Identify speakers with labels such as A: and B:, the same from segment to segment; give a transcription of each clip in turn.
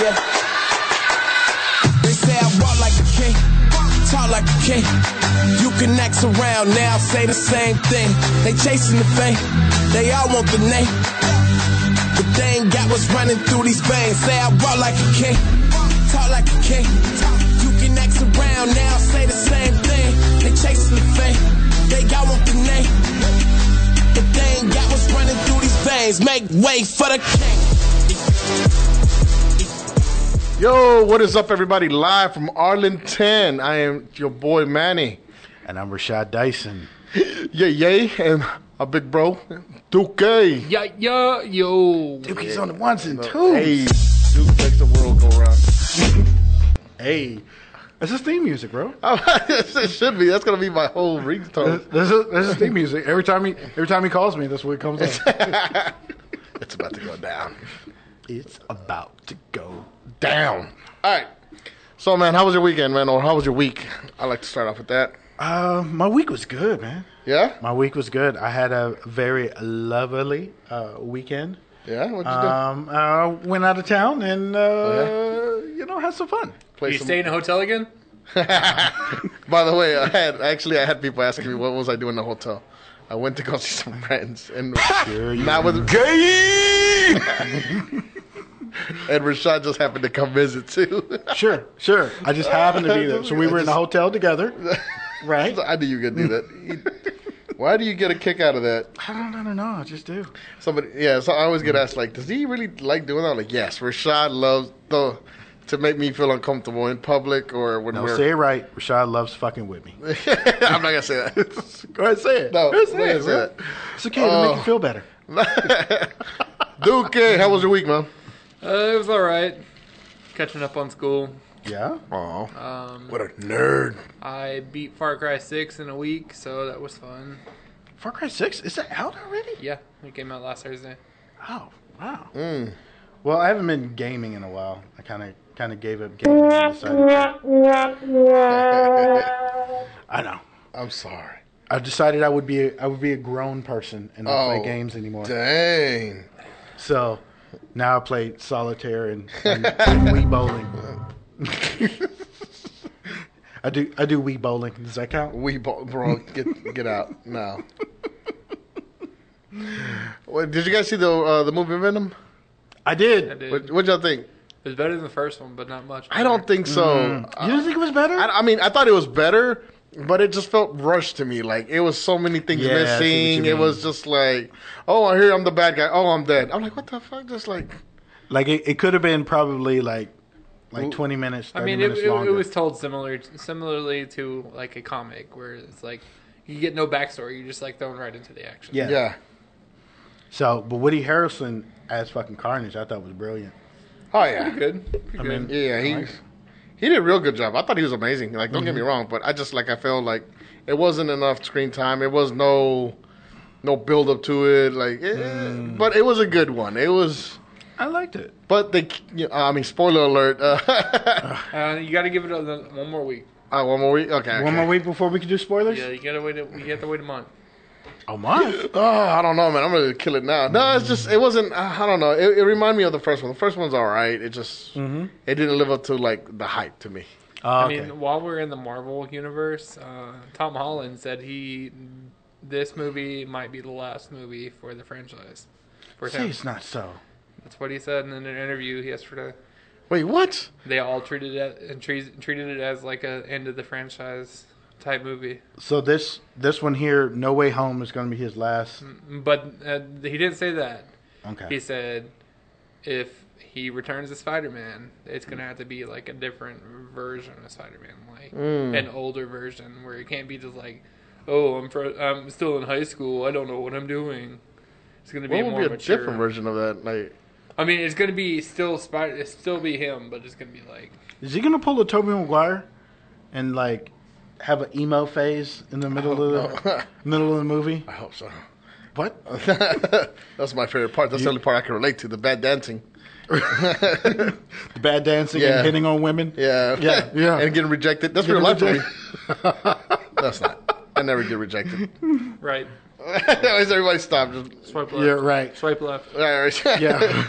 A: Yeah. They say I walk like a king, talk like a king. You can act around now, say the same thing. They chasing the fame, they all want the name. But they ain't got what's running through these veins. Say I walk like a king, talk like a king. You can act around now, say the same thing. They chasing the fame, they all want the name. But they ain't got what's running through these veins. Make way for the king.
B: Yo, what is up, everybody? Live from Arlington. I am your boy Manny.
C: And I'm Rashad Dyson.
B: Yeah, yay, and our big bro, Duke. Hey,
D: Yeah, yeah, yo.
C: Duke, he's on the ones and
B: Duke
C: twos.
B: makes the world go round. hey,
C: That's his theme music, bro.
B: it should be. That's gonna be my whole
C: That's
B: ringtone.
C: that's his, that's his theme music. Every time he every time he calls me, that's what it comes up.
B: It's about to go down,
C: it's about to go.
B: down. All right. So, man, how was your weekend, man? Or how was your week? I like to start off with that.
C: Uh, my week was good, man.
B: Yeah,
C: My week was good. I had a very lovely uh, weekend.
B: yeah. What'd you
C: Um, I went out of town and uh,
B: Oh,
C: you know had some fun.
B: do? Play
D: You
B: some-
D: stay in a hotel again?
B: By the way, I had actually I had people asking me what was I doing in the hotel. I went to go see some friends, and not with gay. and Rashad just happened to come visit too.
C: Sure, sure. I just happened to be there, so we were in the hotel together, right?
B: I knew you were gonna do that. Why do you get a kick out of that?
C: I don't, I don't know. I just do.
B: Somebody, yeah. So I always get asked, like, does he really like doing that? I'm like, yes. Rashad loves the to make me feel uncomfortable in public or when
C: No,
B: we're.
C: say it right. Rashad loves fucking with me.
B: I'm not gonna say that.
C: Go ahead, say it.
B: No,
C: Go ahead,
B: I'm not
C: say it, Uh,
B: gonna say
C: bro. It's okay to
B: Oh.
C: make you feel better.
B: Duke, how was your week, man?
D: Uh, it was all right. Catching up on school.
C: Yeah.
B: Aw. what a nerd.
D: I beat Far Cry 6 in a week, so that was fun.
C: Far Cry Six is that out already?
D: Yeah, it came out last Thursday.
C: Oh wow. Mm. Well, I haven't been gaming in a while. I kind of kind of gave up gaming. And decided I know.
B: I'm sorry.
C: I decided I would be a, I would be a grown person and not
B: Oh,
C: play games anymore.
B: Dang.
C: So now I play solitaire and, and, and Wii bowling. I do I do Wii bowling. Does that count?
B: We bo- bro, get get out now. Wait, did you guys see the uh, the movie Venom?
C: I did.
D: I did.
B: What what y'all think?
D: It was better than the first one, but not much.
B: I don't think so.
C: Mm-hmm. You didn't think it was better?
B: I, I mean, I thought it was better, but it just felt rushed to me. Like it was so many things
C: Yeah, I see what you
B: missing. It was
C: mean.
B: just like, oh, I hear I'm the bad guy. Oh, I'm dead. I'm like, what the fuck? Just like,
C: like it, it could have been probably like like twenty minutes. 30
D: I mean, it,
C: minutes
D: it,
C: longer.
D: it was told similar, similarly to like a comic where it's like you get no backstory, you're just like thrown right into the action.
C: yeah.
B: yeah.
C: So, but Woody Harrelson as fucking Carnage, I thought was brilliant.
B: Oh yeah.
D: Good. Pretty
C: mean-
D: good.
B: Yeah, he
C: Nice.
B: he did a real good job. I thought he was amazing. Like, don't get
C: Mm-hmm.
B: me wrong, but I just like I felt like it wasn't enough screen time. It was no no build up to it. Like, eh,
C: Mm.
B: but it was a good one. It was.
C: I liked it.
B: But they, you know, I mean, spoiler alert. Uh,
D: uh, you got to give it another, one more week.
B: uh, one more week. Okay.
C: One
B: okay.
C: more week before we can do spoilers.
D: Yeah, you got to wait. A, you got to wait a month.
C: Oh my!
B: Oh, I don't know, man. I'm gonna kill it now. No,
C: Mm.
B: it's just it wasn't. uh, I I don't know. It, it reminded me of the first one. The first one's all right. It just
C: Mm-hmm.
B: it didn't live up to like the hype to me.
C: Oh,
D: I
C: okay.
D: mean, while we're in the Marvel universe, uh, Tom Holland said he this movie might be the last movie for the franchise. For
C: Say
D: him.
C: it's not so.
D: That's what he said in an interview yesterday.
B: Wait, what?
D: They all treated it and trees treated it as like a end of the franchise type movie.
C: So this this one here, No Way Home, is going to be his last.
D: But uh, he didn't say that. He
C: Okay.
D: said if he returns as Spider-Man, it's gonna have to be like a different version of Spider-Man, like
C: Mm.
D: an older version where it can't be just like, oh, I'm fro- I'm still in high school, I don't know what I'm doing. It's gonna be
B: What would
D: more
B: be a
D: mature.
B: different version of that? Like,
D: I mean, it's gonna be still Spider, it's still be him, but it's gonna be like
C: Is he going to pull a Tobey Maguire, and like have an emo phase in the middle
B: Oh,
C: of the middle of the movie?
B: I hope so.
C: What?
B: Oh, That's my favorite part. That's the only part I can relate to. The bad dancing.
C: The bad dancing
B: Yeah.
C: and hitting on women.
B: Yeah.
C: Yeah, yeah.
B: and getting rejected. That's real
C: Getting
B: life for me.
C: rejected.
B: That's not. I never get rejected.
D: right.
B: Everybody stop. Just,
D: Swipe left.
C: Yeah, right.
D: Swipe left.
B: all right, right.
C: Yeah.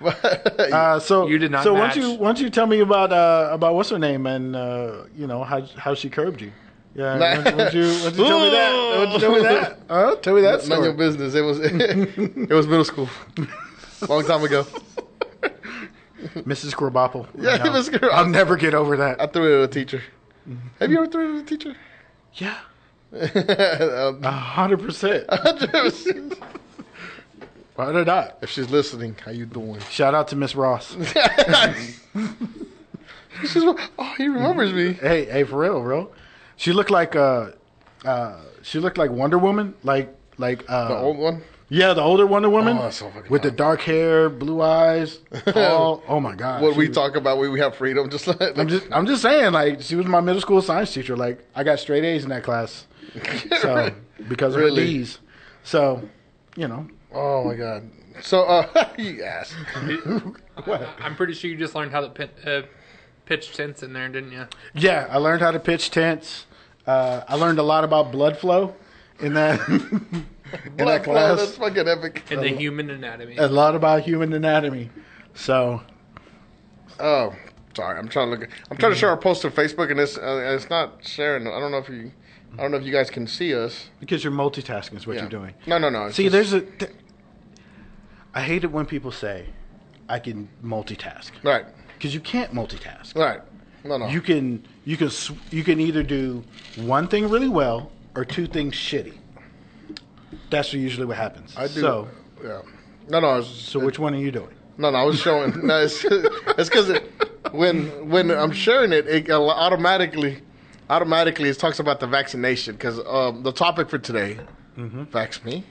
B: But-
C: Uh, so
D: You did not
C: So once
D: match.
C: you once you tell me about uh, about what's her name and uh, you know how how she curbed you. Yeah.
B: Nah.
C: Once, once you once you tell me that. Once you tell me that. Huh? Tell me that
B: Mind your
C: story.
B: business. It was it was middle school, long time ago.
C: Mrs. Krabappel.
B: Yeah,
C: I know.
B: Mrs. Krabappel.
C: I'll never get over that.
B: I threw it at a teacher. Have you ever thrown it at a teacher?
C: yeah.
B: Um,
C: A hundred percent. Why did I?
B: if she's listening, how you doing?
C: Shout out to Miss Ross.
B: She's like, oh, he remembers me.
C: hey, hey, for real, bro. She looked like uh, uh, she looked like Wonder Woman, like like uh,
B: The old one.
C: yeah, the older Wonder Woman
B: Oh, that's so fucking
C: with the
B: hot.
C: dark hair, blue eyes, tall. oh my god,
B: What
C: she
B: we
C: was-
B: talk about when we have freedom, just like,
C: I'm just I'm just saying, like she was my middle school science teacher. Like I got straight A's in that class, so because of her
B: Really?
C: D's. So, you know,
B: oh my god. So uh, you ass.
D: I'm pretty sure you just learned how to pin, uh, pitch tents in there, didn't you?
C: yeah, I learned how to pitch tents. Uh, I learned a lot about blood flow in that in that
B: Black
C: class.
B: Lives, that's fucking epic.
D: In
C: Uh,
D: the human anatomy.
C: a lot about human anatomy. So
B: Oh, sorry. I'm trying to look. I'm trying to share our post on Facebook, and it's uh, it's not sharing. I don't know if you, I don't know if you guys can see us.
C: because you're multitasking is what
B: Yeah.
C: you're doing.
B: No, no, no. it's
C: See,
B: just-
C: there's a. Th- I hate it when people say, "I can multitask,"
B: right,
C: because you can't multitask.
B: right. No, no.
C: You can you can s- you can either do one thing really well or two things shitty. That's usually what happens.
B: I do.
C: So
B: yeah. No, no. It's,
C: so which one are you doing?
B: no, no. I was showing. no, it's because it, when when I'm sharing it, it al- automatically automatically it talks about the vaccination because um, the topic for today,
C: Mm-hmm.
B: vax me.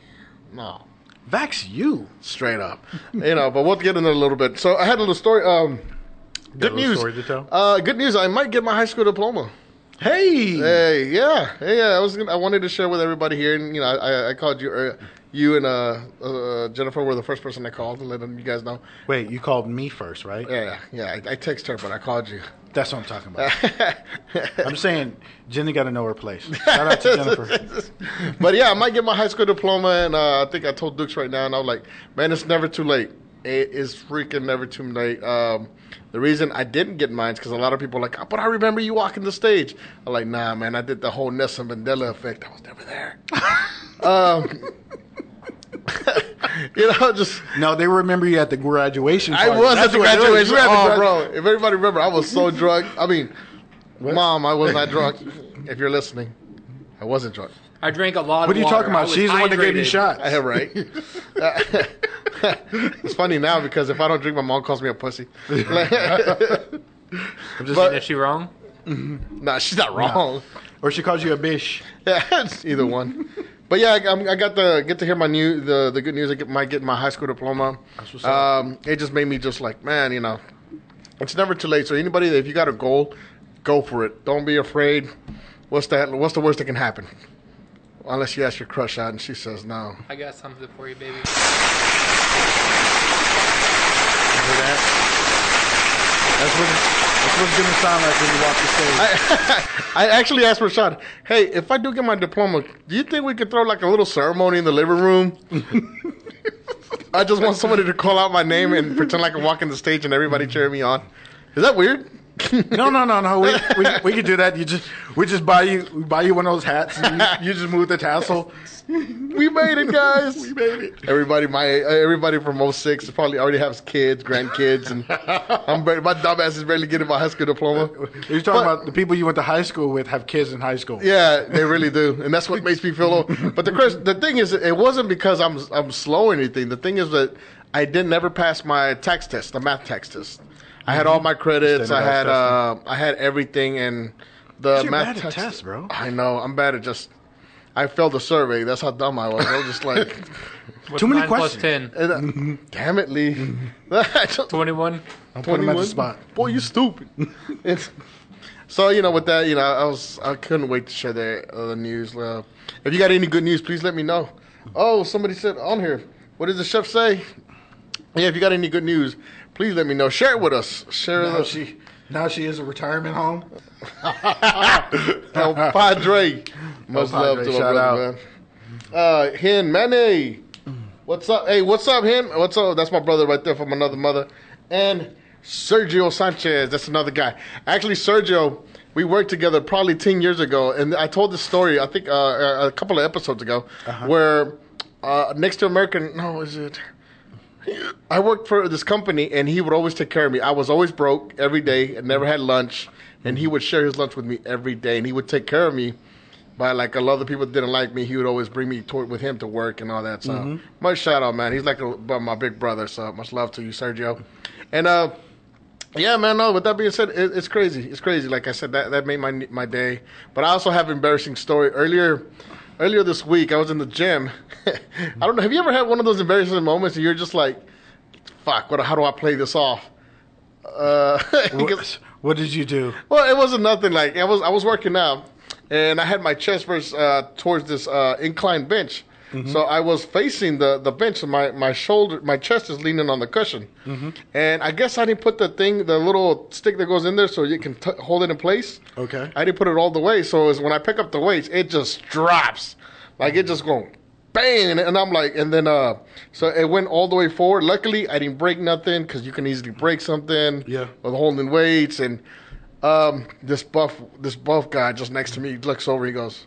B: No.
C: Vax you.
B: straight up. you know, but we'll get into it in a little bit. So I had a little story. Um, good
C: little
B: news.
C: story to tell?
B: Uh, good news. I might get my high school diploma.
C: Hey.
B: Hey, yeah, hey, yeah. I was gonna, I wanted to share with everybody here, and you know, I, I called you. Uh, you and uh, uh, Jennifer were the first person I called to let them, you guys know.
C: Wait, you called me first, right?
B: Yeah, yeah. I, I text her, but I called you.
C: That's what I'm talking about. I'm saying Jenny got to know her place. Shout out to Jennifer.
B: but yeah, I might get my high school diploma, and uh, I think I told Dukes right now, and I'm like, man, it's never too late. It is freaking never too late. Um, the reason I didn't get mine is because a lot of people are like, "Oh, but I remember you walking the stage. I'm like, nah, man, I did the whole Nelson Mandela effect. I was never there. um, you know, just
C: No, they remember you at the graduation.
B: I
C: party.
B: was
C: That's
B: at the
C: what it
B: graduation.
C: is. You were at the
B: Oh,
C: gradu-
B: bro! If everybody remember, I was so drunk. I mean, mom, I was not drunk. If you're listening, I wasn't drunk.
D: I drank a
C: What
D: lot
C: are
D: of
C: you
D: water.
C: talking
D: I
C: about?
D: was
C: She's the one that gave you
D: hydrated.
C: shots.
B: I have right. it's funny now because if I don't drink, my mom calls me a pussy. Like,
C: I'm just-
D: Is she wrong?
B: nah, she's not wrong.
C: or she calls you a bish.
B: Yeah, it's either one. But yeah, I, I'm- I got the get to hear my new the, the good news. I get, might get my high school diploma.
C: what's up.
B: Um, it just made me just like man, you know, it's never too late. So anybody, if you got a goal, go for it. Don't be afraid. What's that? What's the worst that can happen? Unless you ask your crush out and she says no.
D: I got something for you, baby.
C: Hear that? That's what that's what it's gonna sound like when you walk the stage.
B: I actually asked Rashad, hey, if I do get my diploma, do you think we could throw like a little ceremony in the living room? I just want somebody to call out my name and pretend like I'm walking the stage and everybody cheering me on. Is that weird?
C: no, no, no, no. We, we, we could do that. You just we just buy you we buy you one of those hats. And you, you just move the tassel.
B: We made it, guys. we made it. Everybody, my uh, everybody from 06 probably already has kids, grandkids, and I'm barely, my dumbass is barely getting my high school diploma.
C: You're talking about the people you went to high school with have kids in high school.
B: Yeah, they really do, and that's what makes me feel old. But the Chris, the thing is, it wasn't because I'm I'm slow or anything. The thing is that I didn't ever pass my tax test, the math tax test. I had
C: Mm-hmm.
B: all my credits. I had uh, I had everything, and the
C: You're
B: math
C: bad at
B: tax
C: tests, bro.
B: I know I'm bad at just. I failed the survey. That's how dumb I was. I was just like, uh,
D: What's
C: Too many
D: nine plus
C: questions.
D: 10?
C: Mm-hmm.
B: "Damn it, Lee! I just-
D: 21?
C: I'm putting them at
B: 21?
C: the spot.
B: Boy, you stupid. it's, so you know, with that, you know, I was I couldn't wait to share the uh, the news. Uh, if you got any good news, please let me know. Oh, somebody said on here, what does the chef say? Yeah, if you got any good news, please let me know. Share it with us. Share
C: Now
B: the
C: she now she is a retirement home.
B: El Padre. Much
C: El
B: love
C: Padre,
B: to my
C: shout
B: brother,
C: out.
B: man. Uh, Hen Mane. What's up? Hey, what's up, Hen? What's up? That's my brother right there from another mother. And Sergio Sanchez. That's another guy. Actually, Sergio, we worked together probably 10 years ago. And I told this story, I think, uh, a couple of episodes ago,
C: Uh-huh.
B: where uh, next to American, no, is it? I worked for this company, and he would always take care of me. I was always broke every day and never had lunch, and he would share his lunch with me every day, and he would take care of me. By like a lot of the people that didn't like me, he would always bring me toward, with him to work and all that. So much shout out, man. He's like a, but my big brother. So much love to you, Sergio. And uh, yeah, man. No, with that being said, it, it's crazy. It's crazy. Like I said, that that made my my day. But I also have an embarrassing story earlier. Earlier this week, I was in the gym. I don't know. Have you ever had one of those embarrassing moments, and you're just like, "Fuck! What? How do I play this off?" Uh,
C: What, what did you do?
B: Well, it wasn't nothing. Like I was, I was working out, and I had my chest press uh, towards this uh, inclined bench. So I was facing the the bench, and my my shoulder, my chest is leaning on the cushion. And I guess I didn't put the thing, the little stick that goes in there, so you can t- hold it in place.
C: Okay.
B: I didn't put it all the way, so it's when I pick up the weights, it just drops, like it just going. Bang, and I'm like, and then uh, so it went all the way forward. Luckily, I didn't break nothing because you can easily break something
C: Yeah.
B: with holding weights and um, this buff this buff guy just next to me looks over he goes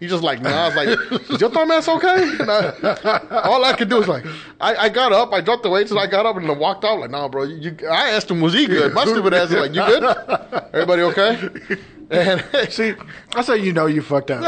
B: he just like nah I was like is your thumb ass okay And I- all I could do was like I, I got up I dropped the weights and I got up and then walked out like nah bro you, you- I asked him was he good my stupid ass is like you good everybody okay and
C: See, that's how you know you fucked up.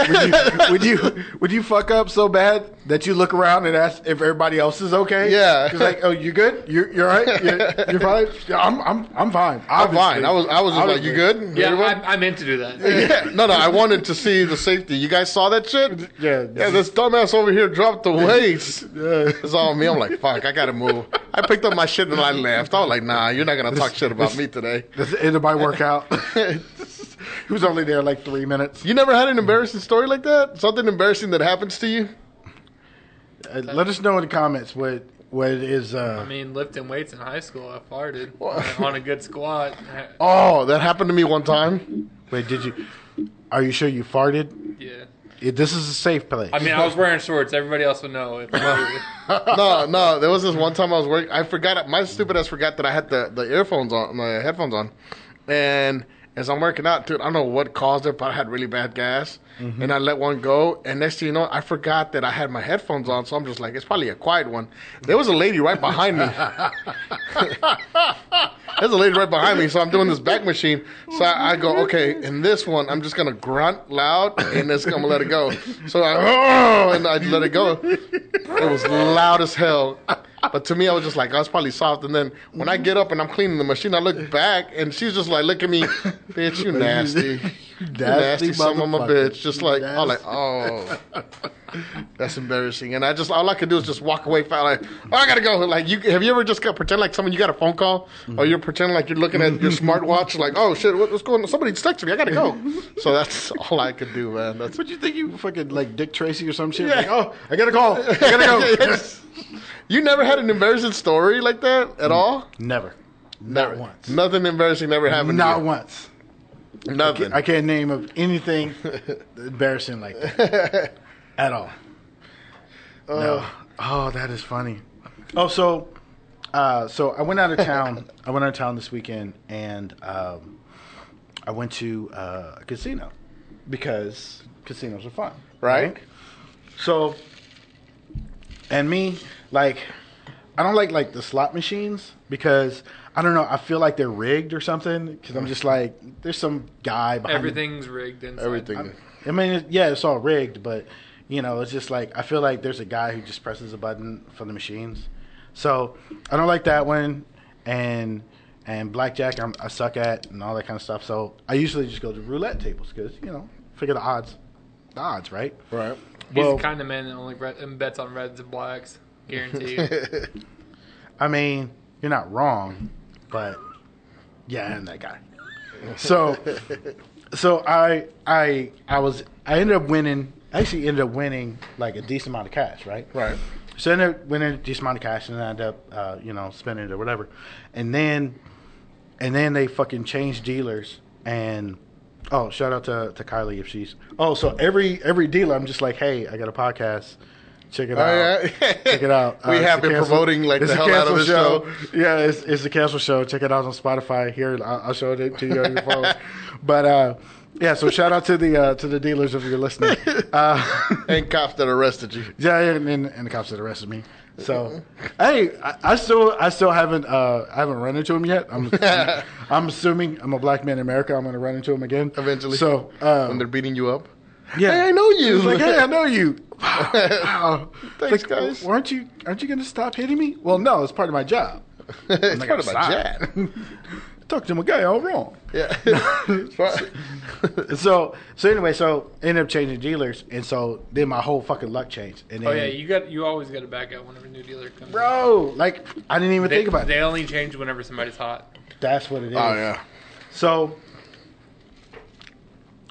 C: Would you, would you would you fuck up so bad that you look around and ask if everybody else is okay?
B: Yeah.
C: It's like, oh, you good? You you're all right? You're, you're fine? Yeah, I'm I'm I'm fine.
B: I'm fine I was I was just like you good
D: Yeah,
B: Everyone?
D: I, I meant to do that.
B: yeah, no, no. I wanted to see the safety. You guys saw that shit?
C: Yeah.
B: Yeah, this dumbass over here dropped the weights. It's all me. I'm like, fuck, I gotta move. I picked up my shit and I left. I was like, nah, you're not gonna talk shit about me today.
C: This ended my workout. he was only there like three minutes.
B: You never had an embarrassing story like that? Something embarrassing that happens to you?
C: Uh, let us know in the comments what what is.
D: I
C: Uh,
D: mean, lifting weights in high school, I farted on a good squat.
B: Oh, that happened to me one time.
C: wait, did you? Are you sure you farted?
D: Yeah.
C: It, this is a safe place.
D: I mean, I was wearing shorts. Everybody else would know. It.
B: No, no, there was this one time I was working. I forgot my stupid ass forgot that I had the the earphones on, my headphones on, and as I'm working out, dude, I don't know what caused it, but I had really bad gas, and I let one go, and next thing you know, I forgot that I had my headphones on, so I'm just like, it's probably a quiet one. There was a lady right behind me. There's a lady right behind me, so I'm doing this back machine. So I, I go, okay, in this one, I'm just gonna grunt loud, and it's gonna let it go. So I, oh, and I let it go. It was loud as hell. But to me, I was just like, I was probably soft. And then when I get up and I'm cleaning the machine, I look back, and she's just like, look at me, bitch, you nasty, you nasty, son of a
C: motherfucker.
B: bitch. Just like, I'm like,
C: Nasty.
B: oh. That's embarrassing. And I just all I could do is just walk away. Felt like oh, I gotta go. Like you, have you ever just got pretend like someone you got a phone call or you're pretending like you're looking at your
C: Mm-hmm.
B: smartwatch like oh shit what, what's going on? Somebody texted me. I gotta go. so that's all I could do, man. That's
C: What you think you fucking like Dick Tracy or some shit?
B: Yeah.
C: Like, oh, I gotta call. I gotta go.
B: you never had an embarrassing story like that at all.
C: Never.
B: Never
C: Mm. once.
B: Nothing embarrassing never happened.
C: Not
B: to
C: once.
B: you. Nothing.
C: I can't name of anything embarrassing like that at all. no. Oh, that is funny. Oh, so, uh, so I went out of town. I went out of town this weekend, and um, I went to uh, a casino because casinos are fun,
B: Right.
C: So, and me, like, I don't like like the slot machines because I don't know. I feel like they're rigged or something because I'm just like, there's some guy behind the
D: Everything's rigged and
B: Everything.
C: I mean, it, yeah, it's all rigged, but you know, it's just like I feel like there's a guy who just presses a button for the machines. So I don't like that one, and and blackjack I'm, I suck at, and all that kind of stuff. So I usually just go to roulette tables because you know, figure the odds, the odds, right?
B: Right.
D: He's
C: Well-
D: the kind of man that only re- and bets on reds and blacks, guaranteed.
C: I mean, you're not wrong, but yeah, I'm that guy. So, so I, I, I was, I ended up winning. I actually ended up winning like a decent amount of cash, right?
B: Right.
C: So I ended up winning a decent amount of cash, and I ended up, uh, you know, spending it or whatever. And then, and then they fucking changed dealers, and Oh, shout out to, to Kylie if she's. Oh, so every every dealer, I'm just like, hey, I got a podcast. Check it out.
B: Oh, yeah.
C: Check it out. Uh,
B: We
C: it's
B: have
C: a
B: been promoting, like,
C: it's
B: the
C: a
B: hell out of
C: cancel
B: this
C: Yeah, it's it's the cancel show. Check it out on Spotify. Here, I'll, I'll show it to you on your phone. But uh, yeah, so shout out to the uh, to the dealers if you're listening. Uh,
B: and cops that arrested you.
C: Yeah, yeah, and, and, and the cops that arrested me. So, hey, I, I still, I still haven't, uh, I haven't run into him yet. I'm, I'm, assuming I'm a black man in America. I'm gonna run into him again
B: Eventually.
C: So,
B: when
C: um,
B: they're beating you up.
C: yeah,
B: Hey, I know you.
C: He's like, hey, I know you. Wow.
B: Thanks,
C: like,
B: guys.
C: "Well, Aren't you, aren't you gonna stop hitting me? Well, no, it's part of my job.
B: it's
C: Like,
B: part
C: I'm
B: of my
C: sorry.
B: job.
C: Talk to my guy all wrong.
B: Yeah. It's part-
C: So, so anyway, so ended up changing dealers, and so then my whole fucking luck changed. And then,
D: Oh yeah, you got you always got to back out whenever a new dealer comes. in.
C: bro, like I didn't even
D: they,
C: think about
D: they
C: it.
D: only change whenever somebody's hot.
C: That's what it is.
B: oh yeah.
C: So,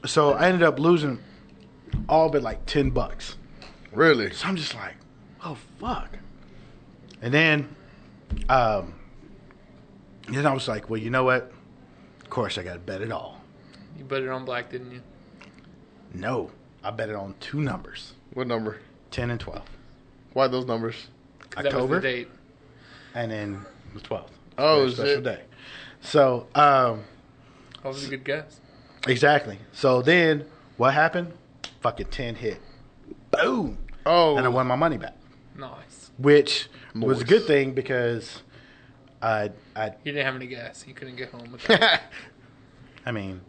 C: so I ended up losing all but like ten bucks.
B: Really?
C: So I'm just like, oh fuck. And then, um, then I was like, well, you know what? Of course, I got to bet it all.
D: You put it on black, didn't you?
C: No, I bet it on two numbers,
B: What number?
C: ten and twelve.
B: Why those numbers?
D: 'Cause That was the date.
C: and then the twelfth.
B: Oh,
C: special
B: shit.
C: day. So, um,
D: That was a good guess.
C: exactly. So then, what happened? Fucking ten hit. Boom.
B: Oh,
C: And I won my money back.
D: Nice.
C: which was a
B: Moist.
C: good thing because I, I,
D: He didn't have any gas. He couldn't get home. With that.
C: I mean,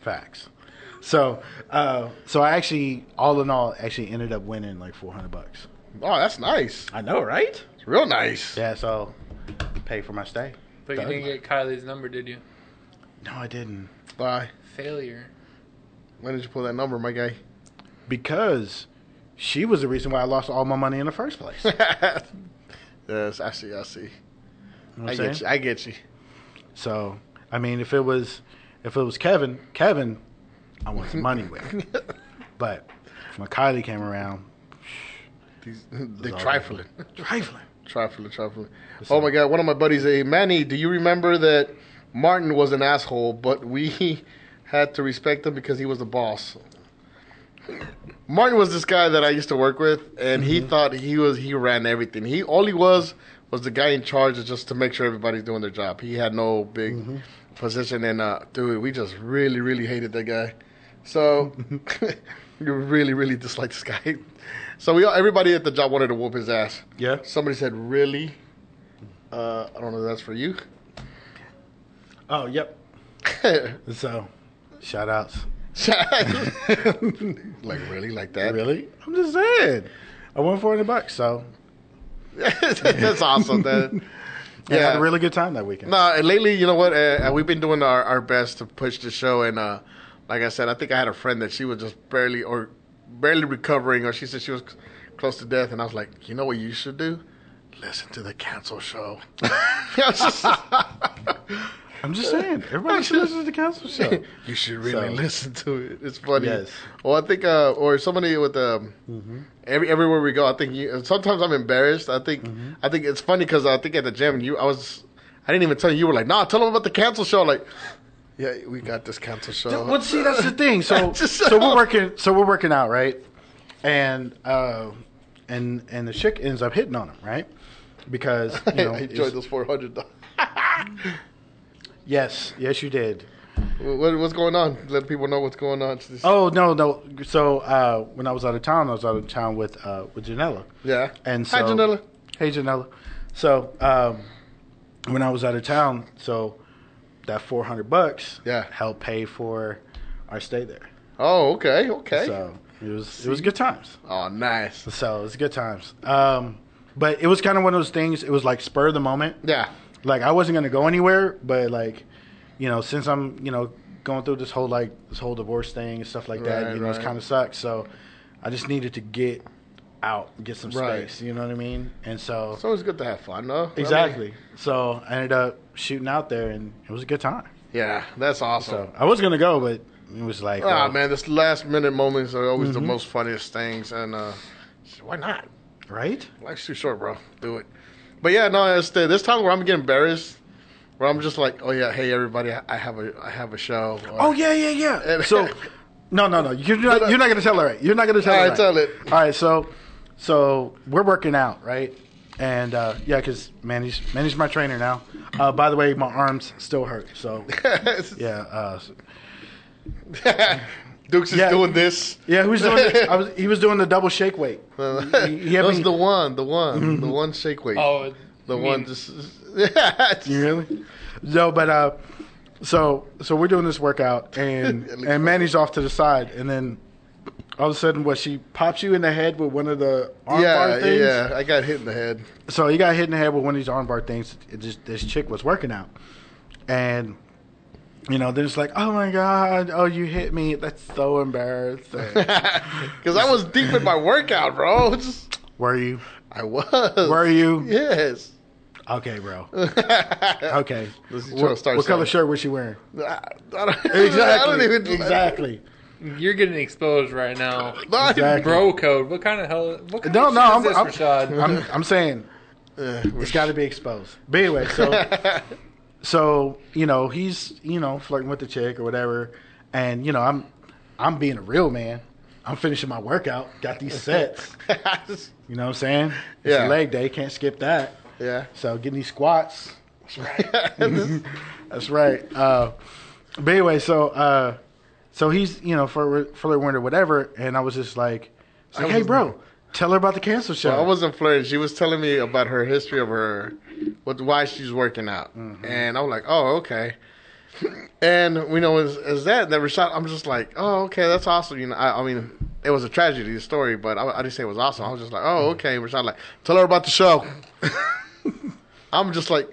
C: facts. So, uh, so I actually, all in all, actually ended up winning like four hundred bucks.
B: oh, that's nice.
C: I know, right?
B: It's real nice.
C: Yeah. So, pay for my stay.
D: but you
C: Thug
D: didn't
C: life.
D: get Kylie's number, did you?
C: No, I didn't
B: Bye.
D: Failure.
B: When did you pull that number, my guy?
C: because she was the reason why I lost all my money in the first place. You
B: yes, I see. I see.
C: know what
B: I
C: I'm
B: get you.
C: saying?
B: I get you.
C: So, I mean, if it was, if it was Kevin, Kevin, I want some money with. But when Kylie came around,
B: These, they're
C: all
B: trifling.
C: trifling.
B: Trifling, trifling. Oh my god, one of my buddies, hey Manny, do you remember that Martin was an asshole, but we had to respect him because he was the boss. Martin was this guy that I used to work with and he thought he was he ran everything. He all he was was the guy in charge of just to make sure everybody's doing their job. He had no big position and uh dude, we just really, really hated that guy. So you really, really dislike this guy. So we all, everybody at the job wanted to whoop his ass.
C: Yeah.
B: Somebody said, "Really?" Uh, I don't know. if That's for you.
C: Oh, yep. So, shout outs.
B: like really, like that?
C: Really? I'm just saying. I won 400 bucks, so
B: That's awesome. That.
C: yeah. I had a really good time that weekend.
B: No, and lately, you know what? Uh, we've been doing our, our best to push the show, and uh, like I said, I think I had a friend that she was just barely or barely recovering, or she said she was c- close to death, and I was like, you know what you should do? Listen to the cancel show.
C: I'm just saying. Everybody should listen to the council show.
B: you should really
C: So-
B: listen to it. It's funny.
C: Yes. Mm-hmm.
B: Well, I think, uh, or somebody with um, every everywhere we go, I think you. Sometimes I'm embarrassed. I think,
C: Mm-hmm.
B: I think it's funny because I think at the gym, you, I was, I didn't even tell you. You were like, nah, tell them about the cancel show. Like, yeah, we got this cancel show.
C: Well, see, that's the thing. So,
B: Just-
C: so we're working. So we're working out, right? And uh, and and the chick ends up hitting on him, right? Because you know,
B: I
C: it's-
B: enjoyed those four hundred.
C: yes, yes, you did.
B: what, what's going on? Let people know what's going on. This-
C: Oh no, no. So uh, when I was out of town, I was out of town with uh, with Janella.
B: Yeah.
C: And so,
B: Hi, Janella.
C: Hey, Janella. So um, when I was out of town, so that four hundred bucks,
B: Yeah.
C: helped pay for our stay there.
B: Oh, okay, okay.
C: So it was it was good times.
B: Oh, nice.
C: So it was good times. Um, but it was kind of one of those things. It was like spur of the moment.
B: Yeah.
C: Like I wasn't gonna go anywhere, but like, you know, since I'm you know going through this whole like this whole divorce thing and stuff like that,
B: Right,
C: you know, it's
B: right.
C: kind of sucks. So I just needed to get out, get some
B: Right.
C: space. You know what I mean? And so
B: It's always good to have fun, though.
C: Exactly. so I ended up shooting out there, and it was a good time.
B: yeah, that's awesome.
C: So I was gonna go, but it was like,
B: Ah,
C: oh,
B: man, this last minute moments are always
C: Mm-hmm.
B: the most funniest things, and uh, why not?
C: right?
B: Life's too short, bro. Do it. But yeah, no, it's the, this time where I'm getting embarrassed Where I'm just like, oh yeah, hey everybody, I I have a I have a show. Or-
C: Oh yeah, yeah, yeah. So, no, no, no. You're not. You're not gonna tell her. Right. You're not gonna tell
B: All
C: her.
B: right,
C: right.
B: tell it.
C: All right. So, so we're working out, right? And uh, yeah, because Manny's Manny's my trainer now. Uh, by the way, my arms still hurt. So yeah, uh, s-
B: Dukes is
C: Yeah.
B: doing this.
C: yeah. Who's doing? The, I was. He was doing the double shake weight. He, he
B: That
C: had
B: was
C: me-
B: the one, the one, the
C: Mm-hmm.
B: one shake weight.
D: Oh,
B: the
D: you
B: one
D: mean-
B: just. yeah, just-
C: You really? No, but uh, so so we're doing this workout, and and Manny's off to the side, and then all of a sudden, what she pops you in the head with one of the arm
B: yeah,
C: bar things.
B: yeah. I got hit in the head.
C: So he got hit in the head with one of these arm bar things. It just this chick was working out, and you know they're just like, oh my god, oh you hit me. That's so embarrassing.
B: Because I was deep in my workout, bro. Just-
C: Were you?
B: I was.
C: Were you?
B: Yes.
C: Okay, bro. Okay.
B: This is trying to
C: What,
B: start
C: what color
B: something.
C: shirt was she wearing?
B: I, I don't,
C: Exactly.
B: I don't even.
C: exactly.
D: You're getting exposed right now.
B: No, I-
C: Exactly.
D: Bro code. What kind of hell? What kind
C: No,
D: of
C: no,
D: shit
C: I'm-
D: is
C: I'm-
D: this, Rashad?
C: I'm, I'm saying
B: Uh,
C: It's got to be exposed. But anyway, so so you know he's you know flirting with the chick or whatever, and you know I'm I'm being a real man. I'm finishing my workout. Got these sets. You know what I'm saying? It's
B: Yeah.
C: leg day. Can't skip that.
B: yeah.
C: So getting these squats. That's right. That's right. Uh, but anyway, so uh, so he's you know for for the winter whatever, and I was just like, it's like, hey
B: was-
C: bro, tell her about the cancel show.
B: I wasn't flirting. She was telling me about her history of her, what why she's working out,
C: Mm-hmm.
B: and I'm like, oh okay. And we know as, as that that Rashad, I'm just like, oh okay, that's awesome. You know, I, I mean, it was a tragedy the story, but I, I didn't say it was awesome. I was just like, oh
C: Mm-hmm.
B: okay, Rashad, like tell her about the show. I'm just like,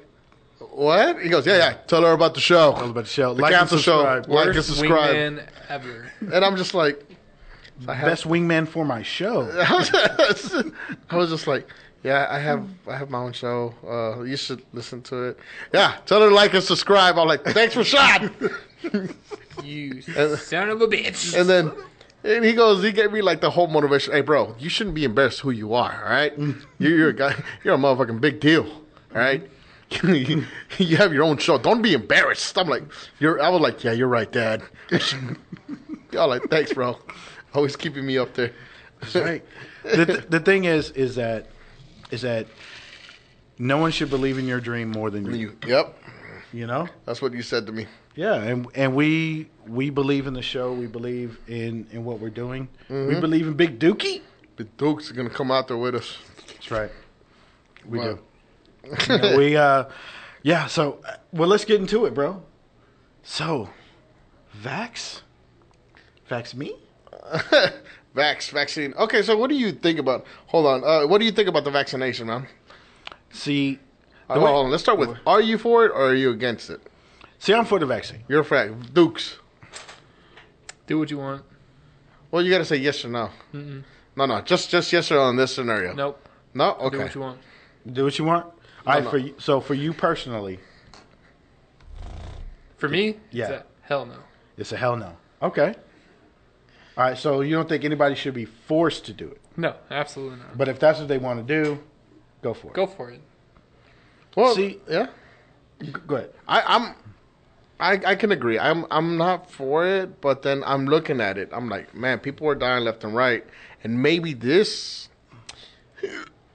B: what? He goes, yeah yeah, tell her about the show.
C: Tell her about the show.
B: the
C: Like and
B: cancel show,
C: subscribe.
B: like and
D: Worst
B: subscribe,
D: wingman ever.
B: and I'm just like, I have-
C: Best wingman for my show.
B: I was just like, yeah, I have I have my own show. Uh, you should listen to it. Yeah, tell her to like and subscribe. I'm like, thanks for shot.
D: You son of a bitch.
B: And then and he goes, he gave me like the whole motivation. Hey, bro, you shouldn't be embarrassed who you are. All right,
C: Mm-hmm.
B: you, you're a guy. You're a motherfucking big deal. All right.
C: Mm-hmm.
B: you have your own show. Don't be embarrassed. I'm like, you're. I was like, yeah, you're right, Dad. Y'all like, thanks, bro. Always keeping me up there.
C: right. The, th- the thing is, is that, is that no one should believe in your dream more than you.
B: You. Yep.
C: You know.
B: That's what you said to me.
C: Yeah, and and we we believe in the show. We believe in in what we're doing. We believe in Big Dookie.
B: The Dukes are gonna come out there with us.
C: That's right. We
B: Wow.
C: do. You know, we uh, yeah. So uh, well, let's get into it, bro. So, vax, vax me.
B: Vax, vaccine. Okay, so what do you think about? Hold on. Uh, what do you think about the vaccination, man?
C: See,
B: Uh, hold on. Let's start with: Are you for it or are you against it?
C: see, I'm for the vaccine.
B: You're for Dukes.
D: Do what you want.
B: Well, you got to say yes or no. No, no. Just, just yes or no in this scenario.
D: Nope.
B: No.
D: Do
B: Okay.
D: what you want.
C: Do what you want. All right,
B: no.
C: for you, so for you personally,
D: For me,
C: Yeah.
D: it's a hell no.
C: It's a hell no. Okay. All right, so you don't think anybody should be forced to do it.
D: No, absolutely not.
C: But if that's what they want to do, go for it.
D: Go for it.
B: Well,
C: See-
B: yeah.
C: Go ahead.
B: I, I'm. I, I can agree. I'm I'm not for it, but then I'm looking at it. I'm like, man, people are dying left and right, and maybe this.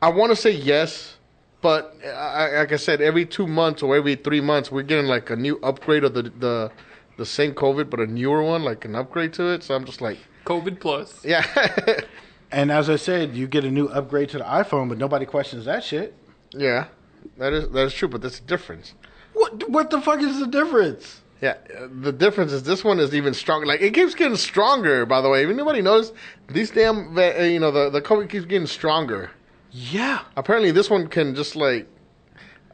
B: I want to say yes, but I- I, like I said, every two months or every three months, we're getting like a new upgrade of the the the same COVID, but a newer one, like an upgrade to it. So I'm just like,
D: COVID plus.
B: yeah,
C: And as I said, you get a new upgrade to the iPhone, but nobody questions that shit.
B: yeah, that is that is true, but that's the difference.
C: What what the fuck is the difference?
B: Yeah, uh, the difference is this one is even stronger. Like it keeps getting stronger. By the way, if anybody knows, these damn va- uh, you know the the COVID keeps getting stronger.
C: Yeah.
B: Apparently, this one can just like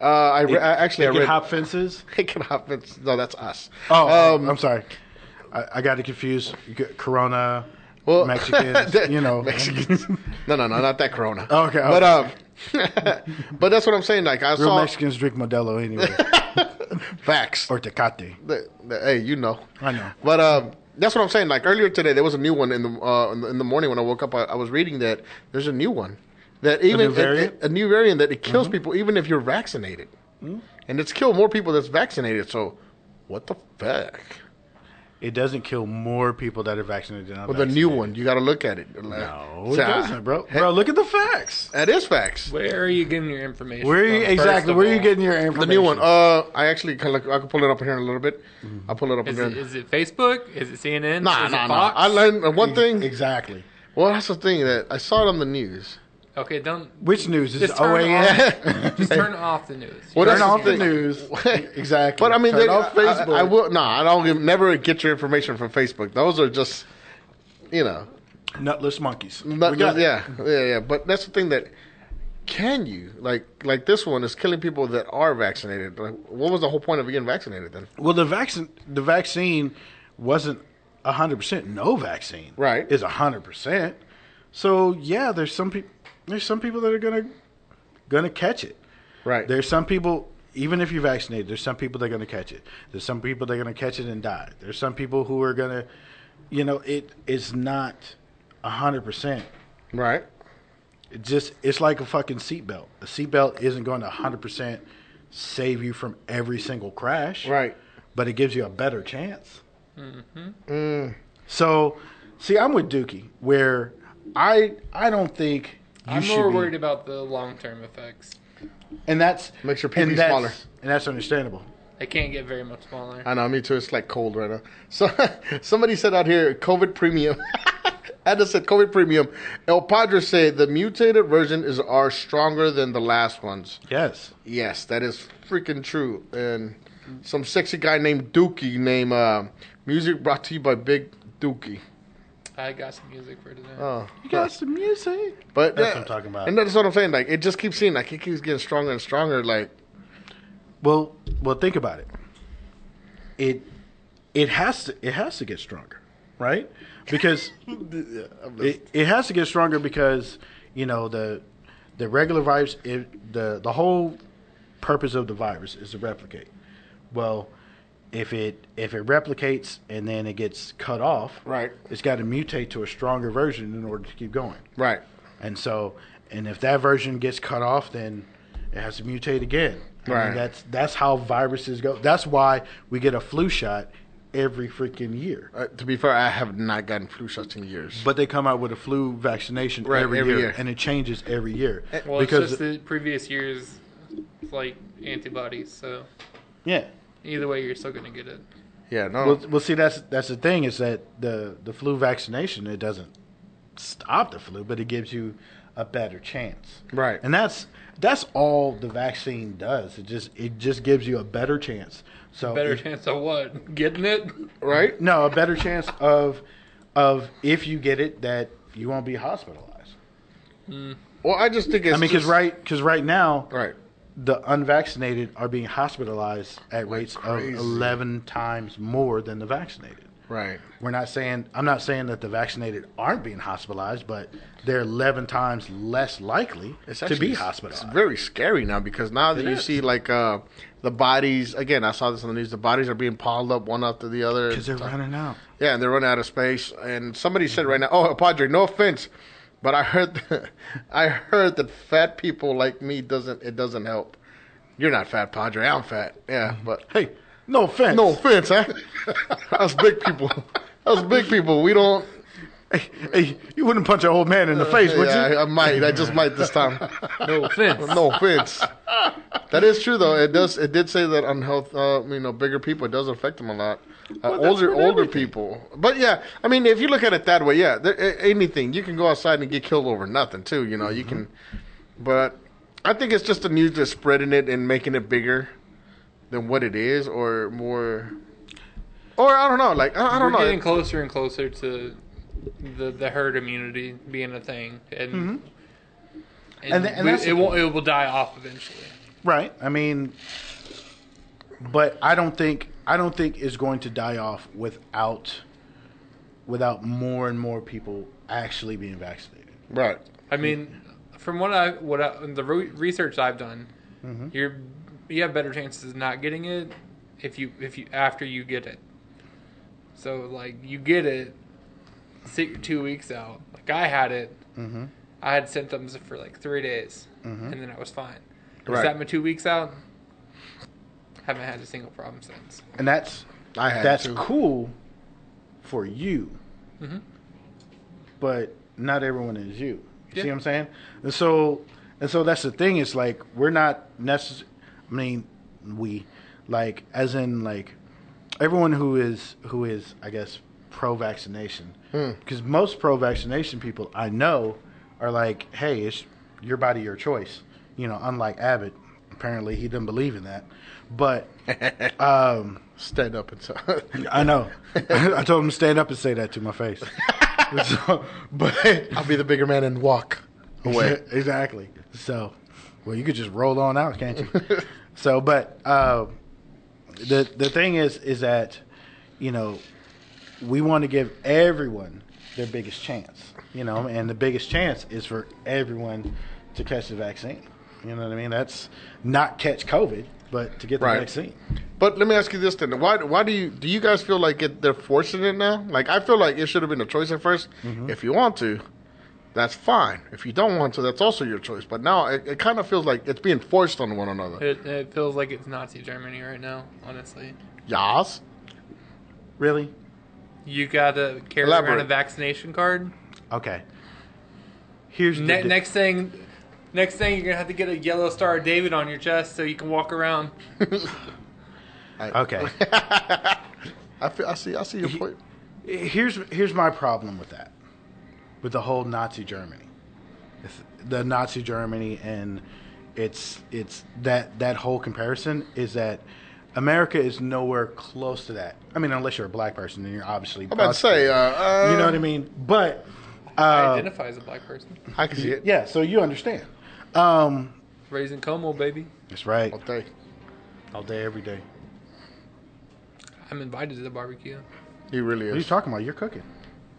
B: uh, I, re- I actually
C: They
B: I
C: can
B: read
C: hop fences.
B: it can happen. No, that's us.
C: Oh,
B: Um,
C: I'm sorry. I, I got it confused. You got Corona,
B: well,
C: Mexicans,
B: that-
C: you know.
B: Mexicans. no, no, no, not that Corona.
C: Okay,
B: but um, but that's what I'm saying. Like I
C: Real
B: saw
C: Mexicans drink Modelo anyway,
B: facts.
C: or Tecate.
B: the, the, hey, you know.
C: I know.
B: But um, that's what I'm saying. Like earlier today, there was a new one in the uh, in the- in the morning when I woke up. I, I was reading that there's a new one that even
C: new variant?
B: a, a new variant that it kills people even if you're vaccinated. and it's killed more people that's vaccinated. So, what the fuck?
C: It doesn't kill more people that are vaccinated than
B: Well, the new one, you got to look at it.
C: No, it doesn't, bro. Bro, look at the facts.
B: That is facts.
D: Where are you getting your information?
C: Where are you,
D: from, first
C: exactly?
D: of
C: Where are you
D: all?
C: getting your
B: The
C: information?
B: new one. Uh, I actually can look. I can pull it up here in a little bit. I'll pull it up
D: Is
B: again.
D: it, is it Facebook? Is it CNN?
B: nah,
D: is
B: nah, nah.
D: it Fox?
B: I learned uh, one thing.
C: exactly.
B: Well, that's the thing that I saw it on the news.
D: Okay, don't
C: Which news is
D: Just turn
C: OAN?
D: just turn off the news.
B: Well,
C: Turn
B: that's
C: off the
B: thing.
C: news. exactly.
B: But I mean,
C: turn
B: they,
C: off
B: I- I-
C: Facebook.
B: I, will. Nah, I don't give, never get your information from Facebook. Those are just, you know,
C: Nutless monkeys.
B: Not-
C: we got it.
B: yeah, yeah, yeah. But that's the thing that can you like like this one is killing people that are vaccinated. Like, what was the whole point of getting vaccinated then?
C: Well, the vaccine the vaccine wasn't hundred percent. No vaccine,
B: Right.
C: is hundred percent. So yeah, there's some people. There's some people that are gonna gonna catch it.
B: Right.
C: There's some people. Even if you're vaccinated, there's some people that are gonna catch it. There's some people that are gonna catch it and die. There's some people who are gonna, you know, it it's not hundred percent.
B: Right.
C: It just it's like a fucking seatbelt. A seatbelt isn't going to hundred percent save you from every single crash
B: Right.
C: but it gives you a better chance.
D: Mm-hmm.
B: Mm.
C: So, see, I'm with Dookie, where I I don't think you
D: I'm
C: should
D: more
C: be-
D: worried about the long term effects.
C: and that's
B: Makes your pee
C: and
B: pee
C: that's-
B: smaller.
C: and that's understandable.
D: They can't get very much smaller.
B: I know. Me too. It's like cold right now. So somebody said out here, COVID premium. I just said COVID premium. El Padre said the mutated version is are stronger than the last ones.
C: Yes,
B: Yes, that is freaking true. And some sexy guy named Dookie named uh, music brought to you by Big Dookie.
D: I got some music for today.
B: Oh,
C: you got some music.
B: But
C: That's what I'm talking about.
B: And that's what I'm saying. Like it just keeps seeing like it keeps getting stronger and stronger. Like
C: Well, well, think about it. It it has to it has to get stronger, right? Because it, it has to get stronger because you know the the regular virus it, the the whole purpose of the virus is to replicate. Well, if it if it replicates and then it gets cut off,
B: Right.
C: It's got to mutate to a stronger version in order to keep going.
B: right,
C: And so, and if that version gets cut off, then it has to mutate again. I mean,
B: Right.
C: that's that's how viruses go. That's why we get a flu shot every freaking year.
B: uh, to be fair, I have not gotten flu shots in years.
C: But they come out with a flu vaccination
B: Right,
C: every,
B: every
C: year,
B: year.
C: and it changes every year
D: well,
C: because
D: it's just the previous year's like antibodies, so
C: yeah.
D: either way, you're still gonna get it.
B: yeah, no,
C: Well, well, see, that's that's the thing is that the the flu vaccination it doesn't stop the flu, but it gives you a better chance.
B: Right.
C: And that's that's all the vaccine does. It just it just gives you a better chance. So
D: Better
C: if-
D: chance of what? Getting it?
B: right,
C: No, a better chance of of if you get it that you won't be hospitalized.
B: Well, I just think it's.
C: I mean, because
B: just-
C: right, because right now,
B: right,
C: the unvaccinated are being hospitalized at rates
B: crazy.
C: of eleven times more than the vaccinated.
B: right,
C: We're not saying I'm not saying that the vaccinated aren't being hospitalized, but they're eleven times less likely to
B: actually-
C: be
B: It's
C: hospitalized.
B: very scary now because now that
C: It
B: you
C: is.
B: see like uh, the bodies again. I saw this on the news. The bodies are being piled up one after the other.
C: Because they're running out.
B: Yeah, and they're running out of space. And somebody said right now, "Oh, Padre, no offense, but I heard, I heard that fat people like me doesn't it doesn't help. You're not fat, Padre. I'm fat. Yeah, but
C: Hey, no offense.
B: no offense, huh? Us big people, us big people, we don't.
C: Hey, hey, you wouldn't punch an old man in the face, would
B: yeah,
C: you?
B: Uh, I, I might. I just might this time.
D: No offense.
B: No offense. That is true though. It does. It did say that on health, uh, you know, bigger people, it does affect them a lot. Uh,
C: Well, that's
B: older,
C: with
B: older
C: everything.
B: people. But yeah, I mean, if you look at it that way, yeah, there, a- anything you can go outside and get killed over nothing too. You know, you can.
C: Mm-hmm.
B: But I think it's just the news that's spreading it and making it bigger than what it is, or more. Or I don't know. Like I, I don't
D: We're
B: know.
D: getting closer and closer to the the herd immunity being a thing, and and,
C: Mm-hmm. And th- and
D: we-
C: that's the
D: it will it will die off eventually.
C: Right. I mean, but I don't think I don't think it's going to die off without without more and more people actually being vaccinated.
B: right.
D: I mean, from what I what I, the re- research I've done,
B: Mm-hmm.
D: you're you have better chances of not getting it if you if you after you get it. So like you get it, sit your two weeks out. Like I had it,
B: Mm-hmm.
D: I had symptoms for like three days, and then I was fine. I
B: Right.
D: sat my two weeks out, Haven't had a single problem since.
C: and that's
B: I had
C: that's
B: to. Mm-hmm.
C: cool for you, but not everyone is you. You see
D: Yeah.
C: what I'm saying? And so, and so that's the thing. It's like we're not necess I mean, we like as in like everyone who is who is I guess pro vaccination
B: Hmm.
C: because most pro vaccination people I know are like, hey, it's your body, your choice. You know, unlike Abbott, apparently he didn't believe in that, but. Um,
B: Stand up and talk.
C: I know. I told him to stand up and say that to my face. So, but
B: I'll be the bigger man and walk away.
C: exactly. So, well, you could just roll on out, can't you? so, but uh, the the thing is, is that you know we want to give everyone their biggest chance. You know, and the biggest chance is for everyone to catch the vaccine. You know what I mean? That's not catch COVID, but to get the
B: Right.
C: vaccine.
B: But let me ask you this then: Why? Why do you do you guys feel like it, they're forcing it now? Like I feel like it should have been a choice at 1st
C: Mm-hmm.
B: If you want to, that's fine. If you don't want to, that's also your choice. But now it, it kind of feels like it's being forced on one another.
D: It, it feels like it's Nazi Germany right now, honestly.
B: Yas.
C: Really?
D: You gotta carry around a
B: Elaborate.
D: vaccination card.
C: Okay. Here's the
D: Ne-
C: di-
D: next thing, next thing, you're gonna have to get a yellow star of David on your chest so you can walk around.
C: Okay.
B: I feel, I see. I see your point.
C: here's here's my problem with that, with the whole Nazi Germany, It's the Nazi Germany, and it's it's that that whole comparison is that America is nowhere close to that. I mean, unless you're a black person, then you're obviously.
B: I'm about to say. Uh, uh,
C: you know what I mean? But
D: I
C: uh,
D: identify as a black person.
B: I can see it.
C: yeah, so you understand. Um,
D: Raising Como, baby.
C: that's right.
B: All day.
C: All day, every day.
D: I'm invited to the barbecue.
B: He really
C: What are you
B: is.
C: talking about? You're cooking.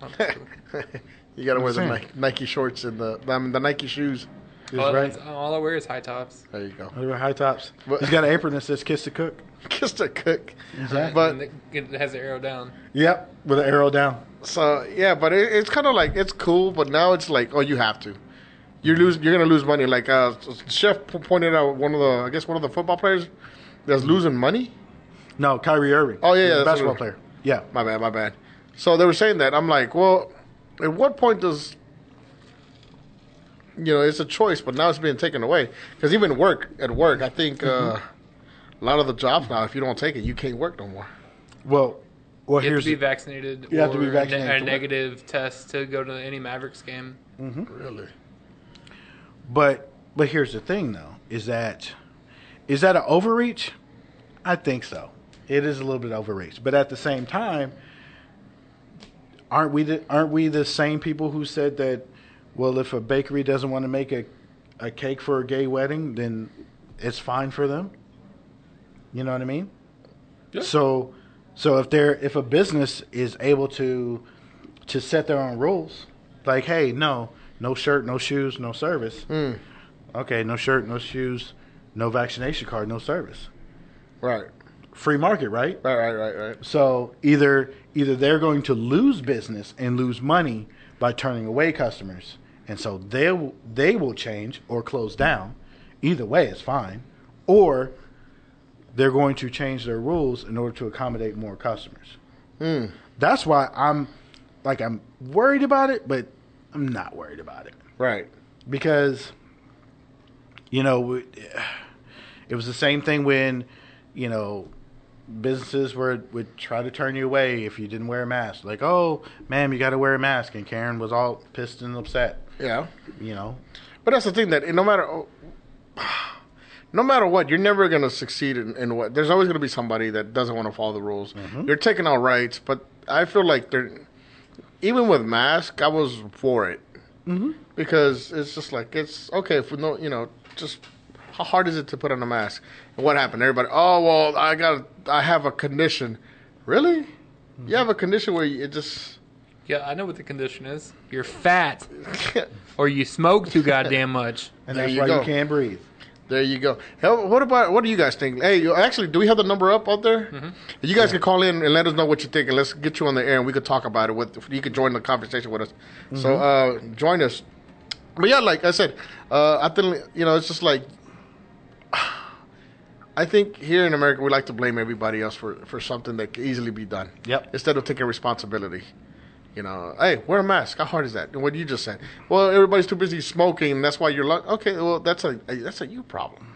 D: Oh, cool.
B: You gotta wear the
C: saying.
B: Nike, Nike shorts and the I mean, the Nike shoes.
C: That's
D: all,
C: right.
D: all I wear is high tops.
B: There you go.
C: I wear high tops.
B: But-
C: He's got an apron that says "Kiss the Cook."
B: Kiss the cook.
C: Exactly.
B: But
D: and it, it has the arrow down.
C: Yep, with an arrow down.
B: So yeah, but it, it's kind of like it's cool, but now it's like oh, you have to. You lose. You're gonna lose money. Like uh, Chef p- pointed out, one of the I guess one of the football players that's losing money.
C: No, Kyrie Irving.
B: Oh, yeah, yeah, that's
C: basketball
B: what-
C: player. Yeah,
B: My bad. My bad. So they were saying that. I'm like, well, at what point does you know it's a choice, but now it's being taken away because even work at work, I think uh, a lot of the jobs now, if you don't take it, you can't work no more.
C: Well, well,
D: You have
C: here's
D: to be vaccinated.
C: You have to be
D: or
C: vaccinated
D: ne-
C: to
D: a
C: work.
D: negative test to go to any Mavericks game.
B: Really?
C: but but here's the thing though is that is that an overreach? I think so. It is a little bit overreach, but at the same time, aren't we the, aren't we the same people who said that? Well, if a bakery doesn't want to make a a cake for a gay wedding, then it's fine for them. You know what I mean?
D: Yeah.
C: So, so if they're if a business is able to to set their own rules, like hey, no, no shirt, no shoes, no service. Okay, no shirt, no shoes, no vaccination card, no service.
B: Right.
C: Free market, right?
B: Right. Right. Right. Right.
C: So either either they're going to lose business and lose money by turning away customers, and so they w- they will change or close down. Either way, it's fine. Or they're going to change their rules in order to accommodate more customers. That's why I'm like I'm worried about it, but I'm not worried about it
B: Right.
C: because you know we- it was the same thing when you know businesses were would try to turn you away if you didn't wear a mask like oh ma'am you got to wear a mask and karen was all pissed and upset
B: Yeah.
C: you know
B: But that's the thing that no matter no matter what, you're never going to succeed in, in what. There's always going to be somebody that doesn't want to follow the rules. You're taking out rights, but I feel like they're even with mask. I was for it because it's just like it's okay for no, you know, just how hard is it to put on a mask? And what happened? Everybody, oh well, I got, I have a condition. Really? You have a condition where you, it just.
D: Yeah, I know what the condition is. You're fat, or you smoke too goddamn much.
C: and
B: There
C: that's
B: you
C: why
B: go.
C: you can't breathe
B: There you go. Hell, what about what do you guys think? Hey, you- actually, do we have the number up out there? You guys can call in and let us know what you think, and let's get you on the air, and we could talk about it. With you could join the conversation with us. So uh, join us. But yeah, like I said, uh, I think you know it's just like I think here in America we like to blame everybody else for, for something that could easily be done.
C: Yep.
B: Instead of taking responsibility. You know, hey, wear a mask. How hard is that? And what you just said. Well, everybody's too busy smoking. and That's why you're like, okay, well, that's a that's a you problem.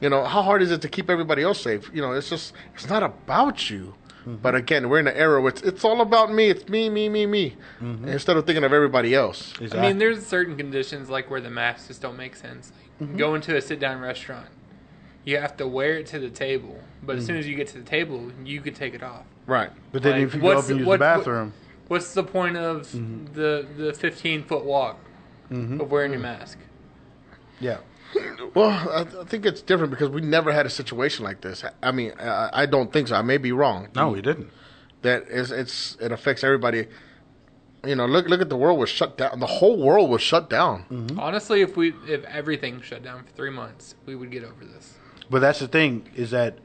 B: You know, how hard is it to keep everybody else safe? You know, it's just it's not about you. But again, we're in an era where it's, it's all about me. It's me, me, me, me. Instead of thinking of everybody else.
D: I mean, there's certain conditions like where the masks just don't make sense. Like
B: Mm-hmm.
D: Going to a sit down restaurant, you have to wear it to the table, but
B: Mm-hmm.
D: as soon as you get to the table, you could take it off.
B: Right.
C: But then
D: Like,
C: if you go up
D: what's-
C: and use
D: what-
C: the bathroom,
D: What's the point of
B: Mm-hmm.
D: the the 15 foot walk of wearing your mask?
C: yeah.
B: Well, I, I think it's different because we never had a situation like this. I mean, I, I don't think so. I may be wrong.
C: No, we didn't.
B: That is, it's it affects everybody. You know, look look at the world was shut down. The whole world was shut down.
C: Mm-hmm.
D: Honestly, if we if everything shut down for three months, we would get over this.
C: But that's the thing is that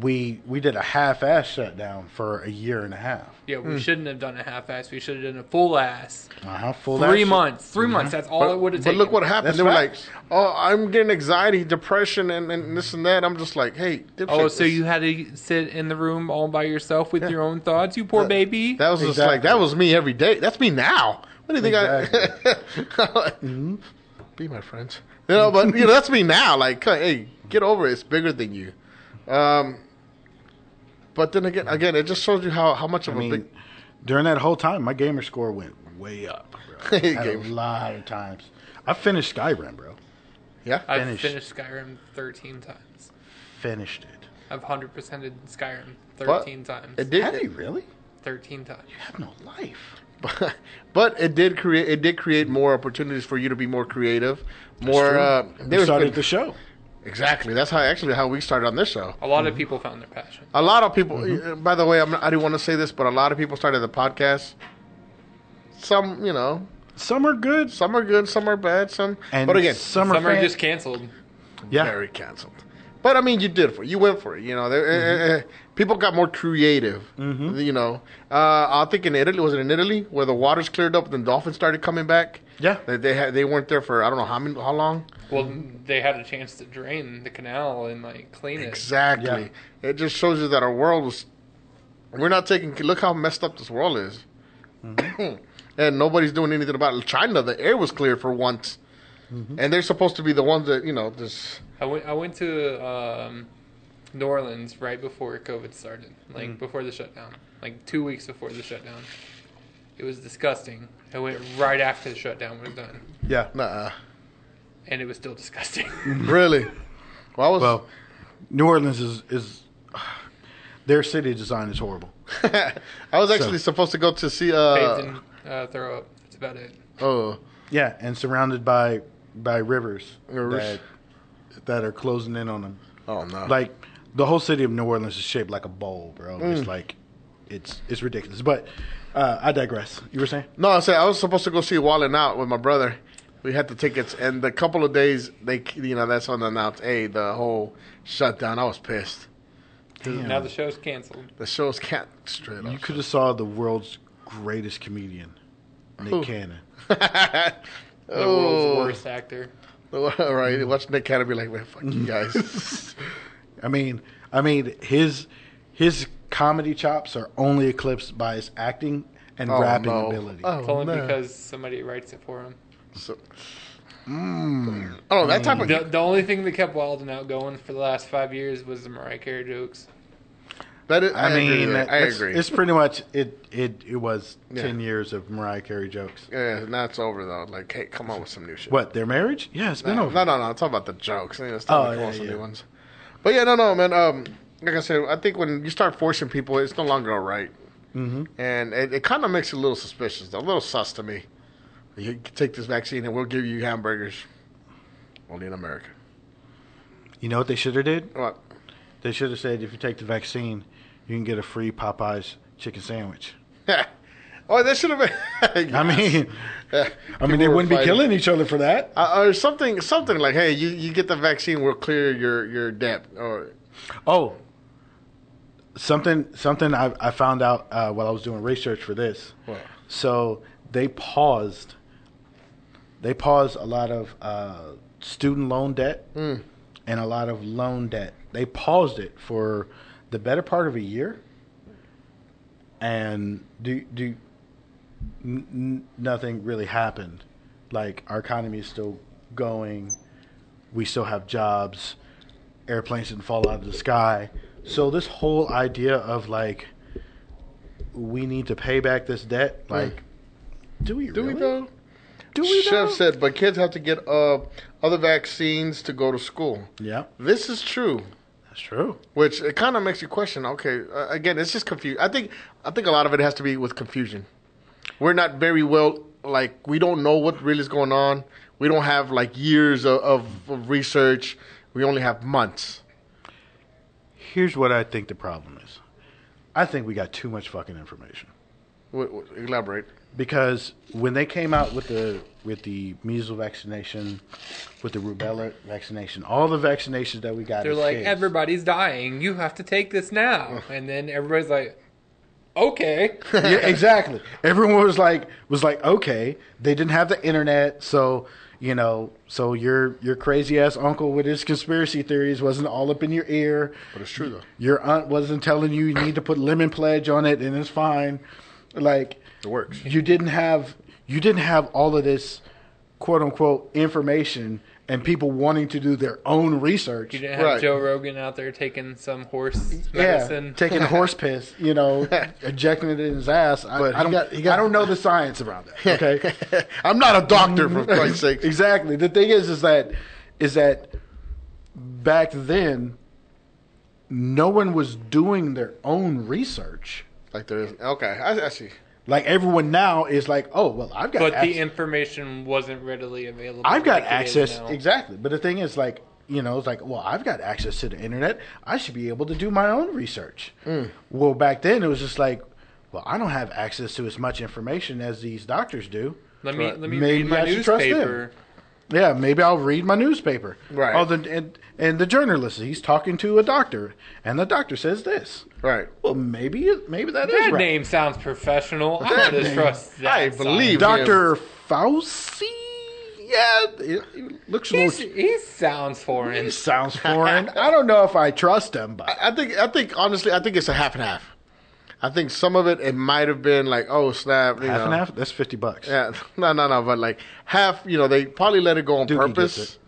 C: we we did a half-ass shutdown for a year and a half.
D: Yeah, we
B: Mm.
D: shouldn't have done a half ass. We should have done a full ass.
C: Uh, how full that
D: Three
C: shit-
D: months. Three months. That's all it would have
B: Mm-hmm. But
D: taken.
B: look what happened.
C: That's
B: they were
C: facts.
B: like, "Oh, I'm getting anxiety, depression, and, and this and that." I'm just like, "Hey, dipshit,
D: Oh, so
B: this-
D: you had to sit in the room all by yourself with your own thoughts, you poor baby.
B: that was just like
C: Exactly.
B: that was me every day. That's me now. What do you think
C: Exactly. Mm-hmm.
B: I be my friends? You know, but you know that's me now. Like, hey, get over it. It's bigger than you. Um, but then again, again, it just shows you how how much of
C: I
B: a big
C: mean, during that whole time, my gamer score went way up. Bro.
B: Hey,
C: Had a
B: gamer.
C: lot of times. I finished Skyrim, bro.
B: yeah.
D: I've
C: finished.
D: finished Skyrim 13 times.
C: Finished it.
D: I've 100%ed Skyrim
B: But
D: 13 times.
B: It did.
C: Have you really?
D: 13 times.
C: I have no life.
B: but, but it did create it did create more opportunities for you to be more creative, more. Uh,
C: we
B: there's
C: started
B: been-
C: the show.
B: exactly. That's how actually how we started on this show.
D: A lot of people found their passion.
B: A lot of people.
C: Mm-hmm.
B: uh, By the way, I'm, I didn't want to say this, but a lot of people started the podcast. Some, you know,
C: Some are good,
B: some are good, some are bad, some.
C: and
B: but again,
C: some are,
D: Some are
C: fan-
D: just canceled.
C: yeah.
B: very canceled. But I mean, you did for it. You went for it. You know, there,
C: Mm-hmm.
B: uh, uh, uh, people got more creative. You know, uh, I think in Italy was it in Italy where the waters cleared up, the dolphins started coming back.
C: Yeah.
B: they they, had, they weren't there for I don't know how many, how long.
D: Well,
B: Mm-hmm.
D: they had a chance to drain the canal and like clean it.
B: Exactly. It just shows you that our world was. We're not taking. Look how messed up this world is.
C: Mm-hmm.
B: and nobody's doing anything about it. China, the air was clear for once.
C: Mm-hmm.
B: And they're supposed to be the ones that, you know, just.
D: I went. I went to um, New Orleans right before COVID started, like
B: Mm-hmm.
D: before the shutdown, like two weeks before the shutdown. It was disgusting. I went right after the shutdown was done,
C: yeah.
B: Nah.
D: and it was still disgusting.
B: Really? Well, I was.
C: Well, New Orleans is is their city design is horrible.
B: I was actually supposed to go to see.
D: Bathed
B: Uh,
D: in uh, throw up. That's about it.
B: oh,
C: Yeah, and surrounded by by rivers,
B: Rivers.
C: That, that are closing in on them.
B: oh, no.
C: Like the whole city of New Orleans is shaped like a bowl, bro.
B: Mm.
C: It's like it's it's ridiculous. But uh, I digress. You were saying?
B: No, I said I was supposed to go see Wallin Out with my brother. We had the tickets, and the couple of days they, you know, that's when they announced, hey, the whole shutdown. I was pissed.
D: Now the show's canceled.
B: The show's can't straight
C: You
B: up.
C: could have saw the world's greatest comedian, Nick
B: Who?
C: Cannon.
D: The
B: Oh.
D: world's worst actor.
B: All right, watch Nick Cannon be like, man, fuck you guys.
C: I mean, I mean his his comedy chops are only eclipsed by his acting and
B: Oh,
C: rapping
B: no.
C: ability.
B: Oh,
D: It's only
B: no.
D: because somebody writes it for him.
B: So- Oh, that type of.
D: The, the only thing that kept Walden out going for the last five years was the Mariah Carey jokes.
B: That is, I,
C: I, mean,
B: agree. with that. I
C: it's,
B: agree.
C: it's pretty much it. It it was
B: Yeah.
C: ten years of Mariah Carey jokes.
B: yeah, now it's over though. Like, hey, come on with some new shit.
C: What their marriage? Yeah, it's been
B: No,
C: over.
B: no, no, no. Talk about the jokes. I mean, it's time
C: Oh,
B: to come
C: yeah,
B: on some
C: yeah.
B: new ones. But yeah, no, no, man. Um, like I said, I think when you start forcing people, it's no longer all right.
C: Mm-hmm.
B: And it, it kind of makes it a little suspicious, a little sus to me. You can take this vaccine and we'll give you hamburgers. Only in America.
C: You know what they should have did?
B: What?
C: They should have said if you take the vaccine, you can get a free Popeyes chicken sandwich.
B: oh, that should have been.
C: I mean, I mean they
B: were
C: wouldn't be
B: fighting.
C: killing each other for that.
B: Uh, or something, something like, hey, you, you get the vaccine, we'll clear your, your debt. Or
C: Oh, something something I, I found out uh, while I was doing research for this.
B: What?
C: So they paused.
B: Mm.
C: They paused a lot of uh, student loan debt and a lot of loan debt. They paused it for the better part of a year, and do do n- n- nothing really happened. Like our economy is still going, we still have jobs, airplanes didn't fall out of the sky. So this whole idea of like we need to pay back this debt, like Hmm. do we
B: Do
C: really?
B: we though?
C: Do we
B: Chef
C: though?
B: said, but kids have to get uh, other vaccines to go to school.
C: Yeah,
B: This is true.
C: that's true.
B: Which it kind of makes you question. Okay, uh, again, it's just confused. I think I think a lot of it has to be with confusion. We're not very well like we don't know what really is going on. We don't have like years of, of, of research. We only have months.
C: Here's what I think the problem is. I think we got too much fucking information
B: W- w- elaborate.
C: because when they came out with the with the measles vaccination, with the rubella vaccination, all the vaccinations that we got,
D: They're
C: as
D: like,
C: kids-
D: everybody's dying. You have to take this now.
C: Oh.
D: And then everybody's like, okay.
C: yeah, exactly. Everyone was like, was like, okay, they didn't have the internet, so you know, so your your crazy ass uncle with his conspiracy theories wasn't all up in your ear.
B: But it's true though.
C: Your aunt wasn't telling you you need to put lemon pledge on it, and it's fine. Like
B: It works.
C: you didn't have you didn't have all of this quote unquote information and people wanting to do their own research.
D: You didn't have
B: Right.
D: Joe Rogan out there taking some horse
C: Yeah,
D: medicine.
C: taking horse piss, you know, ejecting it in his ass. I,
B: But
C: I
B: he
C: don't.
B: got- he got-
C: I don't know the science around that. Okay,
B: I'm not a doctor for Christ's sake.
C: exactly. The thing is, is that is that back then, no one was doing their own research.
B: Like there is. Okay, I, I see.
C: Like everyone now is like, oh well, I've got.
D: but
C: access-
D: the information wasn't readily available.
C: I've got
D: like it is
C: access
D: now.
C: exactly. But the thing is, like you know, it's like well, I've got access to the internet. I should be able to do my own research. Well, back then it was just like, well, I don't have access to as much information as these doctors do.
D: Let me,
B: Right.
D: let me
C: Maybe
D: read my
C: I should trust them.
D: newspaper.
C: Yeah, maybe I'll read my newspaper.
B: Right.
C: Oh, the, and, and the journalist, he's talking to a doctor, and the doctor says this.
B: Right.
C: Well, maybe maybe that is
D: That
C: right.
D: name sounds professional. I
B: That
D: don't
B: name-
D: trust that.
B: I
D: sign.
B: believe
C: Doctor Fauci. Yeah, it, it looks a
D: He's,
C: little.
D: he sounds foreign.
C: It sounds foreign. I don't know if I trust him, but
B: I think I think honestly, I think it's a half and half. I think some of it it might have been like, oh snap, you
C: half and
B: know.
C: half. That's fifty bucks.
B: Yeah, no, no, no. But like half, you know, they probably let it go on
C: Dookie gets
B: purpose,
C: it.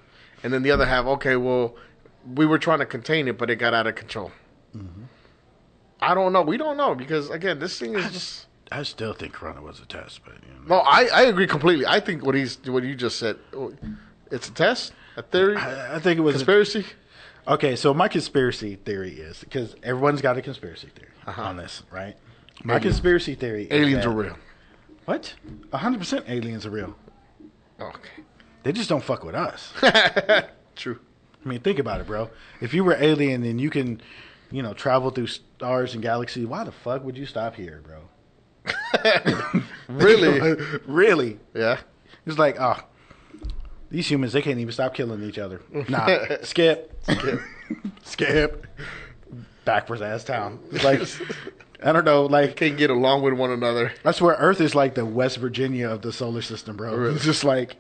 B: and then the other half, okay, well, we were trying to contain it, but it got out of control.
C: Mm-hmm.
B: I don't know. We don't know because again, this thing is just.
C: I still think Corona was a test, but you know.
B: No, I, I agree completely. I think what he's what you just said, oh, it's a test, a theory,
C: I, I think it was
B: conspiracy.
C: okay. So my conspiracy theory is because everyone's got a conspiracy theory on this, right? My conspiracy theory is
B: Uh-huh. Aliens
C: that-
B: are real.
C: What? hundred percent aliens are real.
B: Okay,
C: They just don't fuck with us.
B: true.
C: I mean, think about it, bro. If you were alien and you can, you know, travel through stars and galaxies, why the fuck would you stop here, bro?
B: Really?
C: really?
B: yeah.
C: It's like, oh, these humans, they can't even stop killing each other. Nah, skip. Skip. skip. Backwards ass town. It's like, I don't know, like,
B: Can't get along with one another.
C: that's where Earth is like the West Virginia of the solar system, bro. It's just like,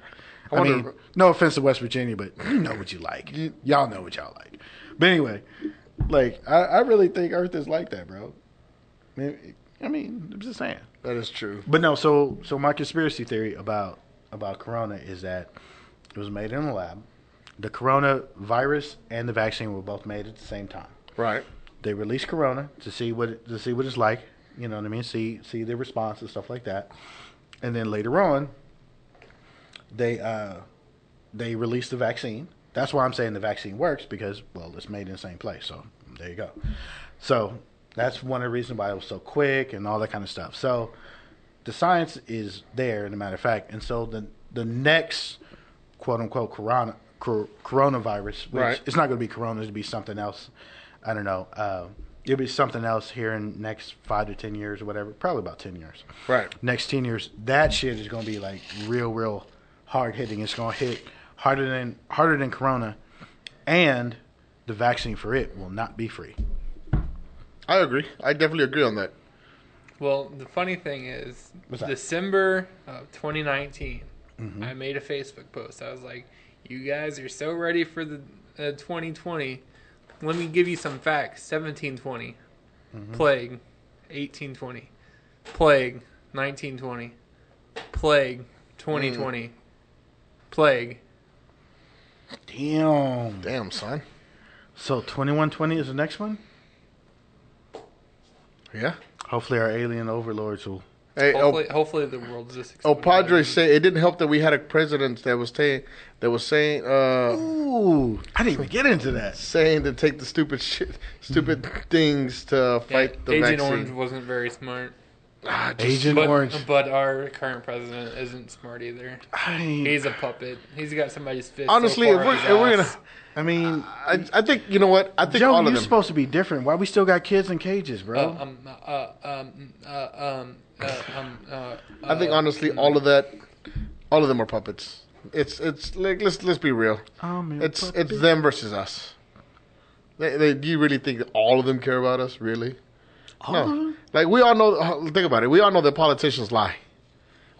C: I,
B: wonder-
C: mean, no offense to West Virginia, but you know what you like. Y'all know what y'all like. But anyway, like, I, I really think Earth is like that, bro. I mean, I mean, I'm just saying.
B: That is true.
C: But no, so so my conspiracy theory about about corona is that it was made in a lab. The coronavirus and the vaccine were both made at the same time.
B: Right.
C: They released corona to see what it, to see what it's like, you know what I mean? See see the response and stuff like that. And then later on they uh they released the vaccine. That's why I'm saying the vaccine works because well, it's made in the same place. So there you go. So that's one of the reasons why it was so quick and all that kind of stuff. So the science is there, as a matter of fact. And so the the next quote unquote corona cor- coronavirus, which
B: Right.
C: it's not going to be corona, it'll be something else. I don't know. Uh, it'll be something else here in next five to ten years or whatever. Probably about ten years
B: Right.
C: next 10 years that shit is going to be like real real hard hitting it's going to hit harder than harder than corona and the vaccine for it will not be free
B: I agree. I definitely agree on that.
D: Well, the funny thing is,
C: What's that?
D: December of
B: Mm-hmm.
D: 2019, I made a Facebook post. I was like, "You guys are so ready for the uh, 2020. Let me give you some facts. 1720,
B: Mm-hmm.
D: plague, 1820, plague, 1920, plague, 2020, plague.
C: Damn.
B: Damn, son.
C: So 2120 is the next one?
B: Yeah.
C: Hopefully our alien overlords will.
B: Hey,
D: Hopefully, hopefully the world's just.
B: Oh, Padres say it didn't help that we had a president that was saying that was saying uh,
C: Ooh, I didn't even get into that.
B: saying to take the stupid shit, stupid things to
D: Yeah,
B: fight the
D: Agent
B: vaccine.
D: Orange wasn't very smart,
B: Ah, just-
C: Agent
D: but,
C: Orange.
D: but our current president isn't smart either.
C: I,
D: He's a puppet. He's got somebody's fist. so
B: honestly, if
D: far up
B: we're,
D: his
B: if we're
D: ass.
B: gonna,
C: I mean,
B: I, I think you know what I think
C: Joe,
B: all of
C: you're
B: them.
C: supposed to be different. Why we still got kids in cages, bro?
D: Uh, um, uh, um, uh, um, uh, um, uh,
B: I think
D: uh,
B: honestly, all of that, all of them are puppets. It's it's like let's let's be real.
C: I'm your
B: It's
C: puppet.
B: it's them versus us. They, they, do you really think that all of them care about us? Really?
C: All of
B: No.
C: them?
B: Like we all know. Think about it. We all know that politicians lie.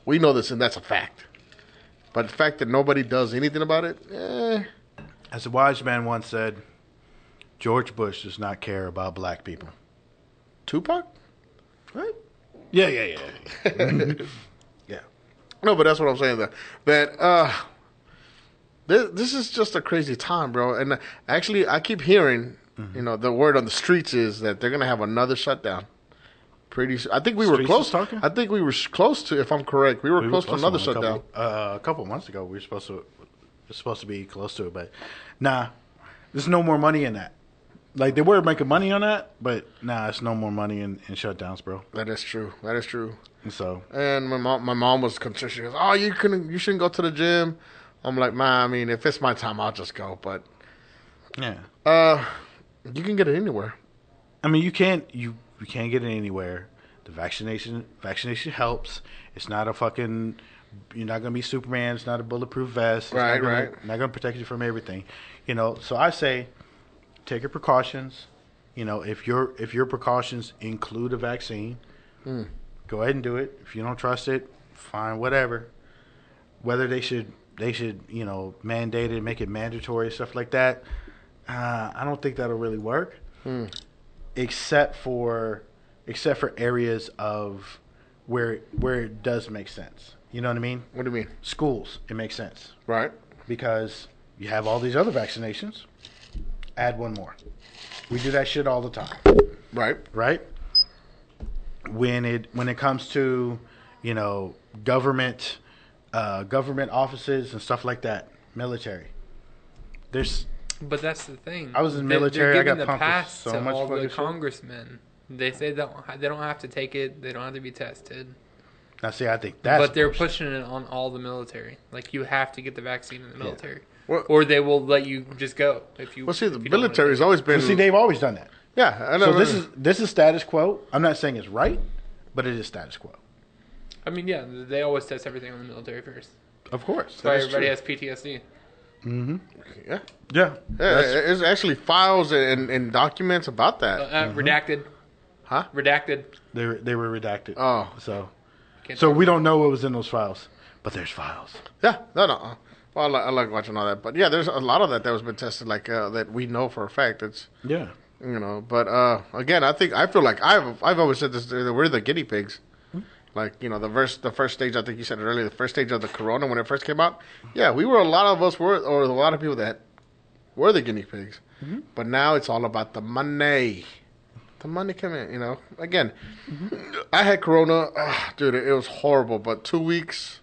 B: We know this, and that's a fact. But the fact that nobody does anything about it, eh,
C: As a wise man once said, George Bush does not care about black people.
B: Tupac?
C: Right? Yeah, yeah, yeah. yeah.
B: No, but that's what I'm saying. That that uh, this this is just a crazy time, bro. And actually, I keep hearing,
C: Mm-hmm.
B: you know, the word on the streets is that they're gonna have another shutdown. Pretty, s- I think we were
C: Streets
B: close.
C: is talking?
B: I think we were s- close to, if I'm correct, we were,
C: We were
B: close, to another
C: one a
B: shutdown.
C: couple- uh, a couple months ago, we were supposed to it was supposed to be close to it, but nah, there's no more money in that. Like they were making money on that, but nah, it's no more money in, in shutdowns, bro.
B: That is true. That is true.
C: And so
B: And my mom, my mom was concerned. She goes, "Oh, you couldn't, you shouldn't go to the gym." I'm like, "Ma, I mean, if it's my time, I'll just go." But
C: yeah,
B: uh, you can get it anywhere.
C: I mean you can't you you can't get it anywhere. The vaccination vaccination helps. It's not a fucking you're not gonna be Superman. It's not a bulletproof vest. It's
B: Right,
C: not gonna,
B: right.
C: Not gonna protect you from everything, you know. So I say, take your precautions. You know, if your if your precautions include a vaccine,
B: Hmm.
C: go ahead and do it. If you don't trust it, fine, whatever. Whether they should they should you know mandate it, make it mandatory, stuff like that. Uh, I don't think that'll really work, except for except for areas of where where it does make sense. You know what I mean?
B: What do you mean?
C: Schools, it makes sense
B: Right?
C: because you have all these other vaccinations. Add one more. We do that shit all the time
B: Right?
C: right? When it when it comes to you know government uh, government offices and stuff like that, military. There's
D: But that's the thing.
C: I was in
D: They- they're
C: military, I
D: giving
C: got pumped with
D: pass
C: so
D: to
C: much
D: all
C: fucking
D: the
C: shit.
D: congressmen. They say they don't, they don't have to take it. They don't have to be tested.
C: now see, I think that's
D: but they're
C: bullshit.
D: pushing it on all the military. Like you have to get the vaccine in the military,
B: Well-
D: or they will let you just go if you.
B: Well, see, the
D: if you don't wanna
B: military's
D: do it.
B: always been.
C: But see, they've always done that.
B: yeah, I know.
C: So this is this is status quo. I'm not saying it's right, but it is status quo.
D: I mean, yeah, they always test everything on the military first.
C: Of course.
D: That's why
B: is
D: everybody
B: true.
D: has PTSD.
B: yeah.
C: Yeah.
B: Yeah,
C: That's-
B: there's actually files and, and documents about that.
D: Uh,
C: Mm-hmm.
D: uh, Redacted.
B: Huh?
D: Redacted.
C: they were they were redacted.
B: Oh.
C: So
D: Can't
C: so
D: talk
C: we don't know what was in those files, but there's files.
B: yeah, no, no. uh, Well, I like, I like watching all that, but yeah, there's a lot of that that was been tested, like uh, that we know for a fact. It's
C: Yeah.
B: you know, but uh, again, I think I feel like I've I've always said this that we're the guinea pigs. Like you know, the first the first stage. I think you said it earlier. The first stage of the corona when it first came out. Yeah, we were a lot of us were or a lot of people that were the guinea pigs.
C: Mm-hmm.
B: But now it's all about the money. The money come in, you know. Again,
C: Mm-hmm.
B: I had corona, Ugh, dude. It, it was horrible. But two weeks,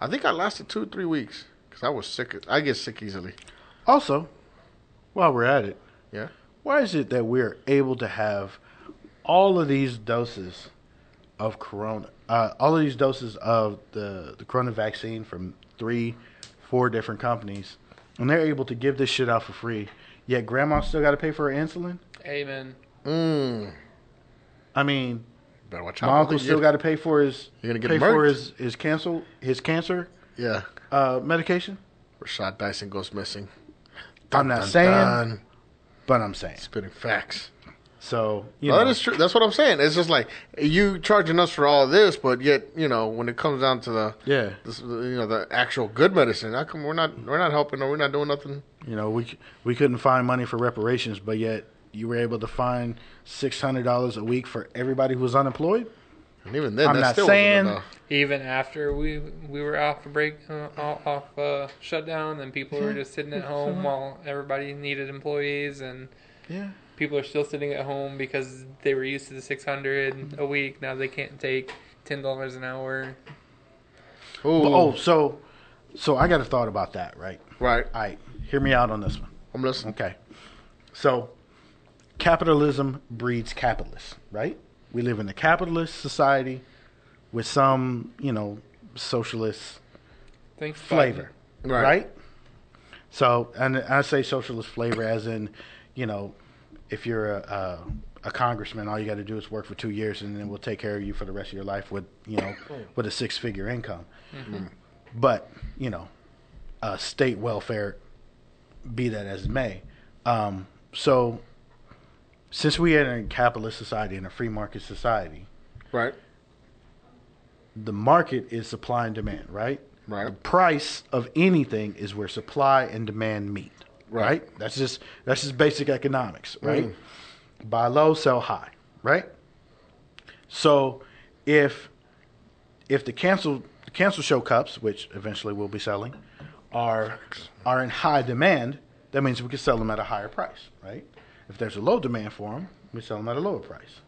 B: I think I lasted two three weeks because I was sick. I get sick easily.
C: Also, while we're at it,
B: Yeah.
C: Why is it that we're able to have all of these doses of corona, uh, all of these doses of the, the corona vaccine from three, four different companies, and they're able to give this shit out for free, yet grandma still got to pay for her insulin?
D: Amen.
B: Mm.
C: I mean,
B: Better watch out.
C: my uncle still got to pay for his
B: You're gonna get
C: pay for
B: murked.
C: his his cancel his cancer
B: Yeah.
C: uh, medication.
B: Rashad Dyson goes missing.
C: I'm not
B: Dun,
C: saying,
B: dun.
C: but I'm saying.
B: Spitting facts.
C: So you
B: No,
C: know,
B: that is true. That's what I'm saying. It's just like you charging us for all this, but yet you know when it comes down to the
C: Yeah.
B: this, you know the actual good medicine. How come we're not we're not helping or we're not doing nothing?
C: you know, we c- we couldn't find money for reparations, but yet you were able to find six hundred dollars a week for everybody who was unemployed.
B: And even then,
C: I'm
B: that
C: not
B: still
C: saying-
B: wasn't enough.
D: Even after we we were off break, uh, off uh, shutdown, and people were just sitting at home while everybody needed employees, and
C: Yeah.
D: people are still sitting at home because they were used to the six hundred a week. Now they can't take ten dollars an hour.
B: Ooh,
C: Oh, so so I got a thought about that, right?
B: right.
C: All right, hear me out on this one.
B: I'm listening.
C: Okay. So capitalism breeds capitalists, right? We live in a capitalist society with some, you know, socialist
D: Thanks, Biden.
C: flavor,
B: Right.
C: right. So, and I say socialist flavor as in, you know, if you're a, a, a congressman, all you got to do is work for two years, and then we'll take care of you for the rest of your life with, you know, with a six figure income. But you know, uh, state welfare, be that as it may. Um, so, since we are in a capitalist society and a free market society,
B: Right.
C: the market is supply and demand, right?
B: Right.
C: The price of anything is where supply and demand meet.
B: Right.
C: Right. That's just that's just basic economics, right? Buy low, sell high, right? So if if the cancel the cancel show cups, which eventually we'll be selling, are are in high demand, that means we can sell them at a higher price, right? If there's a low demand for them, we sell them at a lower price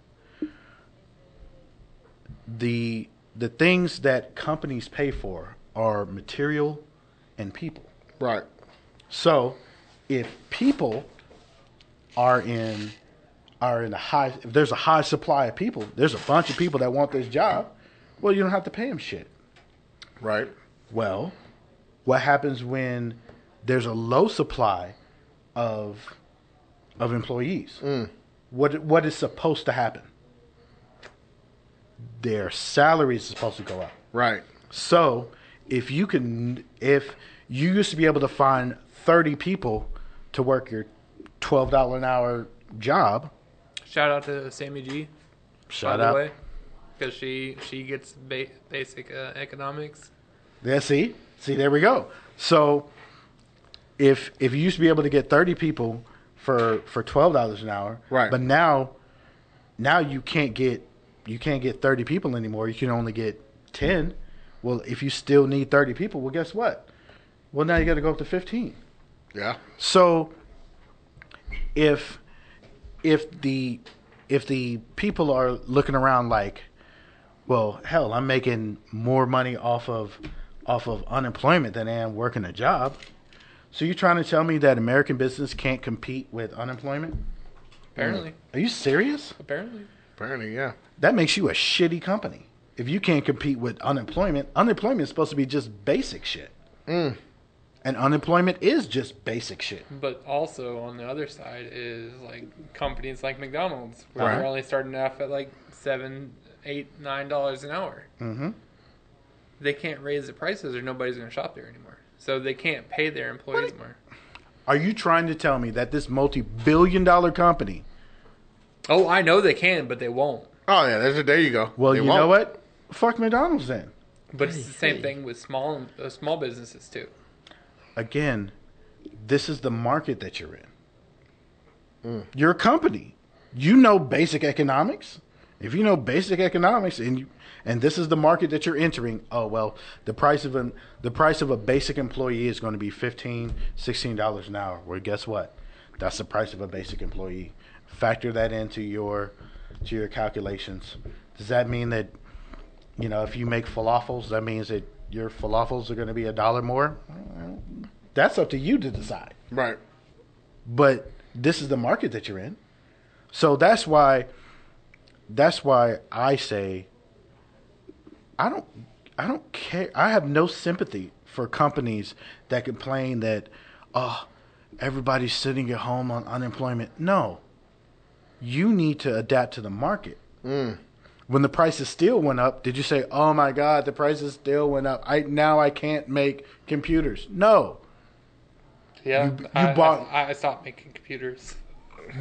C: the the things that companies pay for are material and people.
B: Right.
C: So, if people are in are in a high if there's a high supply of people, there's a bunch of people that want this job, well you don't have to pay them shit.
B: Right.
C: Well, what happens when there's a low supply of of employees? What what is supposed to happen? Their salaries is supposed to go up.
B: Right.
C: So, if you can, if you used to be able to find 30 people to work your $12 an hour job,
D: Shout out to Sammy G.
C: shout
D: by the
C: out.
D: way, because she she gets ba- basic uh, economics.
C: There, see, see, there we go. So, if if you used to be able to get 30 people for for $12 an hour,
B: Right.
C: But now, now you can't get you can't get 30 people anymore. You can only get 10. Well, if you still need 30 people, well, guess what? Well, now you got to go up to 15.
B: Yeah.
C: So if if the if the people are looking around like, well, hell, I'm making more money off of off of unemployment than I am working a job. So you're trying to tell me that American business can't compete with unemployment?
D: Apparently,
C: Are you serious?
D: apparently,
B: Apparently, yeah.
C: That makes you a shitty company. If you can't compete with unemployment, unemployment is supposed to be just basic shit. And unemployment is just basic shit.
D: but also on the other side is like companies like McDonald's, where
C: Right.
D: they're only starting off at like seven, eight, nine dollars an hour. Mm-hmm. They can't raise the prices, or nobody's going to shop there anymore. So they can't pay their employees more.
C: Are you trying to tell me that this multi-billion dollar company?
D: Oh, I know they can, but they won't.
B: Oh yeah. There's a. There you go.
C: Well,
B: They
C: you
B: won't.
C: know what? Fuck McDonald's then.
D: But it's the same thing with small uh, small businesses too.
C: Again, this is the market that you're in. Your company. You know basic economics. If you know basic economics and you, and this is the market that you're entering, oh well, the price of an the price of a basic employee is going to be 15, 16 dollars an hour. Well, guess what? That's the price of a basic employee. Factor that into your to your calculations. Does that mean that you know, if you make falafels, that means that your falafels are going to be a dollar more. That's up to you to decide.
B: Right.
C: But this is the market that you're in. So that's why that's why I say I don't I don't care. I have no sympathy for companies that complain that oh everybody's sitting at home on unemployment. No. You need to adapt to the market. When the price of steel went up, did you say, "Oh my god, the price of steel went up. I now I can't make computers." No.
D: Yeah,
C: You- you
D: I,
C: bought-
D: I, I stopped making computers.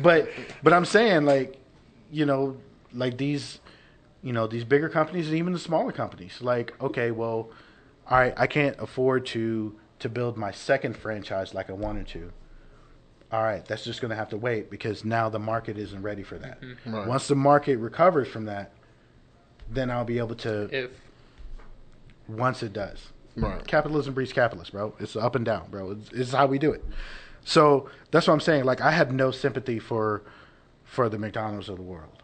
C: But but I'm saying like you know, like these, you know, these bigger companies and even the smaller companies. Like, okay, well, all right, I can't afford to to build my second franchise like I wanted to. All right, that's just going to have to wait because now the market isn't ready for that.
B: Right.
C: Once the market recovers from that, then I'll be able to.
D: If
C: once it does,
B: Right.
C: capitalism breeds capitalism, bro. It's up and down, bro. It's, it's how we do it. So that's what I'm saying. Like I have no sympathy for for the McDonald's of the world.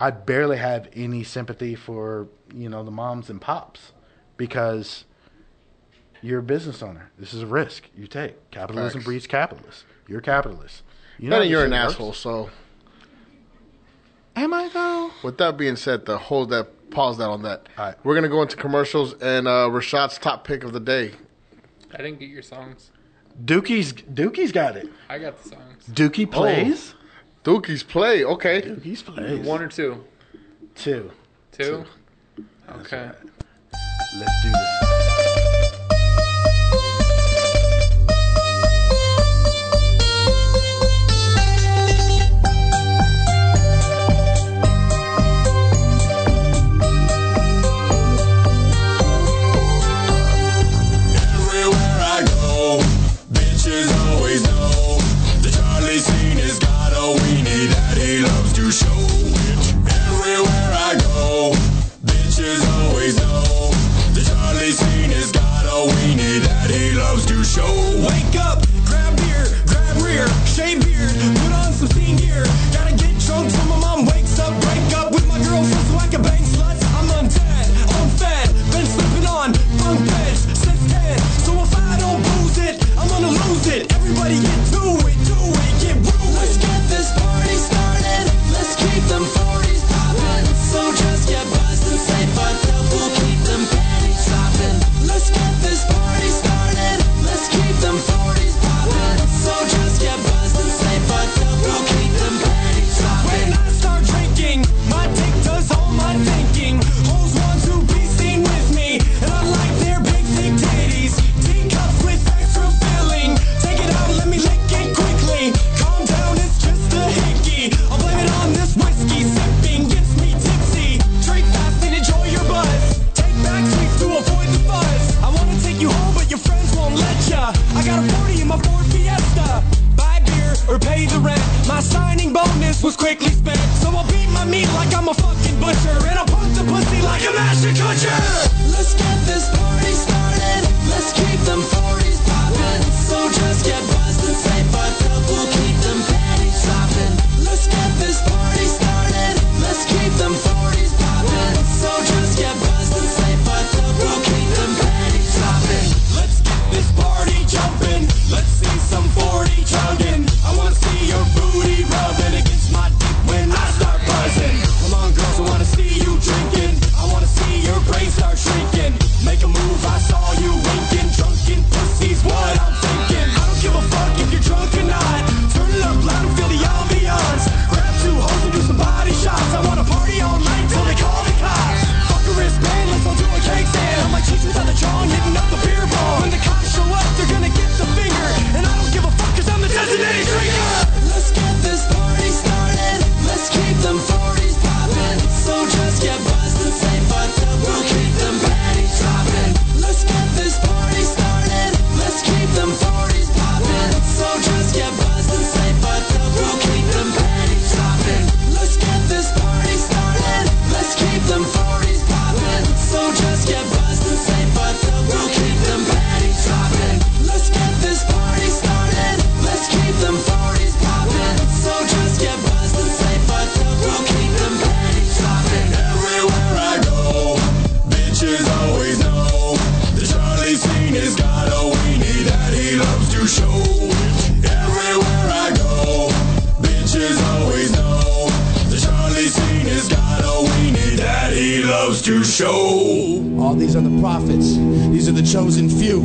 C: I barely have any sympathy for you know the moms and pops because you're a business owner. This is a risk you take. Capitalism
B: Facts.
C: breeds capitalists. You're a capitalist. You
B: Benny,
C: how
B: you're
C: this
B: an
C: shit works.
B: asshole. So,
C: Am I though?
B: with that being said, the hold that pause that on that.
C: All right.
B: We're gonna go into commercials and uh, Rashad's top pick of the day.
D: I didn't get your songs,
C: Dookie's Dookie's got it.
D: I got the songs.
B: Oh.
C: Dookie plays.
B: Dookie's play. Okay.
C: Dookie's plays.
D: One or two,
C: two.
D: two. Okay.
C: Let's do this.
E: Everywhere I go, bitches always know the Charlie scene has got a weenie that he loves to show. Everywhere I go, bitches always know the Charlie scene has got a weenie that he loves to show. Wake up, grab beer, grab rear, shave beard, put on some scene gear. Gotta get drunk till my mom wakes up, break up with my girlfriend so I can bang sluts. I'm undead, I'm fed, been sleeping on bunk beds since 10. So if I don't lose it, I'm gonna lose it. Everybody get to it, do it, get rude. Let's get this party started. Let's keep them 40s poppin'. So just get buzzed and say fuck up. We'll keep them panties dropping. Let's get this party started. Let's keep them 40s poppin'. So just get buzzed and say fuck up. We'll keep them panties dropping. When I start drinking, my dick does all my thinking. Hoes want to be seen with me, and I like their big thick titties. Teacups with extra filling. Take it out, let me lick it quickly. Calm down, it's just a hickey. I'll blame it on this whiskey sipping gets me tipsy. Drink fast and enjoy your buzz. Take back seats to avoid the buzz. I wanna take you home, but your friends won't let ya. I got a 40 in my Ford Fiesta. Buy beer or pay the rent. My signing bonus was quickly spent, so I'll beat my meat like I'm a fucking butcher, and I'll punk the pussy like a master cutcher. Let's get this party started. Let's keep them 40s poppin'. So just get buzzed and say fuck up. We'll keep them panties droppin'. Let's get this party started. Let's keep them 40s poppin'. So just get buzzed and say fuck up. We'll keep them panties droppin'. Let's get this party jumpin'. Let's see some 40 chuggin'. I wanna see your booty rubbin' against my dick when I start buzzin'. Come on, girls, I wanna see you drinkin'. I wanna see your brain start shrinking. Make a move, I saw you winking. Drunken pussy's what I'm thinking. I don't give a fuck if you're drunk or not. Turn it up loud and feel the ambiance. Grab two hoes and do some body shots. I wanna party all night till they call the cops. Fuck a wristband, let's all do a cake stand. I'm like cheats without the John, hitting up the beer ball. When the cops show up, they're gonna get the finger. And I don't give a fuck cause I'm the designated drinker. Let's get this party started. Let's keep them 40s poppin'. So just get buzzed and say fuck up. We'll keep them panties droppin'. Let's get this party started. Let's keep them 40s poppin'. So just get buzzed and say fuck up. We'll keep them panties droppin'. Let's get this party started. Let's keep them 40s poppin'. So just get buzzed and say fuck up. We'll keep them panties droppin'. Let's get this party started. Let's keep them 40s poppin'. So just get buzzed and say fuck up. We'll keep them panties droppin'. Everywhere I go, bitches always know the Charlie scene has got a weenie that he loves to show. Everywhere I go, bitches always know the Charlie scene has got a weenie that he loves to show.
F: All these are the prophets. These are the chosen few.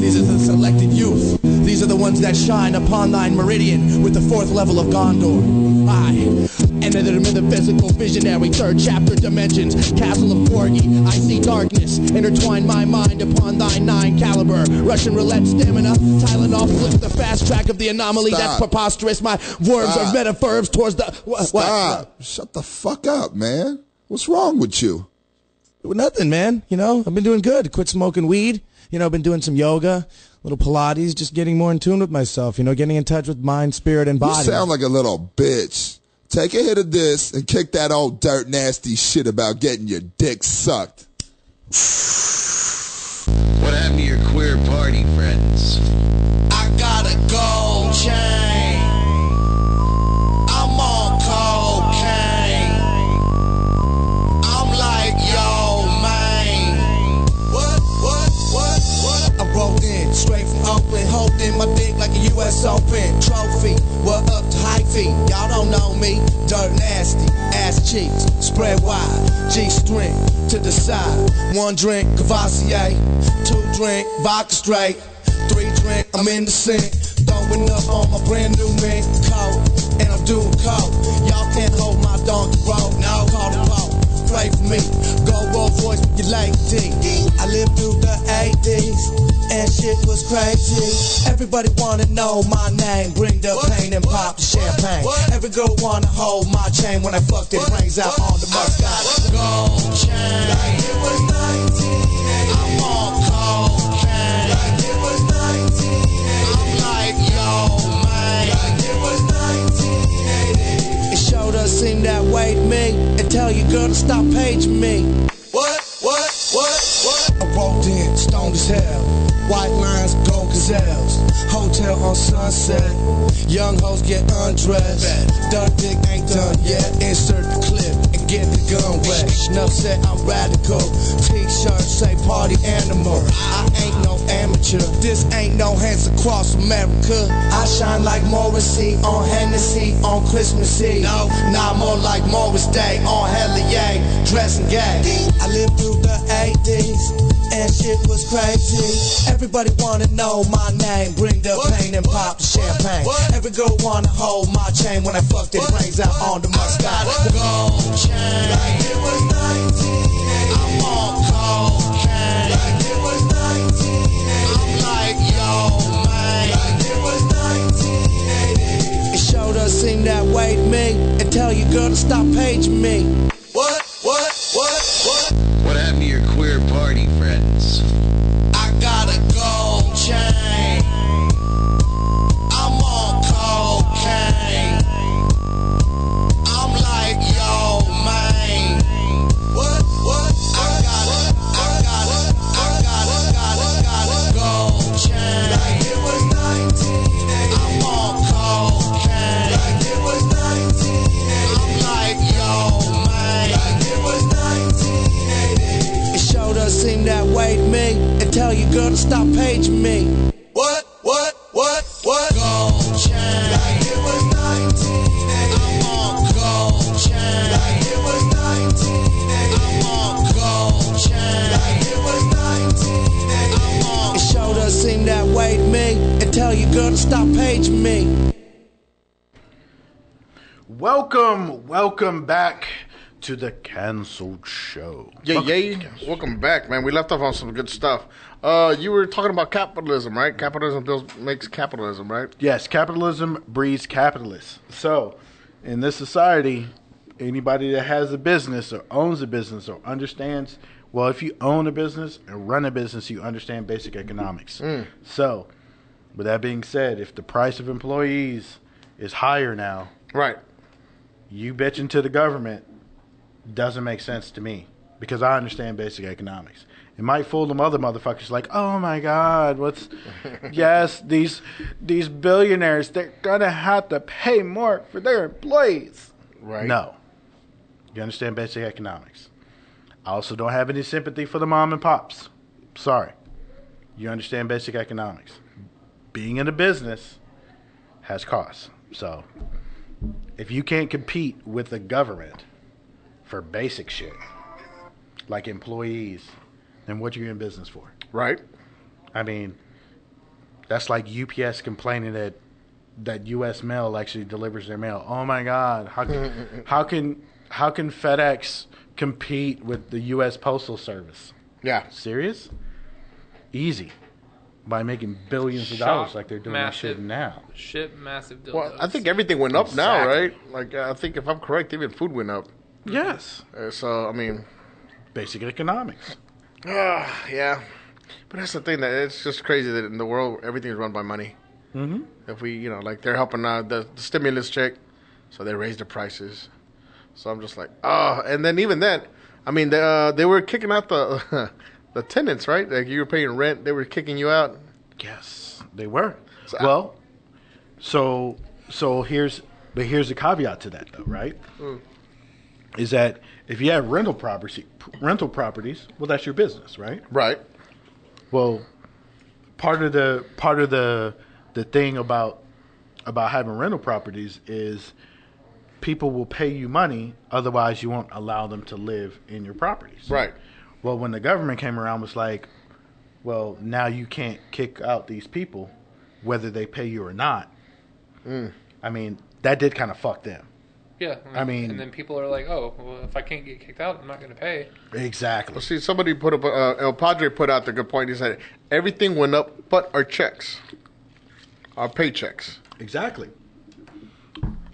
F: These are the selected youth. These are the ones that shine upon thine meridian with the fourth level of Gondor. I Enter the metaphysical visionary, third chapter dimensions, castle of Porgy. I see darkness, intertwine my mind upon thy nine caliber. Russian roulette stamina, Tylenol flip the fast track of the anomaly. That's
G: Stop.
F: preposterous. My words
G: Stop.
F: are metaverbs towards the. What?
G: Stop. Shut the fuck up, man. What's wrong with you?
F: Well, Nothing, man. You know, I've been doing good. Quit smoking weed. You know, I've been doing some yoga, little Pilates, just getting more in tune with myself. You know, getting in touch with mind, spirit, and
G: You
F: body.
G: sound like a little bitch. Take a hit of this and kick that old dirt nasty shit about getting your dick sucked.
H: What happened to your queer party friends?
I: I got a gold chain. I'm on cocaine. I'm like, yo, man. What, what, what, what? I rolled in straight from Oakland, holding my dick like a U.S. Open trophy. We're up to high feet. Y'all don't know me. Dirt nasty, ass cheeks, spread wide, G string to the side. One drink, Cavassier. Two drink, vodka straight. Three drink, I'm in the sink. Throwing up on my brand new mink coat. And I'm doing coke. Y'all can't hold my donkey road. Now call the pope. Pray for me. Go Rolls Royce with your lady. I lived through the 80s. And shit was crazy. Everybody wanna know my name. Bring the pain and pop the champagne. Every girl wanna hold my chain when I fuck their brains out on the murk. Got a gold chain. Like it was 1980. I'm on cocaine. Like it was 1980. I'm like, yo, man. Like it was 1980. It sure does seem that way to me. And tell your girl to stop paging me. What? What? What? What? I walked in, stoned as hell. White lines, gold gazelles. Hotel on sunset. Young hoes get undressed. Dirt dick ain't done yet. Insert the clip and get the gun wet. Nuff said I'm radical. T-shirt say party animal. I ain't no amateur. This ain't no hands across America. I shine like Morrissey on Hennessy on Christmas Eve. No, nah, more like Morris Day on Hella Yay, dressing gay. I lived through the 80s. And shit was crazy. Everybody wanna know my name. Bring the pain and pop the champagne. Every girl wanna hold my chain when I fuck their brains out on the Moscato. Gold chain. Like it was 1980. I'm on cocaine. Like it was 1980. I'm like, yo, man. Like it was 1980. It sure does seem that way to me. And tell your girl to stop paging me. What? What? What? What?
H: What happened to your queer party friends?
I: I got a gold chain. I'm on cocaine. I'm like, yo, man. What? What? I got a, I got a, I got a, got a, got a gold chain. Like it was 1980. I'm on cocaine. Like it was 1980. I'm like, yo, man. Like it was 1980. It sure does seem that way to me. And tell your girl to stop paging me. What? What? What? What? Gold chain. Like it was 1980. I'm on gold chain. Like it was 1980. I'm on gold chain. Like it was 1980. I'm on. It sure does seem that way to me. And tell your girl to stop paging me.
C: Welcome, welcome back to the canceled show.
B: Yeah, yay. Welcome back, man. We left off on some good stuff. Uh, you were talking about capitalism, right? Capitalism builds, makes capitalism, right?
C: Yes, capitalism breeds capitalists. So, in this society, anybody that has a business or owns a business or understands, well, if you own a business and run a business, you understand basic economics.
B: Mm.
C: So, with that being said, if the price of employees is higher now,
B: Right.
C: you bitching to the government doesn't make sense to me because I understand basic economics. It might fool them other motherfuckers like, oh my god, what's yes, these these billionaires they're gonna have to pay more for their employees.
B: Right.
C: No. You understand basic economics. I also don't have any sympathy for the mom and pops. Sorry. You understand basic economics. Being in a business has costs. So if you can't compete with the government for basic shit, like employees, then what are you in business for?
B: Right.
C: I mean, that's like UPS complaining that that U.S. mail actually delivers their mail. Oh my God, how can how can how can FedEx compete with the U.S. Postal Service?
B: Yeah.
C: Serious? Easy. By making billions of
D: Shock
C: dollars like they're doing that shit
D: massive.
C: now.
D: Ship massive dildos.
B: Well, I think everything went up now, right? Like I think if I'm correct, even food went up.
C: Yes.
B: Uh, so I mean,
C: Basic economics.
B: uh, yeah. But that's the thing that it's just crazy that in the world everything is run by money. Mm-hmm. If we, you know, like they're helping out the, the stimulus check, so they raised the prices. So I'm just like, oh, and then even that, I mean, they, uh, they were kicking out the the tenants, right? Like you were paying rent, they were kicking you out.
C: Yes, they were. well, so so here's but here's the caveat to that though, right? Is that if you have rental property rental properties, well that's your business, right?
B: Right.
C: Well, part of the part of the the thing about about having rental properties is people will pay you money otherwise you won't allow them to live in your properties.
B: Right.
C: Well, when the government came around was like, well, now you can't kick out these people whether they pay you or not. I mean, that did kind of fuck them.
D: Yeah.
C: I mean-
D: and then people are like, "Oh, well, if I can't get kicked out, I'm not going to pay."
C: Exactly.
B: See, somebody put up, uh, El Padre put out the good point. He said, everything went up but our checks, our paychecks.
C: Exactly.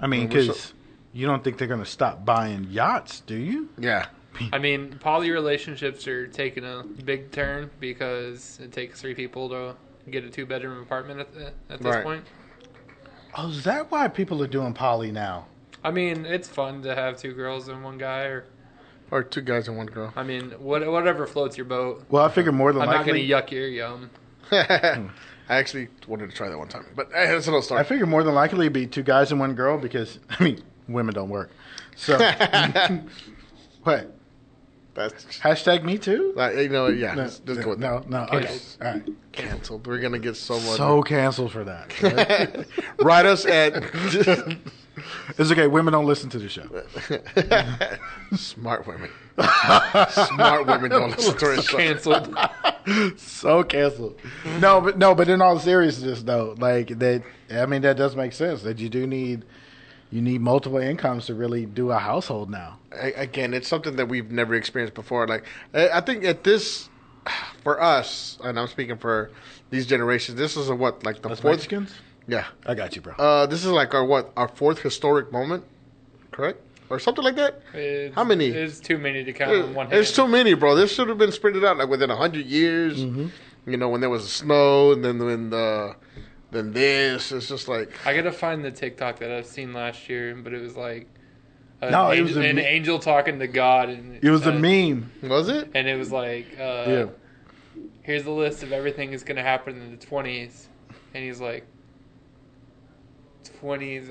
C: I mean,
B: we're so-
C: because you don't think they're going to stop buying yachts, do you?
B: Yeah.
D: I mean, poly relationships are taking a big turn because it takes three people to get a two bedroom apartment at, the, at this
B: Right.
D: point.
C: Oh, is that why people are doing poly now?
D: I mean, it's fun to have two girls and one guy, or
B: Or two guys and one girl.
D: I mean, what, whatever floats your boat.
C: Well, I figure more than
D: I'm not
C: likely.
D: going to yuck your yum.
B: I actually wanted to try that one time, but eh, that's another
C: I
B: story.
C: figure more than likely it'd be two guys and one girl because I mean, women don't work. So what?
B: That's
C: Hashtag me too.
B: like, you know, yeah.
C: No,
B: just, just go with
C: no,
B: that.
C: no. Okay, all right.
B: Canceled. We're gonna get so much.
C: So canceled for that.
B: Write us at
C: It's okay. Women don't listen to the show.
B: smart women. smart women don't listen to us.
D: Canceled.
C: So canceled. No, but no, but in all seriousness, though, like that. I mean, that does make sense. That you do need, you need multiple incomes to really do a household now.
B: I- again, it's something that we've never experienced before. Like, I I think at this, for us, and I'm speaking for these generations, this is a what, like the
C: Us
B: fourth?
C: Mexicans.
B: Yeah.
C: I got you, bro.
B: Uh, this is like our what, our fourth historic moment, correct? Or something like that?
D: It's-
B: How many?
D: It's too many to count on one hand.
B: There's too many, bro. This should have been spread out like within hundred years. You know, when there was snow, and then when the, then this. It's just like
D: I gotta find the TikTok that I've seen last year, but it was like uh, an,
C: No, it
D: angel,
C: was a
D: an
C: me-
D: angel talking to God, and
C: it was a
D: uh,
C: meme.
B: was it?
D: and it was like, uh,
C: Yeah.
D: here's a list of everything that's gonna happen in the 20s, and he's like, 20s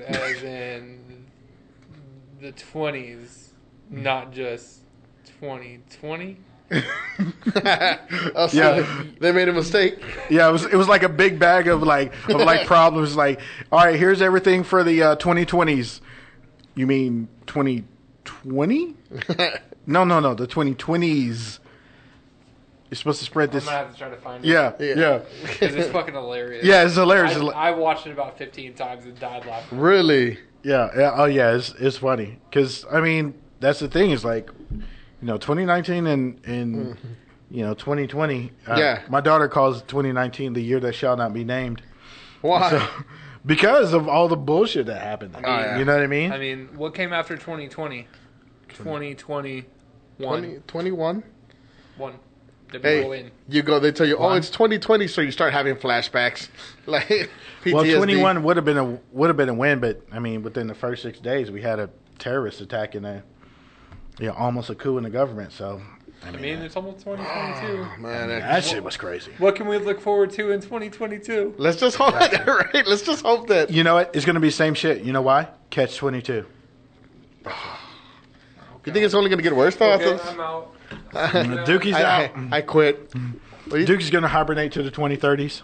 D: as in the 20s, not just 2020.
B: Also,
C: Yeah.
B: uh, they made a mistake.
C: Yeah, it was it was like a big bag of like of like problems. Like, all right, here's everything for the uh, 2020s. You mean 2020? no, no, no, the 2020s. You're supposed to spread
D: I'm
C: this.
D: gonna have to try to find it.
C: Yeah, yeah,
B: Yeah.
C: yeah.
D: 'cause it's fucking hilarious.
C: it's hilarious.
D: I,
C: It's li-
D: I watched it about 15 times and died laughing.
B: Really?
C: yeah, yeah, oh yeah, it's it's funny because I mean that's the thing is like, you know, 2019 and and you know 2020. Uh,
B: Yeah.
C: my daughter calls 2019 the year that shall not be named.
B: Why?
C: because of all the bullshit that happened.
B: yeah.
C: You know what I mean?
D: I mean, what came after 2020? 2021.
B: 20, 21?
D: One. The big
B: Hey,
D: ol' win.
B: you go. They tell you, oh, it's 2020, so you start having flashbacks, like PTSD.
C: well, twenty one would have been a would have been a win, but I mean, within the first six days, we had a terrorist attack and a you know, almost a coup in the government. So I
D: I
C: mean,
D: mean, it's almost 2022.
B: Man, that-
C: that shit was crazy.
D: What can we look forward to in 2022?
B: let's just hope. Right? Let's just hope that.
C: You know what? It's going to be the same shit. You know why? Catch twenty two.
B: You think it's only going to get worse though?
D: Okay,
B: after-
D: I'm out.
C: Dookie's
B: I,
C: out.
B: I, I quit.
C: Dookie's going to hibernate to the twenty thirties.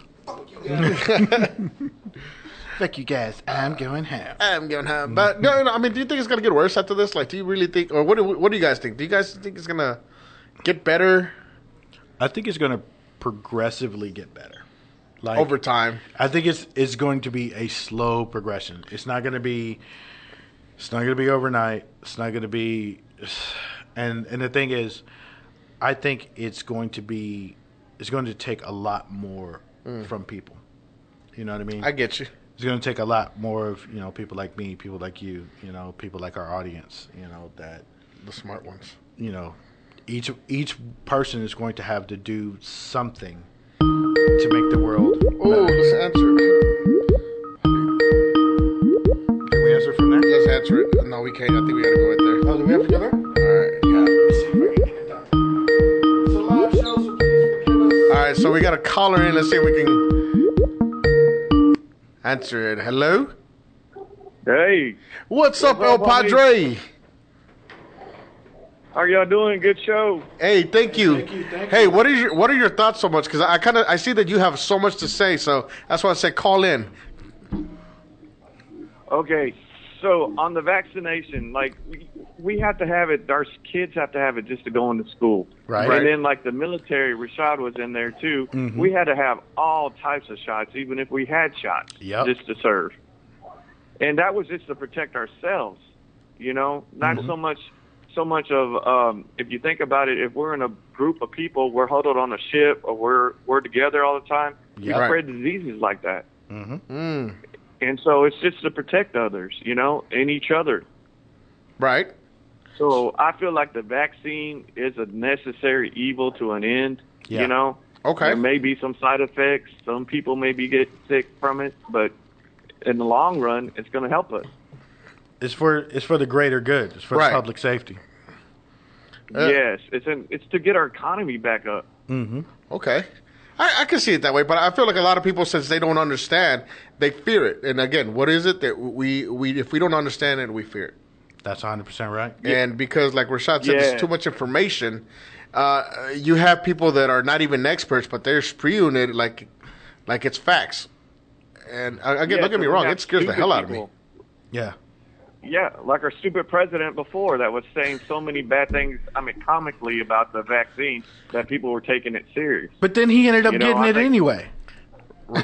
C: Fuck you guys. I'm going home.
B: I'm going home. But no, no. I mean, do you think it's gonna get worse after this? Like, do you really think, or what do what do you guys think? Do you guys think it's gonna get better?
C: I think it's going to progressively get better. Like
B: over time.
C: I think it's it's going to be a slow progression. It's not going to be it's not going to be overnight. It's not going to be and and the thing is I think it's going to be it's going to take a lot more from people. You know what Mm. I mean?
B: I get you.
C: it's going to take a lot more of, you know, people like me, people like you, you know, people like our audience, you know, that
B: The smart ones.
C: you know, each each person is going to have to do something to make the world.
B: Oh, let's answer.
C: Can we answer from there?
B: Let's answer it. No, we can't. I think we gotta go in there.
C: Oh, do we have to go there?
B: All right. All right, so we got a caller in. Let's see if we can answer it. Hello?
J: Hey,
B: What's up, El Padre?
J: how y'all doing? Good show.
B: Hey, thank you. hey, what is your what are your thoughts so much? Because I kind of I see that you have so much to say, so that's why I said call in.
J: Okay, so on the vaccination, like we, we have to have it. Our kids have to have it just to go into school.
C: Right. Mm-hmm.
B: Right.
J: And then like the military, Rashad was in there too. We had to have all types of shots, even if we had shots,
C: Yep.
J: just to serve. And that was just to protect ourselves, you know, not so much. So much of um, if you think about it, if we're in a group of people, we're huddled on a ship or we're we're together all the time.
C: Yep.
J: We
C: Right.
J: spread diseases like that. And so it's just to protect others, you know, and each other.
B: Right?
J: So I feel like the vaccine is a necessary evil to an end,
C: Yeah.
J: you know.
B: Okay.
J: There may be some side effects. Some people maybe get sick from it, but in the long run, it's going to help us.
C: It's for it's for the greater good. It's for
B: Right.
C: the public safety.
B: Uh,
J: yes, it's in, it's to get our economy back up.
B: Okay. I, I can see it that way, but I feel like a lot of people, since they don't understand, they fear it. And again, what is it that we, we if we don't understand it, we fear it?
C: That's 100 percent right.
B: and because like Rashad said,
J: Yeah.
B: there's too much information. Uh, you have people that are not even experts, but they're spewing it like, like it's facts. And uh, again,
J: Yeah,
B: don't get me
J: so we
B: wrong,
J: got
B: it scares the
J: stupid
B: hell out of me.
J: people.
C: Yeah.
J: Yeah, like our stupid president before that was saying so many bad things. I mean, comically about the vaccine that people were taking it serious.
C: But then he ended up
J: You know,
C: getting
J: I
C: it
J: think-
C: anyway. he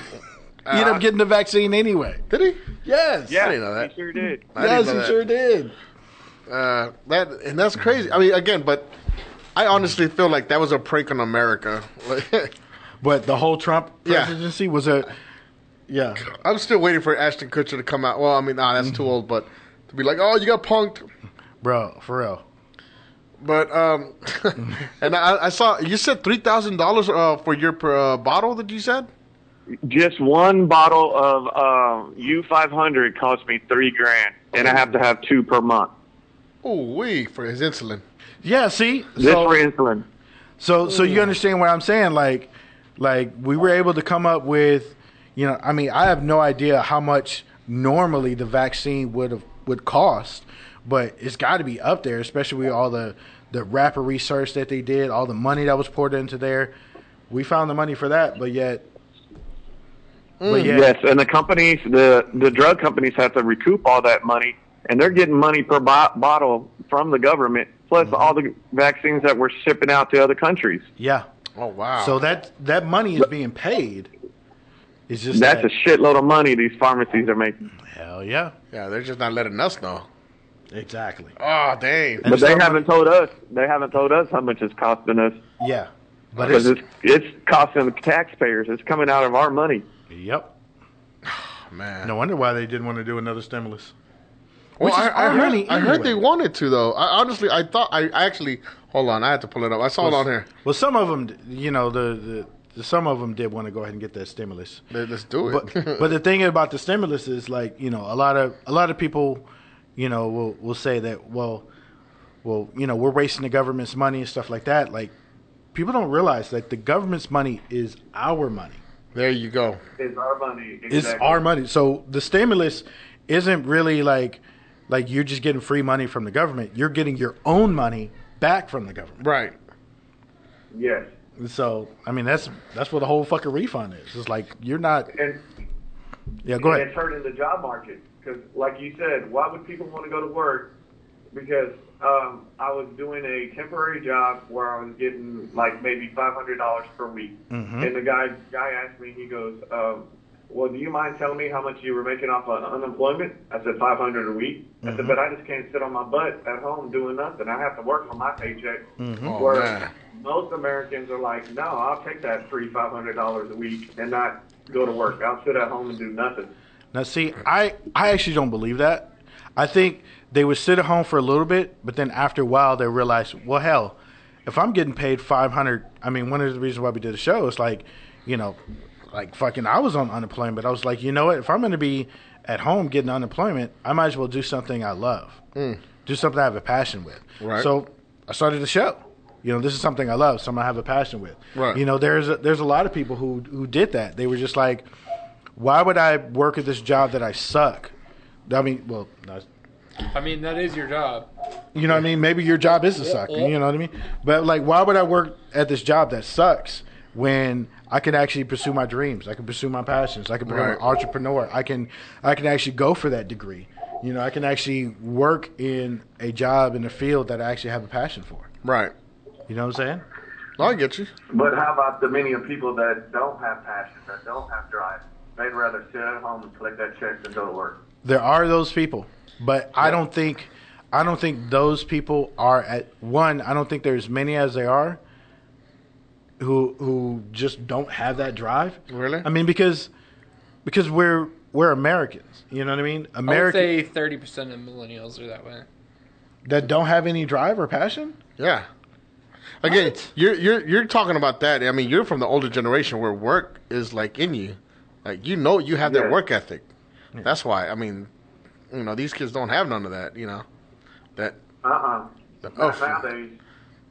C: ended up getting the vaccine anyway.
B: Did he?
C: Yes.
J: Yeah,
B: didn't know that.
J: he sure did.
B: I didn't
C: Yes,
B: know
C: he
B: that.
C: sure did.
B: Uh, that and that's crazy. I mean, again, but I honestly feel like that was a prank on America. Like,
C: But the whole Trump
B: Yeah.
C: presidency was a yeah.
B: I'm still waiting for Ashton Kutcher to come out. Well, I mean, nah, that's
C: Mm-hmm.
B: too old, but to be like, oh, you got punked.
C: Bro, for real.
B: But um, and I, I saw you said three thousand uh, dollars for your uh, bottle that you said.
J: Just one bottle of um, U500 cost me three grand, and I have to have two per month.
B: Oh, we for his insulin.
C: Yeah, see?
J: This
C: So-
J: for insulin.
C: So so you understand what I'm saying? Like like we were able to come up with, you know, I mean, I have no idea how much normally the vaccine would have would cost, but it's got to be up there, especially with all the the rapper research that they did, all the money that was poured into there. We found the money for that, but yet, but yet,
J: Mm. Yes, and the companies, the the drug companies, have to recoup all that money, and they're getting money per bo- bottle from the government, plus
B: Mm-hmm.
J: all the vaccines that we're shipping out to other countries.
C: yeah.
B: Oh wow.
C: So that that money is being paid. It's just
J: That's a
C: that,
J: shitload of money these pharmacies are making,
C: hell yeah,
B: yeah, they're just not letting us know.
C: exactly.
B: Oh dang.
J: but they
C: some-
J: haven't told us. They haven't told us how much it's costing us
C: Yeah, but
J: because
C: it's,
J: it's it's costing the taxpayers. It's coming out of our money.
C: yep.
B: Man.
C: No wonder why they didn't want to do another stimulus.
B: well,
C: which
B: I,
C: is
B: I
C: our
B: heard,
C: money
B: I heard they
C: anyway.
B: wanted to though. I honestly, I thought I, I actually. Hold on, I had to pull it up. I saw it on here.
C: Well, some of them, you know, the, the, the some of them did want to go ahead and get that stimulus.
B: Let- Let's do
C: But
B: it.
C: but the thing about the stimulus is like you know a lot of a lot of people, you know, will will say that well, well you know we're wasting the government's money and stuff like that. Like people don't realize that the government's money is our money.
B: there you go.
J: It's our money.
C: It's our money. So the stimulus isn't really like like you're just getting free money from the government. You're getting your own money back from the government.
B: Right.
J: Yes.
C: So I mean that's that's what the whole fucking refund is. It's like you're not.
J: And
C: Yeah, go
J: and
C: ahead.
J: it's hurting the job market because, like you said, why would people want to go to work? Because
K: um, I was doing a temporary job where I was getting like maybe five hundred dollars per week,
L: Mhm.
K: and the guy guy asked me, he goes, um, "Well, do you mind telling me how much you were making off of unemployment?" I said, 500 a week." I said,
L: Mhm.
K: "But I just can't sit on my butt at home doing nothing. I have to work for my paycheck."
L: Mhm. Oh,
K: where
L: man.
K: most Americans are like, "No, I'll take that three five hundred dollars a week and not go to work. I'll sit at home and do nothing."
C: Now, see, I, I actually don't believe that. I think they would sit at home for a little bit, but then after a while, they realize, well, hell, if I'm getting paid 500, I mean, one of the reasons why we did the show is like, you know, like fucking, I was on unemployment. I was like, you know what? If I'm going to be at home getting unemployment, I might as well do something I love, do something I have a passion with.
B: Right.
C: So I started the show. You know, this is something I love, something I have a passion with.
B: Right.
C: You know, there's a, there's a lot of people who who did that. They were just like, why would I work at this job that I suck? I mean, well, no,
D: I mean, that is your job.
C: you know what I mean? Maybe your job is to suck. You know what I mean? But like, why would I work at this job that sucks when I can actually pursue my dreams? I can pursue my passions. I can become an
B: Right.
C: entrepreneur. I can I can actually go for that degree. You know, I can actually work in a job in a field that I actually have a passion for.
B: Right.
C: You know what I'm saying?
B: I get you.
K: But how about the many of people that don't have passion, that don't have drive? They'd rather sit at home and collect that check than go to work.
C: There are those people, but I don't think I don't think those people are at one. I don't think they're as many as they are who who just don't have that drive.
B: Really?
C: I mean, because because we're we're Americans. You know what I mean? American
D: I would say thirty percent of millennials are that way.
C: that don't have any drive or passion.
B: Yeah. Again, you're you're you're talking about that. I mean, you're from the older generation where work is like in you, like you know you have that
C: Yeah.
B: work ethic. That's why. I mean, you know, these kids don't have none of that. You know, that
K: Uh uh
B: oh,
K: Nowadays,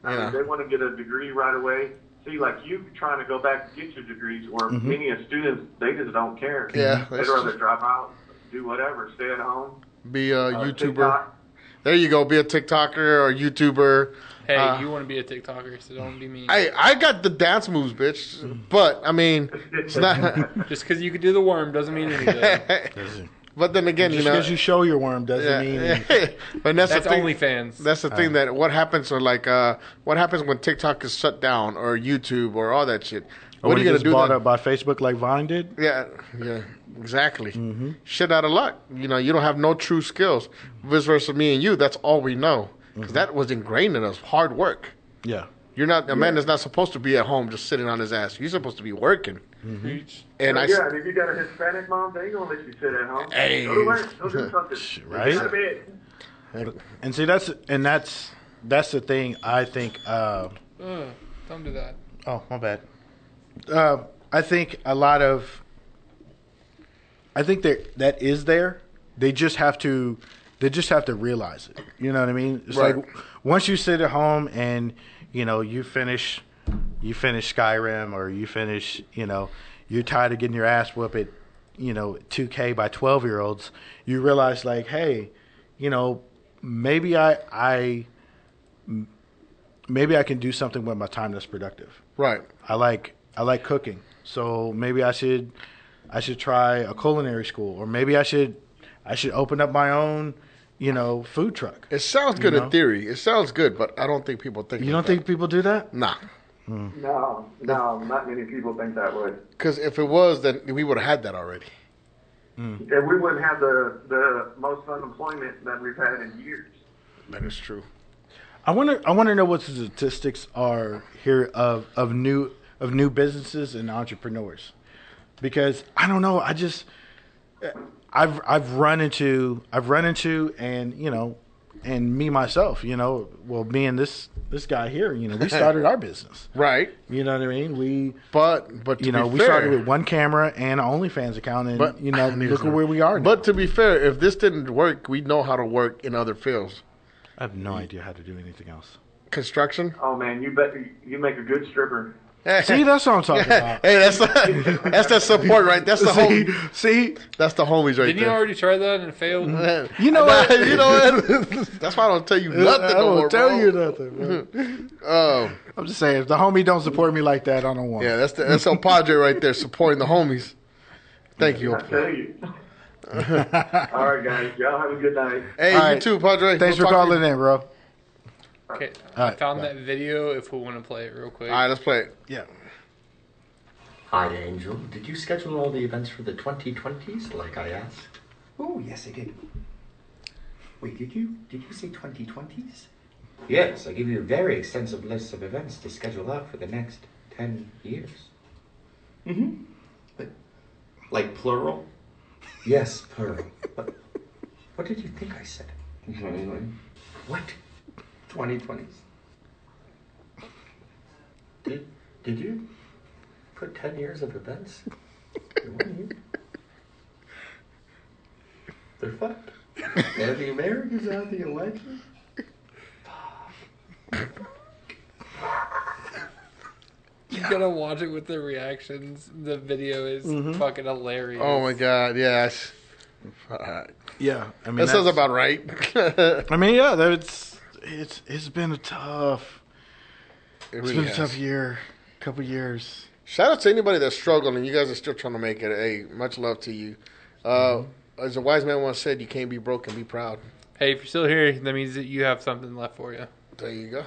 K: I
B: Yeah.
K: mean, they want to get a degree right away. See, like you trying to go back and get your degrees, where
B: Mhm.
K: many of students they just don't care.
B: Yeah,
K: they'd
B: that's
K: rather
B: true.
K: drop out, do whatever, stay at home.
B: be a
K: Uh,
B: YouTuber.
K: TikTok.
B: There you go. Be a TikToker or YouTuber.
D: Hey,
B: Uh,
D: you want to be a TikToker, so don't be mean.
B: I I got the dance moves, bitch. But I mean, it's not.
D: Just because you could do the worm doesn't mean anything.
B: But then again,
C: Just
B: you know,
C: because you show your worm doesn't
B: Yeah.
C: mean
B: but that's,
D: That's
B: the thing,
D: OnlyFans.
B: That's the thing
C: Uh.
B: that what happens or like uh, what happens when TikTok is shut down or YouTube or all that shit.
C: Or
B: What are
C: when
B: you
C: it
B: gonna
C: gets
B: do?
C: Oh, Bought
B: then?
C: up by Facebook like Vine did.
B: Yeah, yeah, exactly.
C: Mm-hmm.
B: Shit out of luck. You know, you don't have no true skills. Vice versa, me and you. That's all we know
C: Mm-hmm.
B: because that was ingrained in us. Hard work.
C: Yeah.
B: You're not a man is not supposed to be at home just sitting on his ass. You're supposed to be working. And
C: Mm-hmm.
K: yeah,
B: I s-
K: and if you got a Hispanic mom, they ain't gonna let you sit at home.
B: Hey.
K: Go to work, go do something,
C: Right?
K: Get out of bed.
C: And see, that's and that's that's the thing. I think. Uh,
D: Ugh, don't do that.
C: Oh, my bad. Uh, I think a lot of. I think that that is there. They just have to, they just have to realize it. You know what I mean? It's
B: Right.
C: like once you sit at home and you know you finish, you finish Skyrim or you finish, you know, you're tired of getting your ass whooped at, you know, 2K by 12 year olds. You realize like, hey, you know, maybe I I maybe I can do something with my time that's productive.
B: Right.
C: I like I like cooking, so maybe I should I should try a culinary school, or maybe I should I should open up my own, you know, food truck.
B: it sounds good
C: You
B: in
C: know?
B: theory. It sounds good, but I don't think people think.
C: You
B: like
C: don't
B: that.
C: think people do that?
B: Nah.
K: No, no, not many people think that way.
B: Because if it was, then we would have had that already.
K: And we wouldn't have the, the most unemployment that we've had in years.
B: That is true.
C: I wonder I want to know what the statistics are here of of new of new businesses and entrepreneurs, because I don't know. I just I've I've run into I've run into and you know and me myself you know well me and this this guy here you know we started our business
B: right
C: you know what I mean we
B: but but to
C: you know
B: be
C: we
B: fair-
C: started with one camera and an OnlyFans account and
B: But-
C: you know
B: I need
C: look
B: to-
C: at where we are now.
B: But to be fair, if this didn't work, we know how to work in other fields.
C: I have no idea how to do anything else.
B: Construction.
K: Oh man, you bet you make a good stripper.
C: See, that's what I'm talking about.
B: Hey, that's that's that support, right? That's the
C: See?
B: home.
C: See,
B: that's the homies right
D: Didn't you
B: there.
D: already try that and it failed?
B: You know what? you know what? That's why I don't tell you nothing.
C: I
B: no
C: don't
B: more,
C: tell
B: bro. Mm-hmm.
C: you nothing. bro.
B: Um,
C: I'm just saying, if the homie don't support me like that, I don't want.
B: yeah, that's the, that's El Padre right there supporting the homies. Thank you.
K: I tell you. All right, guys. Y'all have a good night.
B: Hey,
C: All
B: you
C: right.
B: too, Padre.
C: Thanks
B: We'll
C: for
B: talk to you-
C: calling in, bro.
D: Okay, I
C: Alright,
D: found that video. If we want to play it real quick.
B: All right, let's play it.
C: Yeah.
M: Hi, Angel. Did you schedule all the events for the 2020s, like I asked?
N: Oh, yes, I did. Wait, did you did you say 2020s?
M: Yes, I gave you a very extensive list of events to schedule out for the next 10 years.
N: Mm-hmm.
M: Like plural? Yes, plural. but what did you think I said?
N: 2020.
M: What?
N: 2020s.
M: Did, did you put 10 years of events? in one year? They're fucked. And the Americans out the election?
D: You gotta watch it with the reactions. The video is
B: Mhm.
D: fucking hilarious.
B: Oh my god, yes.
C: Yeah, I mean
B: that sounds
C: that's-
B: about right.
C: I mean, yeah, that's it's it's been a tough. it's
B: really
C: been
B: has.
C: a tough year, couple years.
B: Shout out to anybody that's struggling. You guys are still trying to make it. Hey, much love to you. Uh,
C: Mm-hmm.
B: As a wise man once said, you can't be broke and be proud.
D: Hey, if you're still here, that means that you have something left for you.
B: There you go.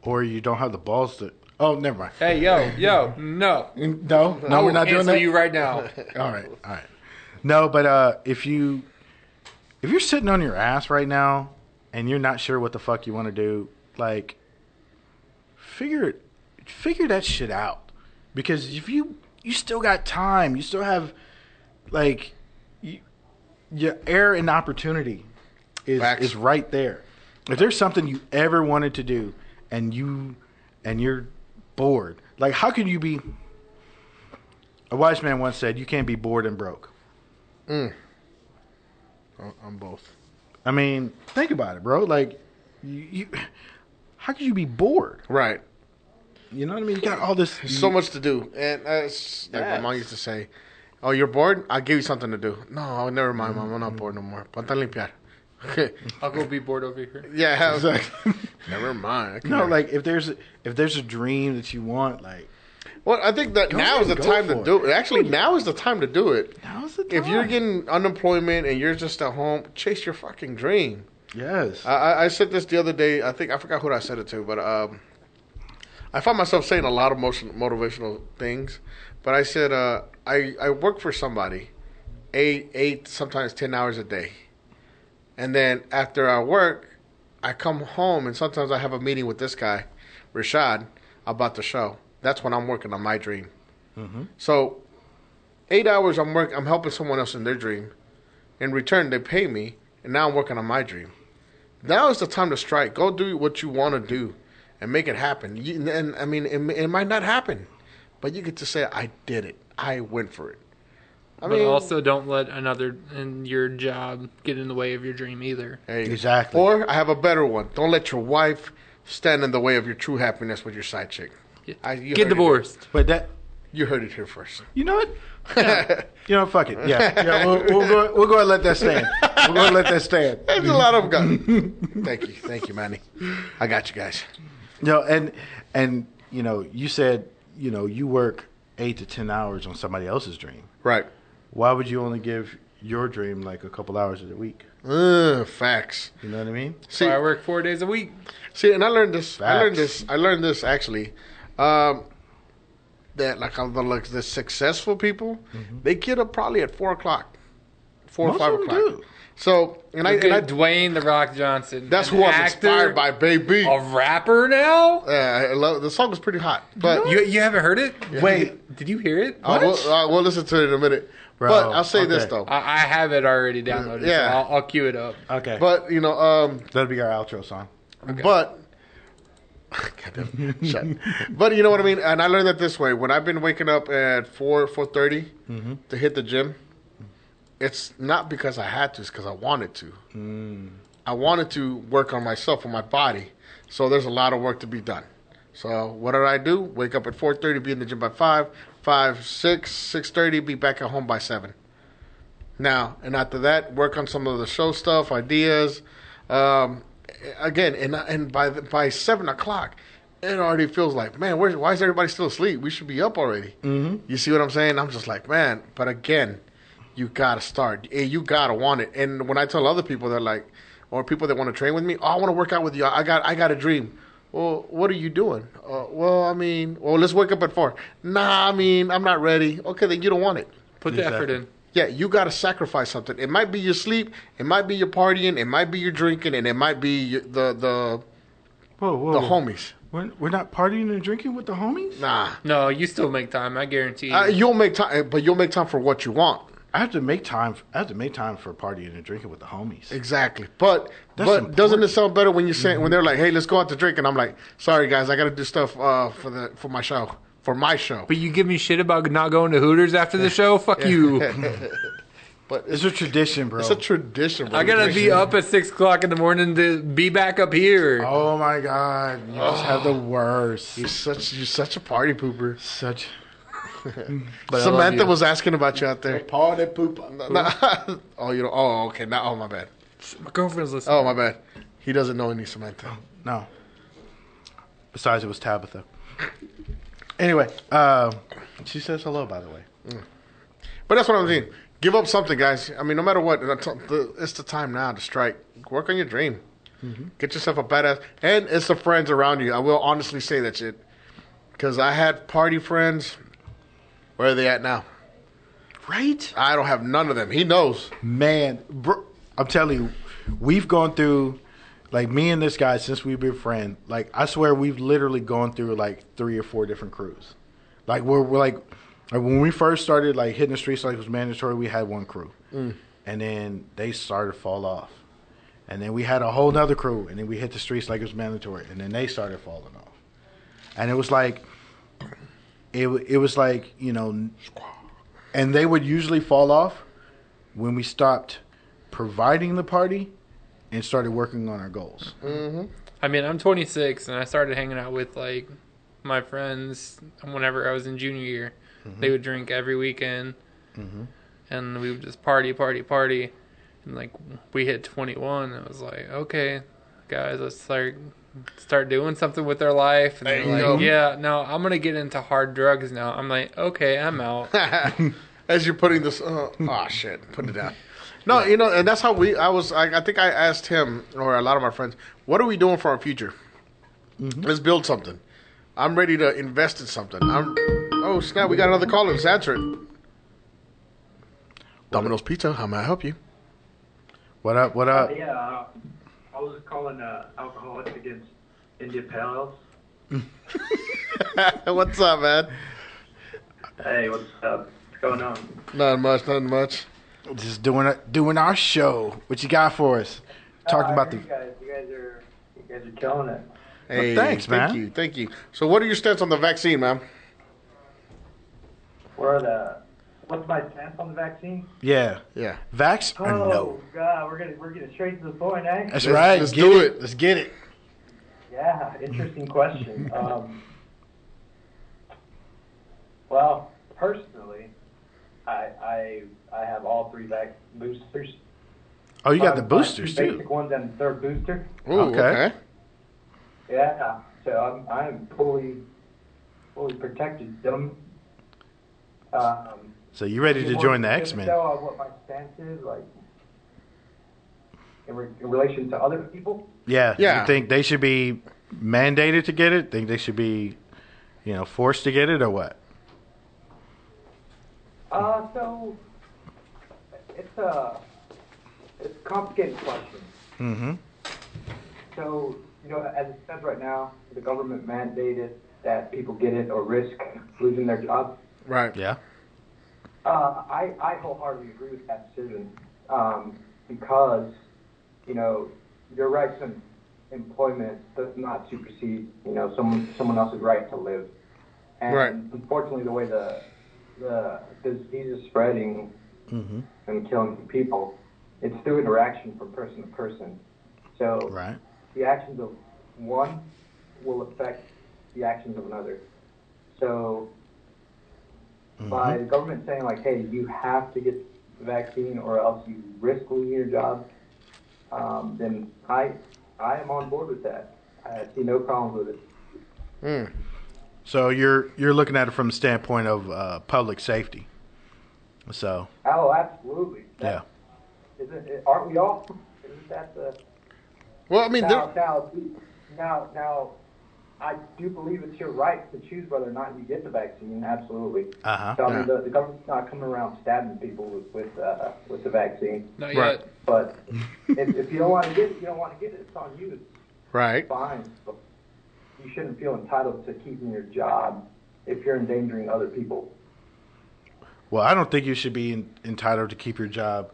C: Or you don't have the balls to. Oh, never mind.
D: Hey, yo, yo, no,
C: no, no, we're not doing
D: answer
C: that.
D: You right now.
C: all right, all right. No, but uh, if you if you're sitting on your ass right now and you're not sure what the fuck you want to do, like figure it, figure that shit out. Because if you you still got time, you still have like you, your air and opportunity is is right there. If there's something you ever wanted to do and you and you're bored, like how could you be? A wise man once said, "You can't be bored and broke."
B: Mm.
C: Uh,
B: I'm- I'm both.
C: I mean, think about it, bro. Like, you, you how could you be bored?
B: Right.
C: You know what I mean? You got all this.
B: There's so much to do, and that's like my
C: Yes.
B: mom used to say, "Oh, you're bored? I'll give you something to do." No, never mind, mom.
C: Mm-hmm.
B: I'm not bored no more. Ponte a limpiar.
D: I'll go be bored over here.
B: yeah, never mind.
C: No, like if there's if there's a dream that you want, like
B: Well, I think that
C: Go
B: now is the
C: ahead, go
B: time to
C: for
B: do it. Actually, now is the time to do it.
C: Now's the
B: If you're getting unemployment and you're just at home, chase your fucking dream.
C: yes,
B: I, I- I said this the other day. I think I forgot who I said it to, but um, I found myself saying a lot of motion, motivational things. But I said uh, I I work for somebody, eight eight sometimes ten hours a day, and then after I work, I come home and sometimes I have a meeting with this guy, Rashad, about the show. That's when I'm working on my dream.
K: Mm-hmm.
B: So, eight hours I'm work. I'm helping someone else in their dream. In return, they pay me, and now I'm working on my dream. Now is the time to strike. Go do what you want to do, and make it happen. You, and I mean, it, it might not happen, but you get to say, "I did it. I went for it." I
D: but
B: mean,
D: also, don't let another and your job get in the way of your dream either.
B: Hey.
C: Exactly.
B: Or I have a better one. Don't let your wife stand in the way of your true happiness with your side chick. I, you
D: Get
B: heard it.
D: divorced.
C: But that
B: you heard it here first.
C: you know what? Yeah. you know, fuck it. Yeah, yeah. We'll, we'll go. We'll go ahead and let that stand. We'll go ahead and let that stand.
B: That's a lot of gun. thank you, thank you, Manny. I got you guys.
C: No, and and you know, you said you know you work eight to ten hours on somebody else's dream.
B: Right.
C: Why would you only give your dream like a couple hours of the week?
B: Uh, facts.
C: You know what I mean?
B: See, I
D: work four days a week.
B: See, and I learned this. I learned
C: Facts.
B: this. I learned this actually. Um, that like all the like the successful people, they get up probably at four o'clock, four
D: Mm-hmm. Most
B: or five
D: of 'em
B: o'clock. So, and I,
D: Look
B: and I
D: at Dwayne the Rock Johnson.
B: That's
D: an
B: who I was
D: actor.
B: inspired by, baby. A
D: rapper now?
B: Yeah, I love the song was pretty hot. But uh,
D: you you haven't heard it?
B: Yeah.
D: Wait, did you hear it?
B: I will, I will listen to it in a minute. but I'll say this though.
D: I, I have it already downloaded.
B: Yeah.
D: so I'll, I'll cue it up.
C: Okay.
B: But you know, um,
C: that'll be our outro song.
B: But goddamn, shut. But you know what I mean. And I learned that this way when I've been waking up at four four thirty
C: Mhm.
B: to hit the gym. It's not because I had to; it's because I wanted to. I wanted to work on myself and my body. So there's a lot of work to be done. So what did I do? Wake up at 4:30, be in the gym by 5, 5, 6, 6:30, be back at home by 7. Now, and after that, work on some of the show stuff, ideas. Um, again, and and by the, by 7 o'clock, it already feels like, man, where, why is everybody still asleep? We should be up already.
C: Mm-hmm.
B: You see what I'm saying? I'm just like, man. But again, you gotta start. Eh, You gotta want it. And when I tell other people, they're like, or people that want to train with me. Oh, I want to work out with you. I got I got a dream. Well, what are you doing? Uh, well, I mean, well, let's wake up at four. Nah, I mean, I'm not ready. Okay, then you don't want it.
D: Put the effort in.
B: Yeah, you got to sacrifice something. It might be your sleep, it might be your partying, it might be your drinking, and it might be your, the the
C: Whoa, whoa.
B: the
C: whoa.
B: homies.
C: We're, we're not partying and drinking with the homies?
B: Nah.
D: No, you still make time. I guarantee. You.
B: Uh, you'll make time, but you'll make time for what you want.
C: I have to make time. I have to make time for partying and drinking with the homies.
B: Exactly. But but
C: That's
B: doesn't it sound better when you say when they're like, "Hey, let's go out to drink," and I'm like, "Sorry guys, I got to do stuff uh, for the for my show for my show."
D: But you give me shit about not going to Hooters after the show. Fuck you.
B: but
C: it's a tradition, bro.
B: It's a tradition. Bro.
D: I gotta be up at six o'clock in the morning to be back up here.
C: Oh my god, you just have the worst.
B: You're such you're such a party pooper.
C: Such.
D: I love
B: Samantha
D: you.
B: was asking about you out there.
C: Party pooper.
B: oh, you don't. Oh, okay. Now, oh, my bad.
D: My girlfriend's listening.
B: Oh, my bad. He doesn't know any Samantha.
C: No. Besides, it was Tabitha. Anyway, uh, she says hello. By the way,
B: But that's what I'm saying. Give up something, guys. I mean, no matter what, that's- the- it's the time now to strike. Work on your dream.
D: Mm-hmm.
B: Get yourself a badass, and it's the friends around you. I will honestly say that shit, because I had party friends. Where are they at now?
C: right?
B: I don't have none of them. He knows.
C: Man, bro, I'm telling you, we've gone through, like me and this guy since we've been friends. Like I swear, we've literally gone through like three or four different crews. Like we're, we're like, like when we first started like hitting the streets like it was mandatory. We had one crew, and then they started to fall off, and then we had a whole nother crew, and then we hit the streets like it was mandatory, and then they started falling off, and it was like, it wa- it was like you know, and they would usually fall off when we stopped providing the party and started working on our goals.
D: I mean, I'm 26 and I started hanging out with like my friends whenever I was in junior year. They would drink every weekend, and we would just party, party, party. And like we hit 21, it was like, okay, guys, let's start start doing something with our life. And they're
B: you
D: like,
B: go.
D: yeah, no, I'm gonna get into hard drugs now. I'm like, okay, I'm out.
B: As you're putting this, uh, oh shit, put it down. No, you know, and that's how we. I was. I, I think I asked him or a lot of my friends, "What are we doing for our future?
C: Mm-hmm.
B: Let's build something. I'm ready to invest in something. I'm. Oh snap, we got another call. Let's answer it. Domino's Pizza. How may I help you?
C: What up? What up?
K: Yeah, uh, I was calling uh, Alcoholics Against India Pals.
B: What's up, man?
K: Hey, what's up? What's going on?
B: Not much. Nothing much.
C: Just doing doing our show. What you got for us? Talking
K: Uh, I
C: about
K: hear
C: the
K: you guys. You guys are you guys are killing it.
C: Well,
B: Hey,
C: thanks,
B: thank
C: man.
B: you, thank you. So, what are your stance on the vaccine, man?
K: We're the what's my stance on the vaccine? Oh,
C: yeah
B: Yeah,
C: vax or no.
K: God, we're gonna we're getting straight to the point, eh?
B: Let's-
C: That's right.
B: let's
C: Get
B: do it.
C: Let's get it.
K: Yeah, interesting question. Um, well, personally, I I I have all three vac boosters.
C: Oh, you got the
K: My- my
C: boosters
K: two
C: too.
K: Basic ones and the third booster.
B: Ooh,
C: Okay.
B: okay.
K: Yeah, so I'm, I'm fully, fully protected. Them. Um,
C: So you ready to
K: more
C: join the
K: specific,
C: X Men?
K: though, on uh, what my stance is, like in, re- in relation to other people.
C: Yeah.
B: Yeah.
C: You think they should be mandated to get it? Think they should be, you know, forced to get it or what?
K: Uh, so it's a it's a complicated question.
C: Mm-hmm.
K: So you know, as it stands right now, the government mandated that people get it or risk losing their jobs.
B: Right.
C: Yeah.
K: Uh, I, I wholeheartedly agree with that decision um, because, you know, your rights in employment does not supersede, you know, someone, someone else's right to live. And
B: Right.
K: unfortunately, the way the, the disease is spreading and killing people, it's through interaction from person to person. So
C: Right.
K: the actions of one will affect the actions of another. So by the government saying like, hey, you have to get the vaccine or else you risk losing your job, um, then I I am on board with that. I see no problems with it.
C: So you're you're looking at it from the standpoint of uh, public safety. So
K: Oh, absolutely.
C: yeah.
K: That- Isn't, aren't we all? Isn't that the
B: Well, I mean,
K: now,
B: there-
K: now, now, now, I do believe it's your right to choose whether or not you get the vaccine. Absolutely.
C: Uh-huh.
K: So, I mean,
C: Yeah.
K: the, the government's not coming around stabbing people with with, uh, with the vaccine.
D: Not Right. yet.
K: But if, if you don't want to get it, you don't want to get it. It's on you. It's
B: Right.
K: Fine. But you shouldn't feel entitled to keeping your job if you're endangering other people.
C: Well, I don't think you should be en- entitled to keep your job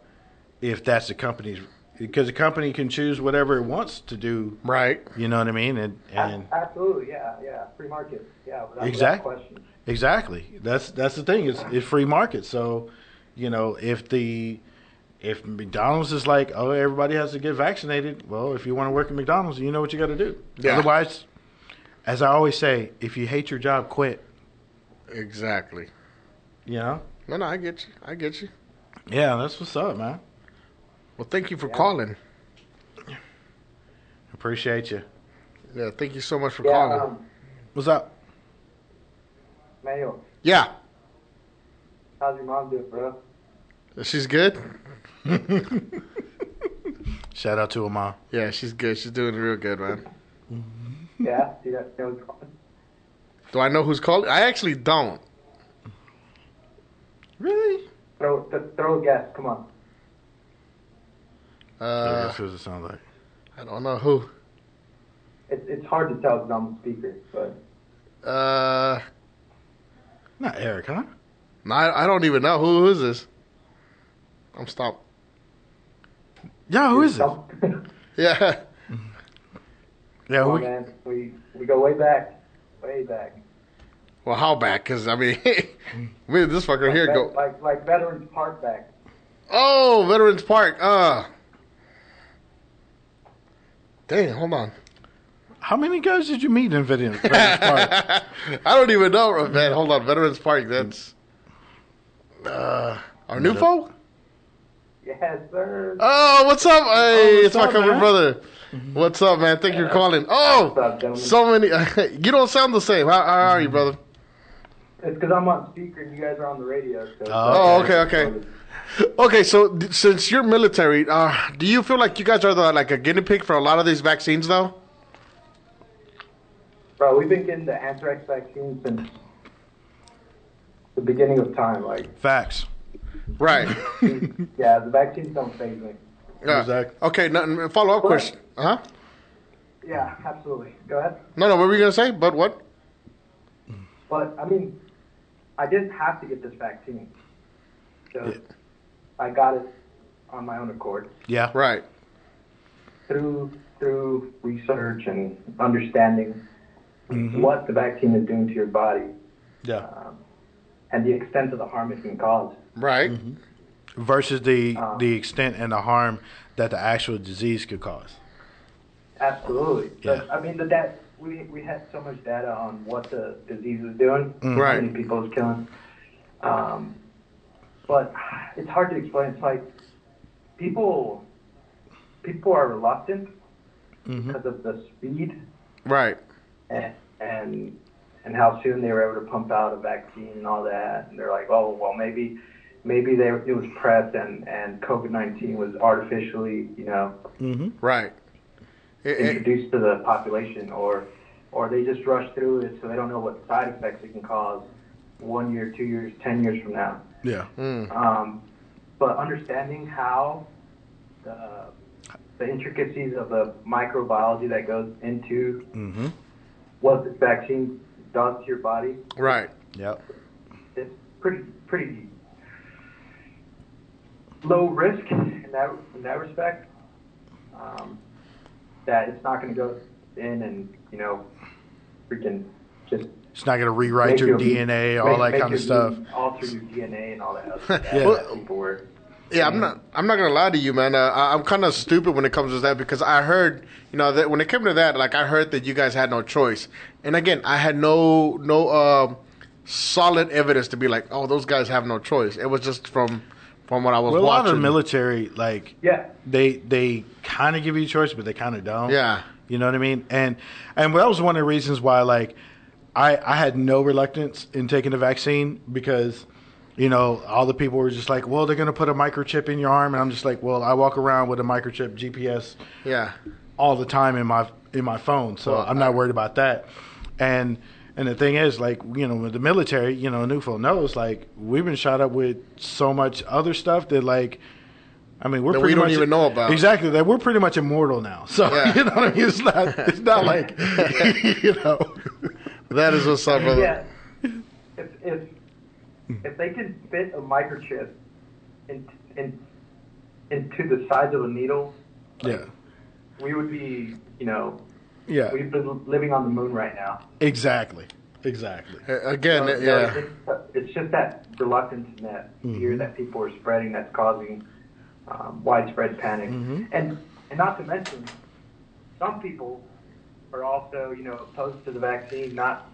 C: if that's the company's because the company can choose whatever it wants to do.
B: Right.
C: You know what I mean? And and
K: Absolutely. Yeah. Yeah. Free market. Yeah. Without, without
C: exactly,
K: question.
C: exactly. That's that's the thing. It's it's free market. So, you know, if the if McDonald's is like, oh, everybody has to get vaccinated. Well, if you want to work at McDonald's, you know what you got to do.
B: Yeah.
C: Otherwise, as I always say, if you hate your job, quit.
B: Exactly.
C: You know?
B: No, no, I get you. I get you.
C: Yeah, that's what's up, man.
B: Well, thank you for calling.
C: Appreciate you.
B: Yeah, thank you so much for
K: Yeah,
B: calling.
K: um,
C: What's up?
K: Mayo,
B: Yeah,
K: how's your mom doing, bro?
B: she's good.
C: Shout out to her mom.
B: Yeah, she's good. She's doing real good, man.
K: Yeah. See that? that was fun.
B: Do I know who's calling? I actually don't.
C: Really?
K: Throw, th- throw a guess. Come on.
B: Uh,
C: That's what it sounds like.
B: I don't know who.
K: It, it's hard to tell because I'm a speaker, but
B: Uh,
C: not Eric, huh?
B: No, I, I don't even know who is this. I'm stopped.
C: Yeah, who is
B: it? yeah.
C: Yeah,
K: come on, man, we we go way back, way back.
B: Well, how back? Because I mean, me and this fucker here
K: Vet-
B: go.
K: like like Veterans Park back.
B: Oh, Veterans Park. Uh. Dang, hold on.
C: How many guys did you meet in Veterans Veterans Park?
B: I don't even know, man. Hold on, Veterans Park. That's uh, our new foe.
K: Yes, sir.
B: Oh, what's up? Hey, it's my
K: up,
B: cover
K: man?
B: brother. What's up, man? Thank you for calling. Oh, so many. you don't sound the same. How, how are you, brother?
K: It's because I'm on speaker and you guys are on the radio. So
B: Oh, okay, okay. Okay, so d- since you're military, uh, do you feel like you guys are the like a guinea pig for a lot of these vaccines, though?
K: Bro, we've been getting the anthrax vaccine since the beginning of time. Like,
C: Facts.
B: Right.
K: yeah, the vaccines don't phase me.
B: Yeah. Okay, no, follow up question. Huh?
K: Yeah, absolutely. Go ahead.
B: No, no. What were you gonna say? But what?
K: But I mean, I didn't have to get this vaccine, so I got it on my own accord
C: Yeah.
B: Right.
K: through through research and understanding what the vaccine is doing to your body
C: Yeah.
K: and the extent of the harm it can cause.
B: Right.
C: Versus the
K: Uh,
C: the extent and the harm that the actual disease could cause.
K: Absolutely.
C: Yeah.
K: I mean, the that we we had so much data on what the disease is doing,
C: Mm.
K: how many
C: Right.
K: people it's killing. Um, but it's hard to explain. It's like people people are reluctant because of the speed
B: Right.
K: and, and and how soon they were able to pump out a vaccine and all that. And they're like, oh well, maybe maybe they it was pressed and and COVID nineteen was artificially, you know
C: Mm-hmm.
B: Right. It- it-
K: introduced to the population, or or they just rush through it so they don't know what side effects it can cause one year, two years, ten years from now.
C: Yeah.
K: Um, but understanding how the, the intricacies of the microbiology that goes into
C: Mm-hmm.
K: what this vaccine does to your body,
B: Right.
C: Yep.
K: it's pretty pretty low risk in that in that respect. Um, that it's not going to go in and you know freaking just
C: It's not going to rewrite
K: make
C: your
K: your-
C: DNA, all that
K: make- make
C: kind
K: your
C: of stuff.
K: gene- alter your DNA and all that. Other stuff
C: Yeah.
K: that people were.
B: Yeah, I'm not. I'm not gonna lie to you, man. Uh, I, I'm kind of stupid when it comes to that because I heard, you know, that when it came to that, like I heard that you guys had no choice. And again, I had no no um, solid evidence to be like, oh, those guys have no choice. It was just from from what I was
C: Well, a lot
B: watching.
C: of the military, like,
K: yeah,
C: they they kind of give you a choice, but they kind of don't.
B: Yeah.
C: you know what I mean. And and that was one of the reasons why, like, I I had no reluctance in taking the vaccine because, you know, all the people were just like, well, they're gonna put a microchip in your arm, and I'm just like, well, I walk around with a microchip GPS
B: yeah,
C: all the time in my in my phone, so I'm not worried about that. And and the thing is, like you know, with the military, you know, Newfield knows, like we've been shot up with so much other stuff that like. I mean, we're
B: That we
C: pretty
B: don't
C: much
B: even know about.
C: exactly that. We're pretty much immortal now, so you know what I mean. It's not, it's not like you know.
B: That is what's up, brother.
K: Yeah. If if if they can fit a microchip in, in, into the size of a needle,
C: Yeah.
K: we would be, you know,
C: Yeah.
K: we'd be living on the moon right now.
C: Exactly. Exactly.
B: uh, Again,
K: So, you know, it's just- It's just that reluctance and that fear that people are spreading that's causing um, widespread panic. And and not to mention, some people are also, you know, opposed to the vaccine, not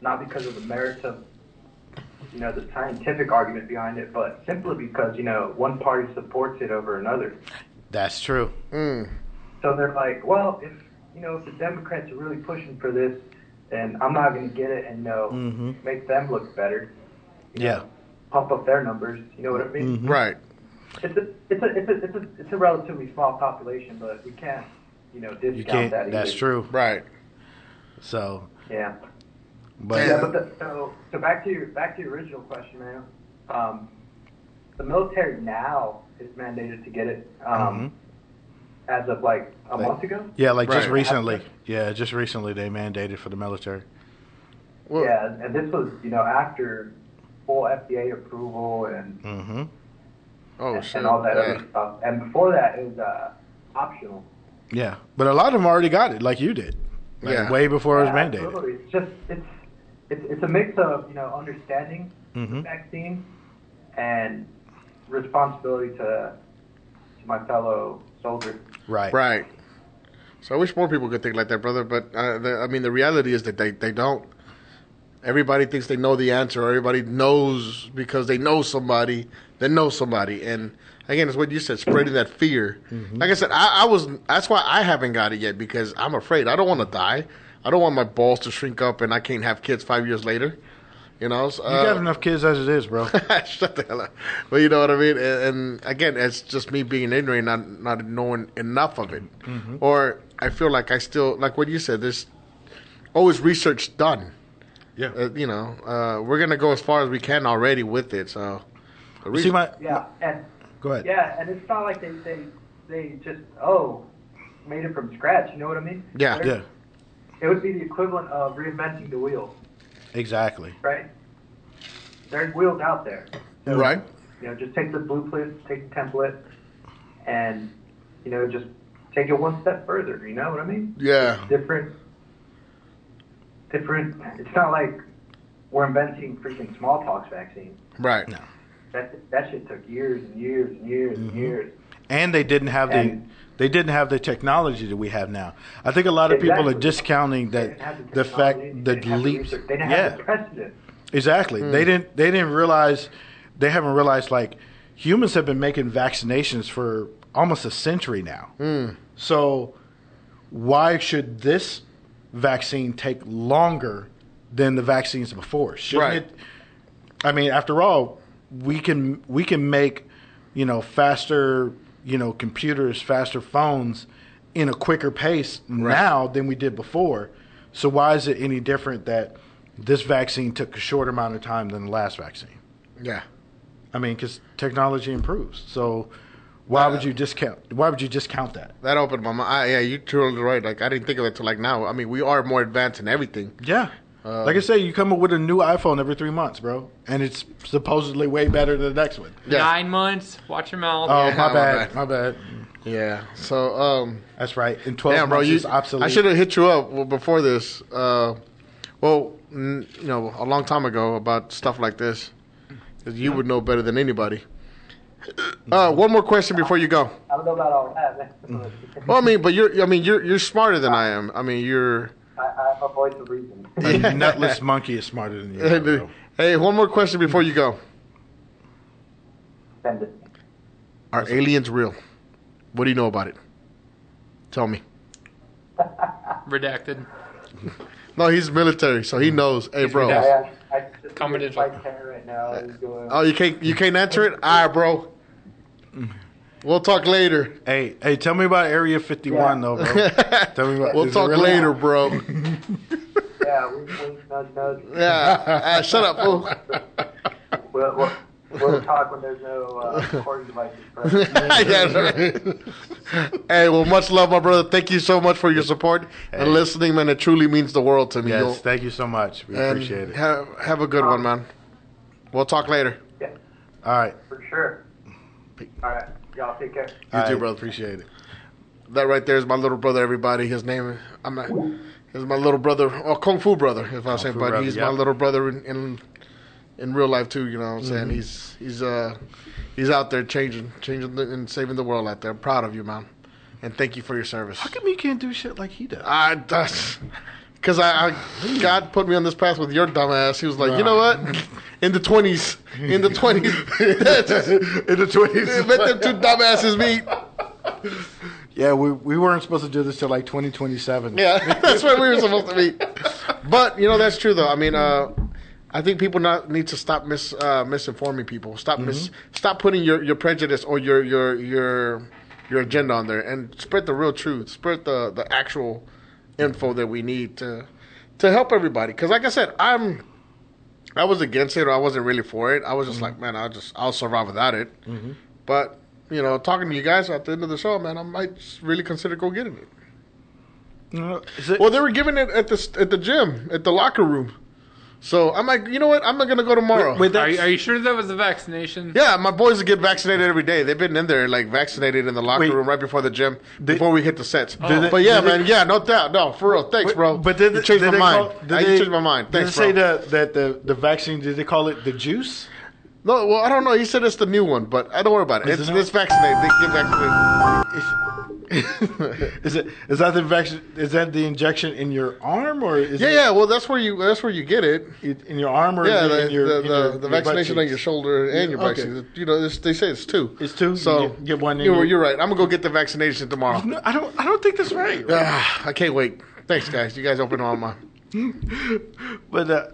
K: not because of the merits of, you know, the scientific argument behind it, but simply because you know one party supports it over another.
C: That's true.
K: So they're like, well, if you know, if the Democrats are really pushing for this, then I'm not going to get it, and you know,
C: Mhm.
K: make them look better,
C: Yeah.
K: pump up their numbers. You know what I mean?
C: Mm-hmm.
B: Right.
K: It's a it's a it's a it's a, it's a relatively small population, but we can't you know discount
C: You can't.
K: that. Either.
C: That's true.
B: Right.
C: So,
K: Yeah.
C: but
K: yeah, but the, so so back to your back to your original question, man. Um, the military now is mandated to get it um, as of like a month ago.
C: yeah, Mm-hmm. like just
K: Right.
C: recently. Yeah, just recently they mandated for the military.
K: yeah, and this was you know after full FDA approval and
C: Mm-hmm.
B: Oh
K: and, and all that other stuff. And before that, it was uh, optional.
C: Yeah, but a lot of them already got it, like you did. Like,
K: Yeah.
C: Way before it was
K: Yeah,
C: mandated.
K: absolutely. It's just it's, it's it's a mix of you know understanding
C: Mm-hmm.
K: the vaccine and responsibility to to my fellow soldier.
C: Right.
B: Right. So I wish more people could think like that, brother. But uh, the, I mean, the reality is that they, they don't. Everybody thinks they know the answer. Everybody knows because they know somebody that knows somebody. And again, it's what you said, spreading that fear. Like I said, I, I was. That's why I haven't got it yet because I'm afraid. I don't want to die. I don't want my balls to shrink up and I can't have kids five years later. You know, so,
C: You got enough kids as it is, bro.
B: Shut the hell up. But you know what I mean? And, and again, it's just me being ignorant, not not knowing enough of it.
C: Mhm.
B: Or I feel like I still like what you said. There's always research done.
C: Yeah.
B: Uh, you know, uh, we're gonna go as far as we can already with it. So, the
C: see my-
K: Yeah, and
C: Go ahead.
K: yeah, and it's not like they they they just oh made it from scratch. You know what I mean?
C: Yeah.
K: They're-
C: Yeah.
K: It would be the equivalent of reinventing the wheel,
C: Exactly.
K: right? There's wheels out there.
B: Right.
K: You know, just take the blueprint, take the template, and you know, just take it one step further. You know what I mean?
B: Yeah.
K: Different, different. It's not like we're inventing freaking smallpox vaccine.
B: Right.
K: That that shit took years and years and years and years.
C: and they didn't have
K: And-
C: the they didn't have the technology that we have now. I think a lot of people are
K: Exactly.
C: discounting that the, fact that leaps.
K: They didn't
C: yeah,
K: have the precedent.
C: exactly.
K: Hmm.
C: They didn't they didn't realize they haven't realized like humans have been making vaccinations for almost a century now. So why should this vaccine take longer than the vaccines before? Shouldn't
B: Right.
C: it I mean, after all, we can we can make you know faster you know computers, faster phones in a quicker pace now than we did before. So why is it any different that this vaccine took a short amount of time than the last vaccine?
B: Yeah.
C: I mean, because technology improves. So why would you discount? Why would you discount that?
B: That opened my mind. I, yeah, you're totally right. Like I didn't think of it till like now. I mean, we are more advanced in everything.
C: Yeah.
B: Uh,
C: like I say, you come up with a new iPhone every three months, bro, and it's supposedly way better than the next one.
D: Nine months. Watch your mouth.
C: Oh, my bad. My bad.
B: Yeah. So um
C: That's right. In 12
B: Damn, bro,
C: months
B: you,
C: it's obsolete.
B: I should have hit you up well, before this. Uh, well, n- you know, a long time ago about stuff like this. 'Cause you would know better than anybody. Uh, one more question before you go.
K: I don't know about all that. man.
B: Well, I mean, but you're—I mean, you're—you're smarter than I am. I mean, you're.
K: I, I have a voice of reason.
C: A nutless monkey is smarter than you. bro.
B: Hey, one more question before you go.
K: Send it.
B: Are aliens real? What do you know about it? Tell me.
D: Redacted.
B: No, he's military, so he knows. Hey, bro.
K: Yeah, I, I just
D: Coming in.
K: fight Karen right now. He's going-
B: Oh, you can't you can't answer it? All right, bro. We'll talk later.
C: Hey, hey, tell me about Area 51 though, bro. tell me about
B: We'll
C: is it
B: talk
C: really-
B: later, bro.
K: Yeah, we, we nudge, nudge.
B: Yeah, ah, shut up, fool.
K: We'll, we'll, we'll talk when there's no uh, recording devices present.
B: Yeah, right. hey, well, much love, my brother. Thank you so much for your support
C: Hey.
B: and listening, man. It truly means the world to me.
C: Yes,
B: You'll-
C: thank you so much. We
B: and
C: appreciate it.
B: Have, have a good one, man. We'll talk later.
C: All right.
K: For sure. All right, y'all take care.
B: You
C: All
B: too,
C: right.
B: brother. Appreciate it. That right there is my little brother. Everybody, his name I'm not, is my little brother, or Kung Fu brother, if I say,
C: Fu
B: but
C: brother,
B: he's
C: yeah.
B: my little brother in, in in real life too. You know what I'm saying?
C: Mhm.
B: He's he's uh he's out there changing, changing the, and saving the world out there. I'm proud of you, man, and thank you for your service.
C: How come you can't do shit like he does?
B: I that's because I, I God put me on this path with your dumb ass. He was like, you know what? In the twenties, in the twenties, in
C: the twenties,
B: let them two dumbasses meet.
C: Yeah, we, we weren't supposed to do this till like 2027.
B: Yeah, that's where we were supposed to be. But you know that's true though. I mean, uh, I think people not need to stop mis uh, misinforming people. Stop mis stop putting your, your prejudice or your your your your agenda on there and spread the real truth. Spread the the actual info that we need to to help everybody. Because like I said, I'm I was against it or I wasn't really for it. I was just like, man, I'll just I'll survive without it.
C: Mhm.
B: But you know, talking to you guys at the end of the show, man, I might just really consider go getting it. Mm-hmm. Well, they were giving it at the at the gym, at the locker room. So I'm like, you know what? I'm not gonna go tomorrow.
D: are, you, are you sure that was a vaccination?
B: yeah, my boys get vaccinated every day. They've been in there like vaccinated in the locker room right before the gym, before we hit the sets.
C: Did they-
B: but yeah,
C: did they-
B: man, yeah, no doubt, no, for real. Thanks, bro.
C: But did,
B: you changed
C: did
B: my
C: they
B: mind.
C: Call,
B: I,
C: did
B: you
C: they,
B: changed my mind.
C: Did
B: Thanks,
C: they say
B: bro.
C: that, that the, the vaccine, did they call it the juice?
B: No, well, I don't know. He said it's the new one, but I don't worry about it.
C: Is
B: It's,
C: it not?
B: it's vaccinated. They get vaccinated.
C: is it is that the vaccine? Is that the injection in your arm or is
B: yeah,
C: it
B: yeah. Well, that's where you that's where you get it.
C: in your arm or
B: yeah,
C: is it
B: the,
C: in your
B: the,
C: in
B: the,
C: your-
B: the
C: your butt
B: vaccination on
C: cheeks?
B: your shoulder and your
C: Okay.
B: back. You know, it's, they say it's two. It's two. So
C: You get one in
B: You're,
C: your-
B: you're right. I'm gonna go get the vaccination tomorrow.
C: No, I don't. I don't think that's right.
B: Ah, I can't wait. Thanks, guys. You guys open all my.
C: but uh,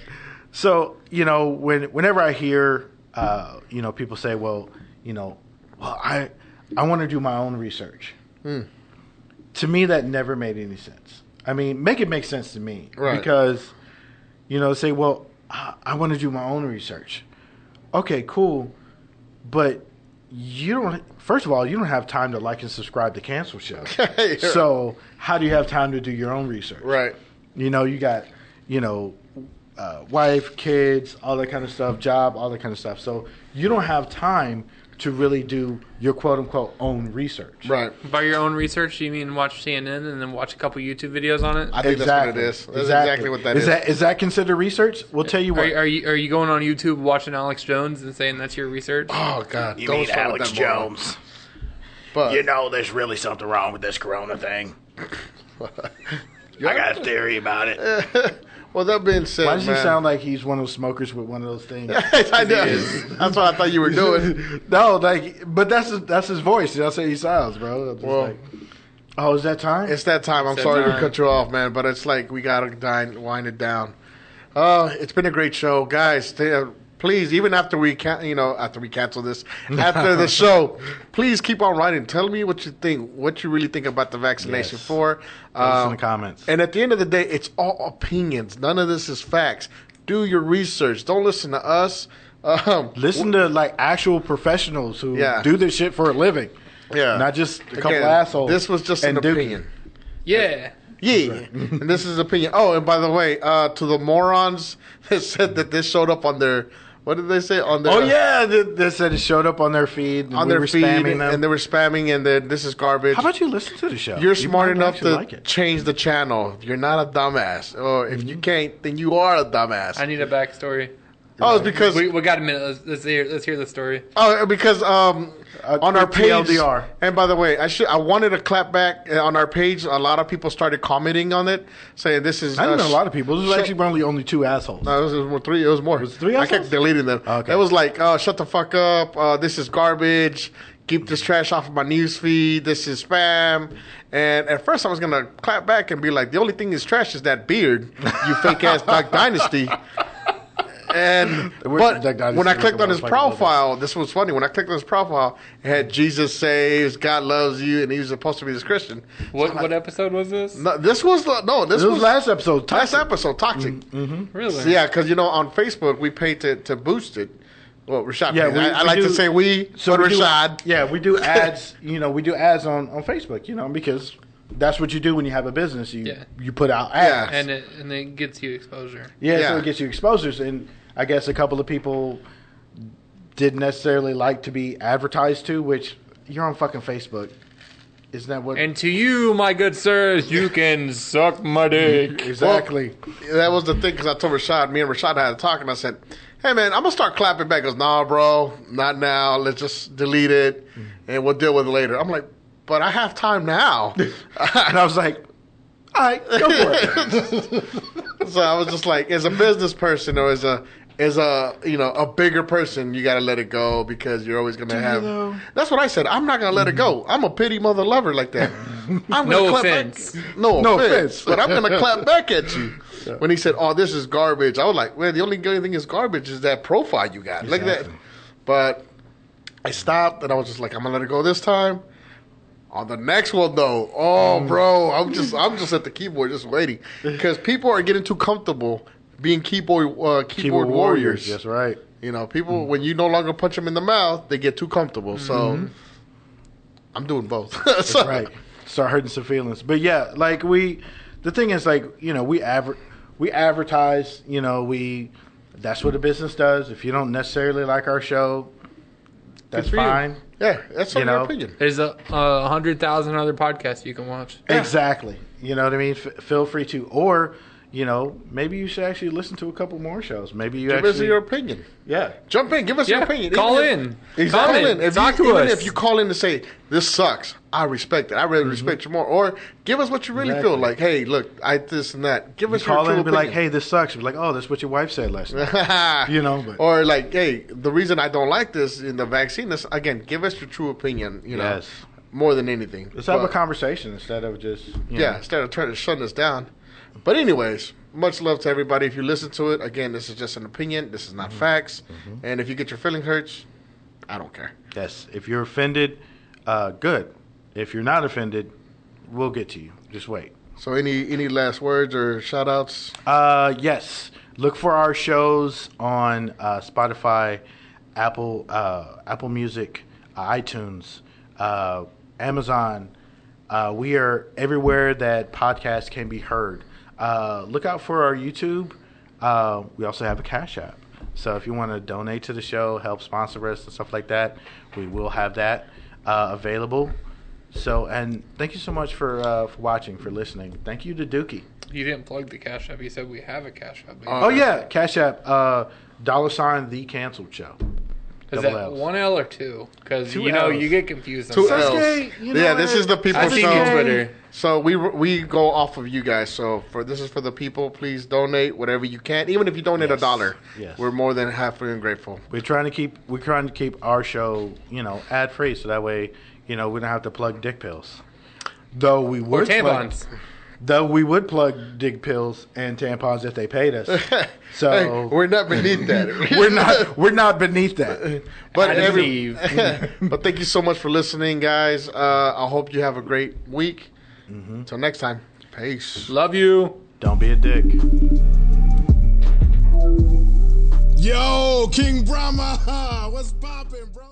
C: so you know, when whenever I hear uh, you know people say, well, you know, well, I I want to do my own research.
B: Mm.
C: To me, that never made any sense. I mean, make it make sense to me
B: Right.
C: because you know, say, well, I, I want to do my own research. Okay, cool, but you don't. First of all, you don't have time to like and subscribe to cancel shows. So how do you have time to do your own research?
B: Right.
C: You know, you got, you know, uh, wife, kids, all that kind of stuff, job, all that kind of stuff. So you don't have time to really do your quote unquote own research.
B: Right.
D: By your own research, you mean watch CNN and then watch a couple YouTube videos on it?
B: I think that's what it is. That's exactly what that
C: is
B: is.
C: That, is that considered research? We'll tell you
D: Are,
C: what.
D: you- are you are you going on YouTube watching Alex Jones and saying that's your research?
B: Oh God,
D: You don't mean start with Alex that moron.
B: But
O: you know, there's really something wrong with this Corona thing. I got a theory about it.
B: Well, that being said,
C: Why does
B: man,
C: he sound like he's one of those smokers with one of those things?
B: I know. That's what I thought you were doing.
C: no, like, but that's his, that's his voice. That's how he sounds, bro. I'm just
B: Well,
C: like, oh, is that time?
B: It's that time. I'm
C: It's that
B: sorry to
C: time.
B: cut you off, man, but it's like we gotta dine, wind it down. Uh, it's been a great show, guys. stay- uh, please, even after we can, you know, after we cancel this, after the show, please keep on writing. Tell me what you think, what you really think about the vaccination
C: Yes.
B: for.
C: Put us in the
B: Um,
C: comments.
B: And at the end of the day, it's all opinions. None of this is facts. Do your research. Don't listen to us. Um,
C: Listen to like actual professionals who
B: Yeah.
C: do this shit for a living.
B: Yeah.
C: Not just a couple
B: Again,
C: assholes.
B: This was just
C: and
B: an
C: dookie.
B: opinion.
D: Yeah.
B: Yeah, and this is opinion. Oh, and by the way, uh, to the morons that said that this showed up on their, what did they say on their? uh,
C: Oh yeah, th- they said it showed up on their feed. And
B: on
C: we
B: their
C: were
B: feed,
C: spamming them.
B: and they were spamming, and then this is garbage.
C: How about you listen to the show?
B: You're smart
C: might
B: enough
C: actually
B: to
C: like it. Mm-hmm.
B: change the channel. If You're not a dumbass, or if you can't, then you are a dumbass.
D: I need a backstory.
B: Oh, it's because-
D: we, we got a minute. Let's, let's hear let's hear the story.
B: Oh, because um,
C: Uh,
B: on our page,
D: TLDR.
B: and by the way, I should I wanted to clap back uh, on our page. A lot of people started commenting on it, saying this is.
C: I don't
B: uh,
C: know a lot of people. This was
B: shut-
C: actually only only two assholes.
B: No, it was, it was more three. It was more. three. I kept deleting them. Okay. It was like, oh, shut the fuck up. Uh, this is garbage. Keep this trash off of my news feed. This is spam. And at first, I was gonna clap back and be like, the only thing that's trash is that beard, you fake ass Doc Dynasty. And
C: We're-
B: but
C: that guy just
B: when I
C: came up
B: clicked
C: with
B: on
C: a
B: his
C: fucking logo.
B: profile, this was funny. When I clicked on his profile, it had Jesus saves, God loves you, and he was supposed to be this Christian.
D: What what episode was this?
B: No, this was the, no. This,
D: This was
C: last episode.
B: Toxic. Last episode, toxic.
D: Really?
B: So, yeah, because you know on Facebook we pay to, to boost it. Well, Rashad. Yeah,
C: we-
B: I, I
C: we
B: like to
C: do-
B: say we. So
C: we do-
B: Rashad.
C: yeah, we do ads. you know, we do ads on on Facebook. You know, because that's what you do when you have a business. You
D: Yeah.
C: you put out ads.
D: And it and it gets you exposure.
C: Yeah, so it gets you exposures, and I guess a couple of people didn't necessarily like to be advertised to, which you're on fucking Facebook, isn't that what?
D: And to you, my good sirs, you can suck my dick.
C: Exactly.
B: Well, that was the thing because I told Rashad, me and Rashad had a talk, and I said, "Hey man, I'm gonna start clapping back." He goes, "Nah, bro, not now. Let's just delete it,
C: Mm.
B: and we'll deal with it later." I'm like, "But I have time now," and I
C: was like, "All right, go for
B: it." so I was just like, as a business person or as a as a you know a bigger person, you got to let it go because you're always gonna
C: Do you
B: have.
C: though?
B: That's what I said. I'm not gonna let it go. I'm a pity mother lover like that. I'm
D: Mm-hmm. No
B: gonna clap back-
D: offense.
B: No,
D: No
B: offense.
D: offense.
B: But I'm gonna clap back at you. When he said, "Oh, this is garbage," I was like, "Well, the only good thing is garbage is that profile you got. Look at that." But I stopped and I was just like, "I'm gonna let it go this time." On the next one though, oh
C: Mm.
B: bro, I'm just I'm just at the keyboard just waiting because people are getting too comfortable being keyboard uh, keyboard,
C: Keyboard warriors,
B: warriors.
C: Mm. that's right.
B: You know, people when you no longer punch them in the mouth, they get too comfortable. So
C: Mhm.
B: I'm doing both.
C: That's right. Start hurting some feelings. But yeah, like we, the thing is, like you know, we adver- we advertise. You know, we that's what a business does. If you don't necessarily like our show, that's
D: for you.
C: fine.
B: Yeah, that's
C: You know? opinion.
D: There's a uh, hundred thousand other podcasts you can watch.
C: Exactly. You know what I mean? F- feel free to, or you know, maybe you should actually listen to a couple more shows. Maybe you
B: Give
C: actually
B: us your opinion.
C: Yeah.
B: Jump in. Give us your
C: Yeah,
B: opinion.
C: call
B: if-
C: in.
B: Exactly.
C: Comment.
B: Call in. If
C: Talk
B: you,
C: to
B: even
C: us. Mm-hmm.
B: if you call in to say, this sucks, I respect it. I really respect you more. Or give us what you really
C: Exactly.
B: feel. Like, hey, look, I this and that. Give
C: You
B: us your
C: call in
B: true
C: and be
B: opinion.
C: like, "Hey, this sucks." Be like, "Oh, that's what your wife said last night." you know, but
B: Or like, hey, the reason I don't like this in the vaccine is again, give us your true opinion, you know.
C: Yes.
B: More than anything.
C: let's have a
B: But-
C: conversation instead of just you
B: yeah,
C: know.
B: instead of trying to shut us down. But anyways, much love to everybody. If you listen to it, again, this is just an opinion. This is not
C: Mm-hmm.
B: facts. And if you get your feeling hurts, I don't care.
C: Yes. If you're offended, uh, good. If you're not offended, we'll get to you. Just wait.
B: So any any last words or shout outs?
C: Uh, yes. Look for our shows on uh, Spotify, Apple, uh, Apple Music, iTunes, uh, Amazon. Uh, we are everywhere that podcasts can be heard. Uh, look out for our YouTube. Uh, we also have a Cash App. So if you want to donate to the show, help sponsor us and stuff like that, we will have that uh, available. So and thank you so much for uh, for watching, for listening. Thank you to Dookie.
D: You didn't plug the Cash App. You said we have a Cash App.
C: Oh, yeah, Cash App, uh, dollar sign the canceled show.
D: Is
C: Double
D: that
C: L's.
D: one L or two? Because
C: Two
D: you know
C: Ls.
D: you get confused.
B: Two
D: sometimes.
B: L's. yeah, this is the people
D: I've seen
B: show.
D: you Twitter.
B: So we we go off of you guys. So for this is for the people. Please donate whatever you can, even if you donate a dollar.
C: Yes.
B: We're more than happy and grateful.
C: We're trying to keep we're trying to keep our show, you know, ad free, so that way, you know, we don't have to plug dick pills. Though we would
D: tampons.
C: Plug, though we would plug dick pills and tampons if they paid us. So
B: Hey, we're not beneath that.
C: we're not we're not beneath that.
B: But
C: I
B: every,
C: believe.
B: but thank you so much for listening, guys. Uh, I hope you have a great week.
C: Mm-hmm.
B: Until next time, peace.
D: Love you.
C: Don't be a dick.
G: Yo, King Brahma, what's poppin', bro?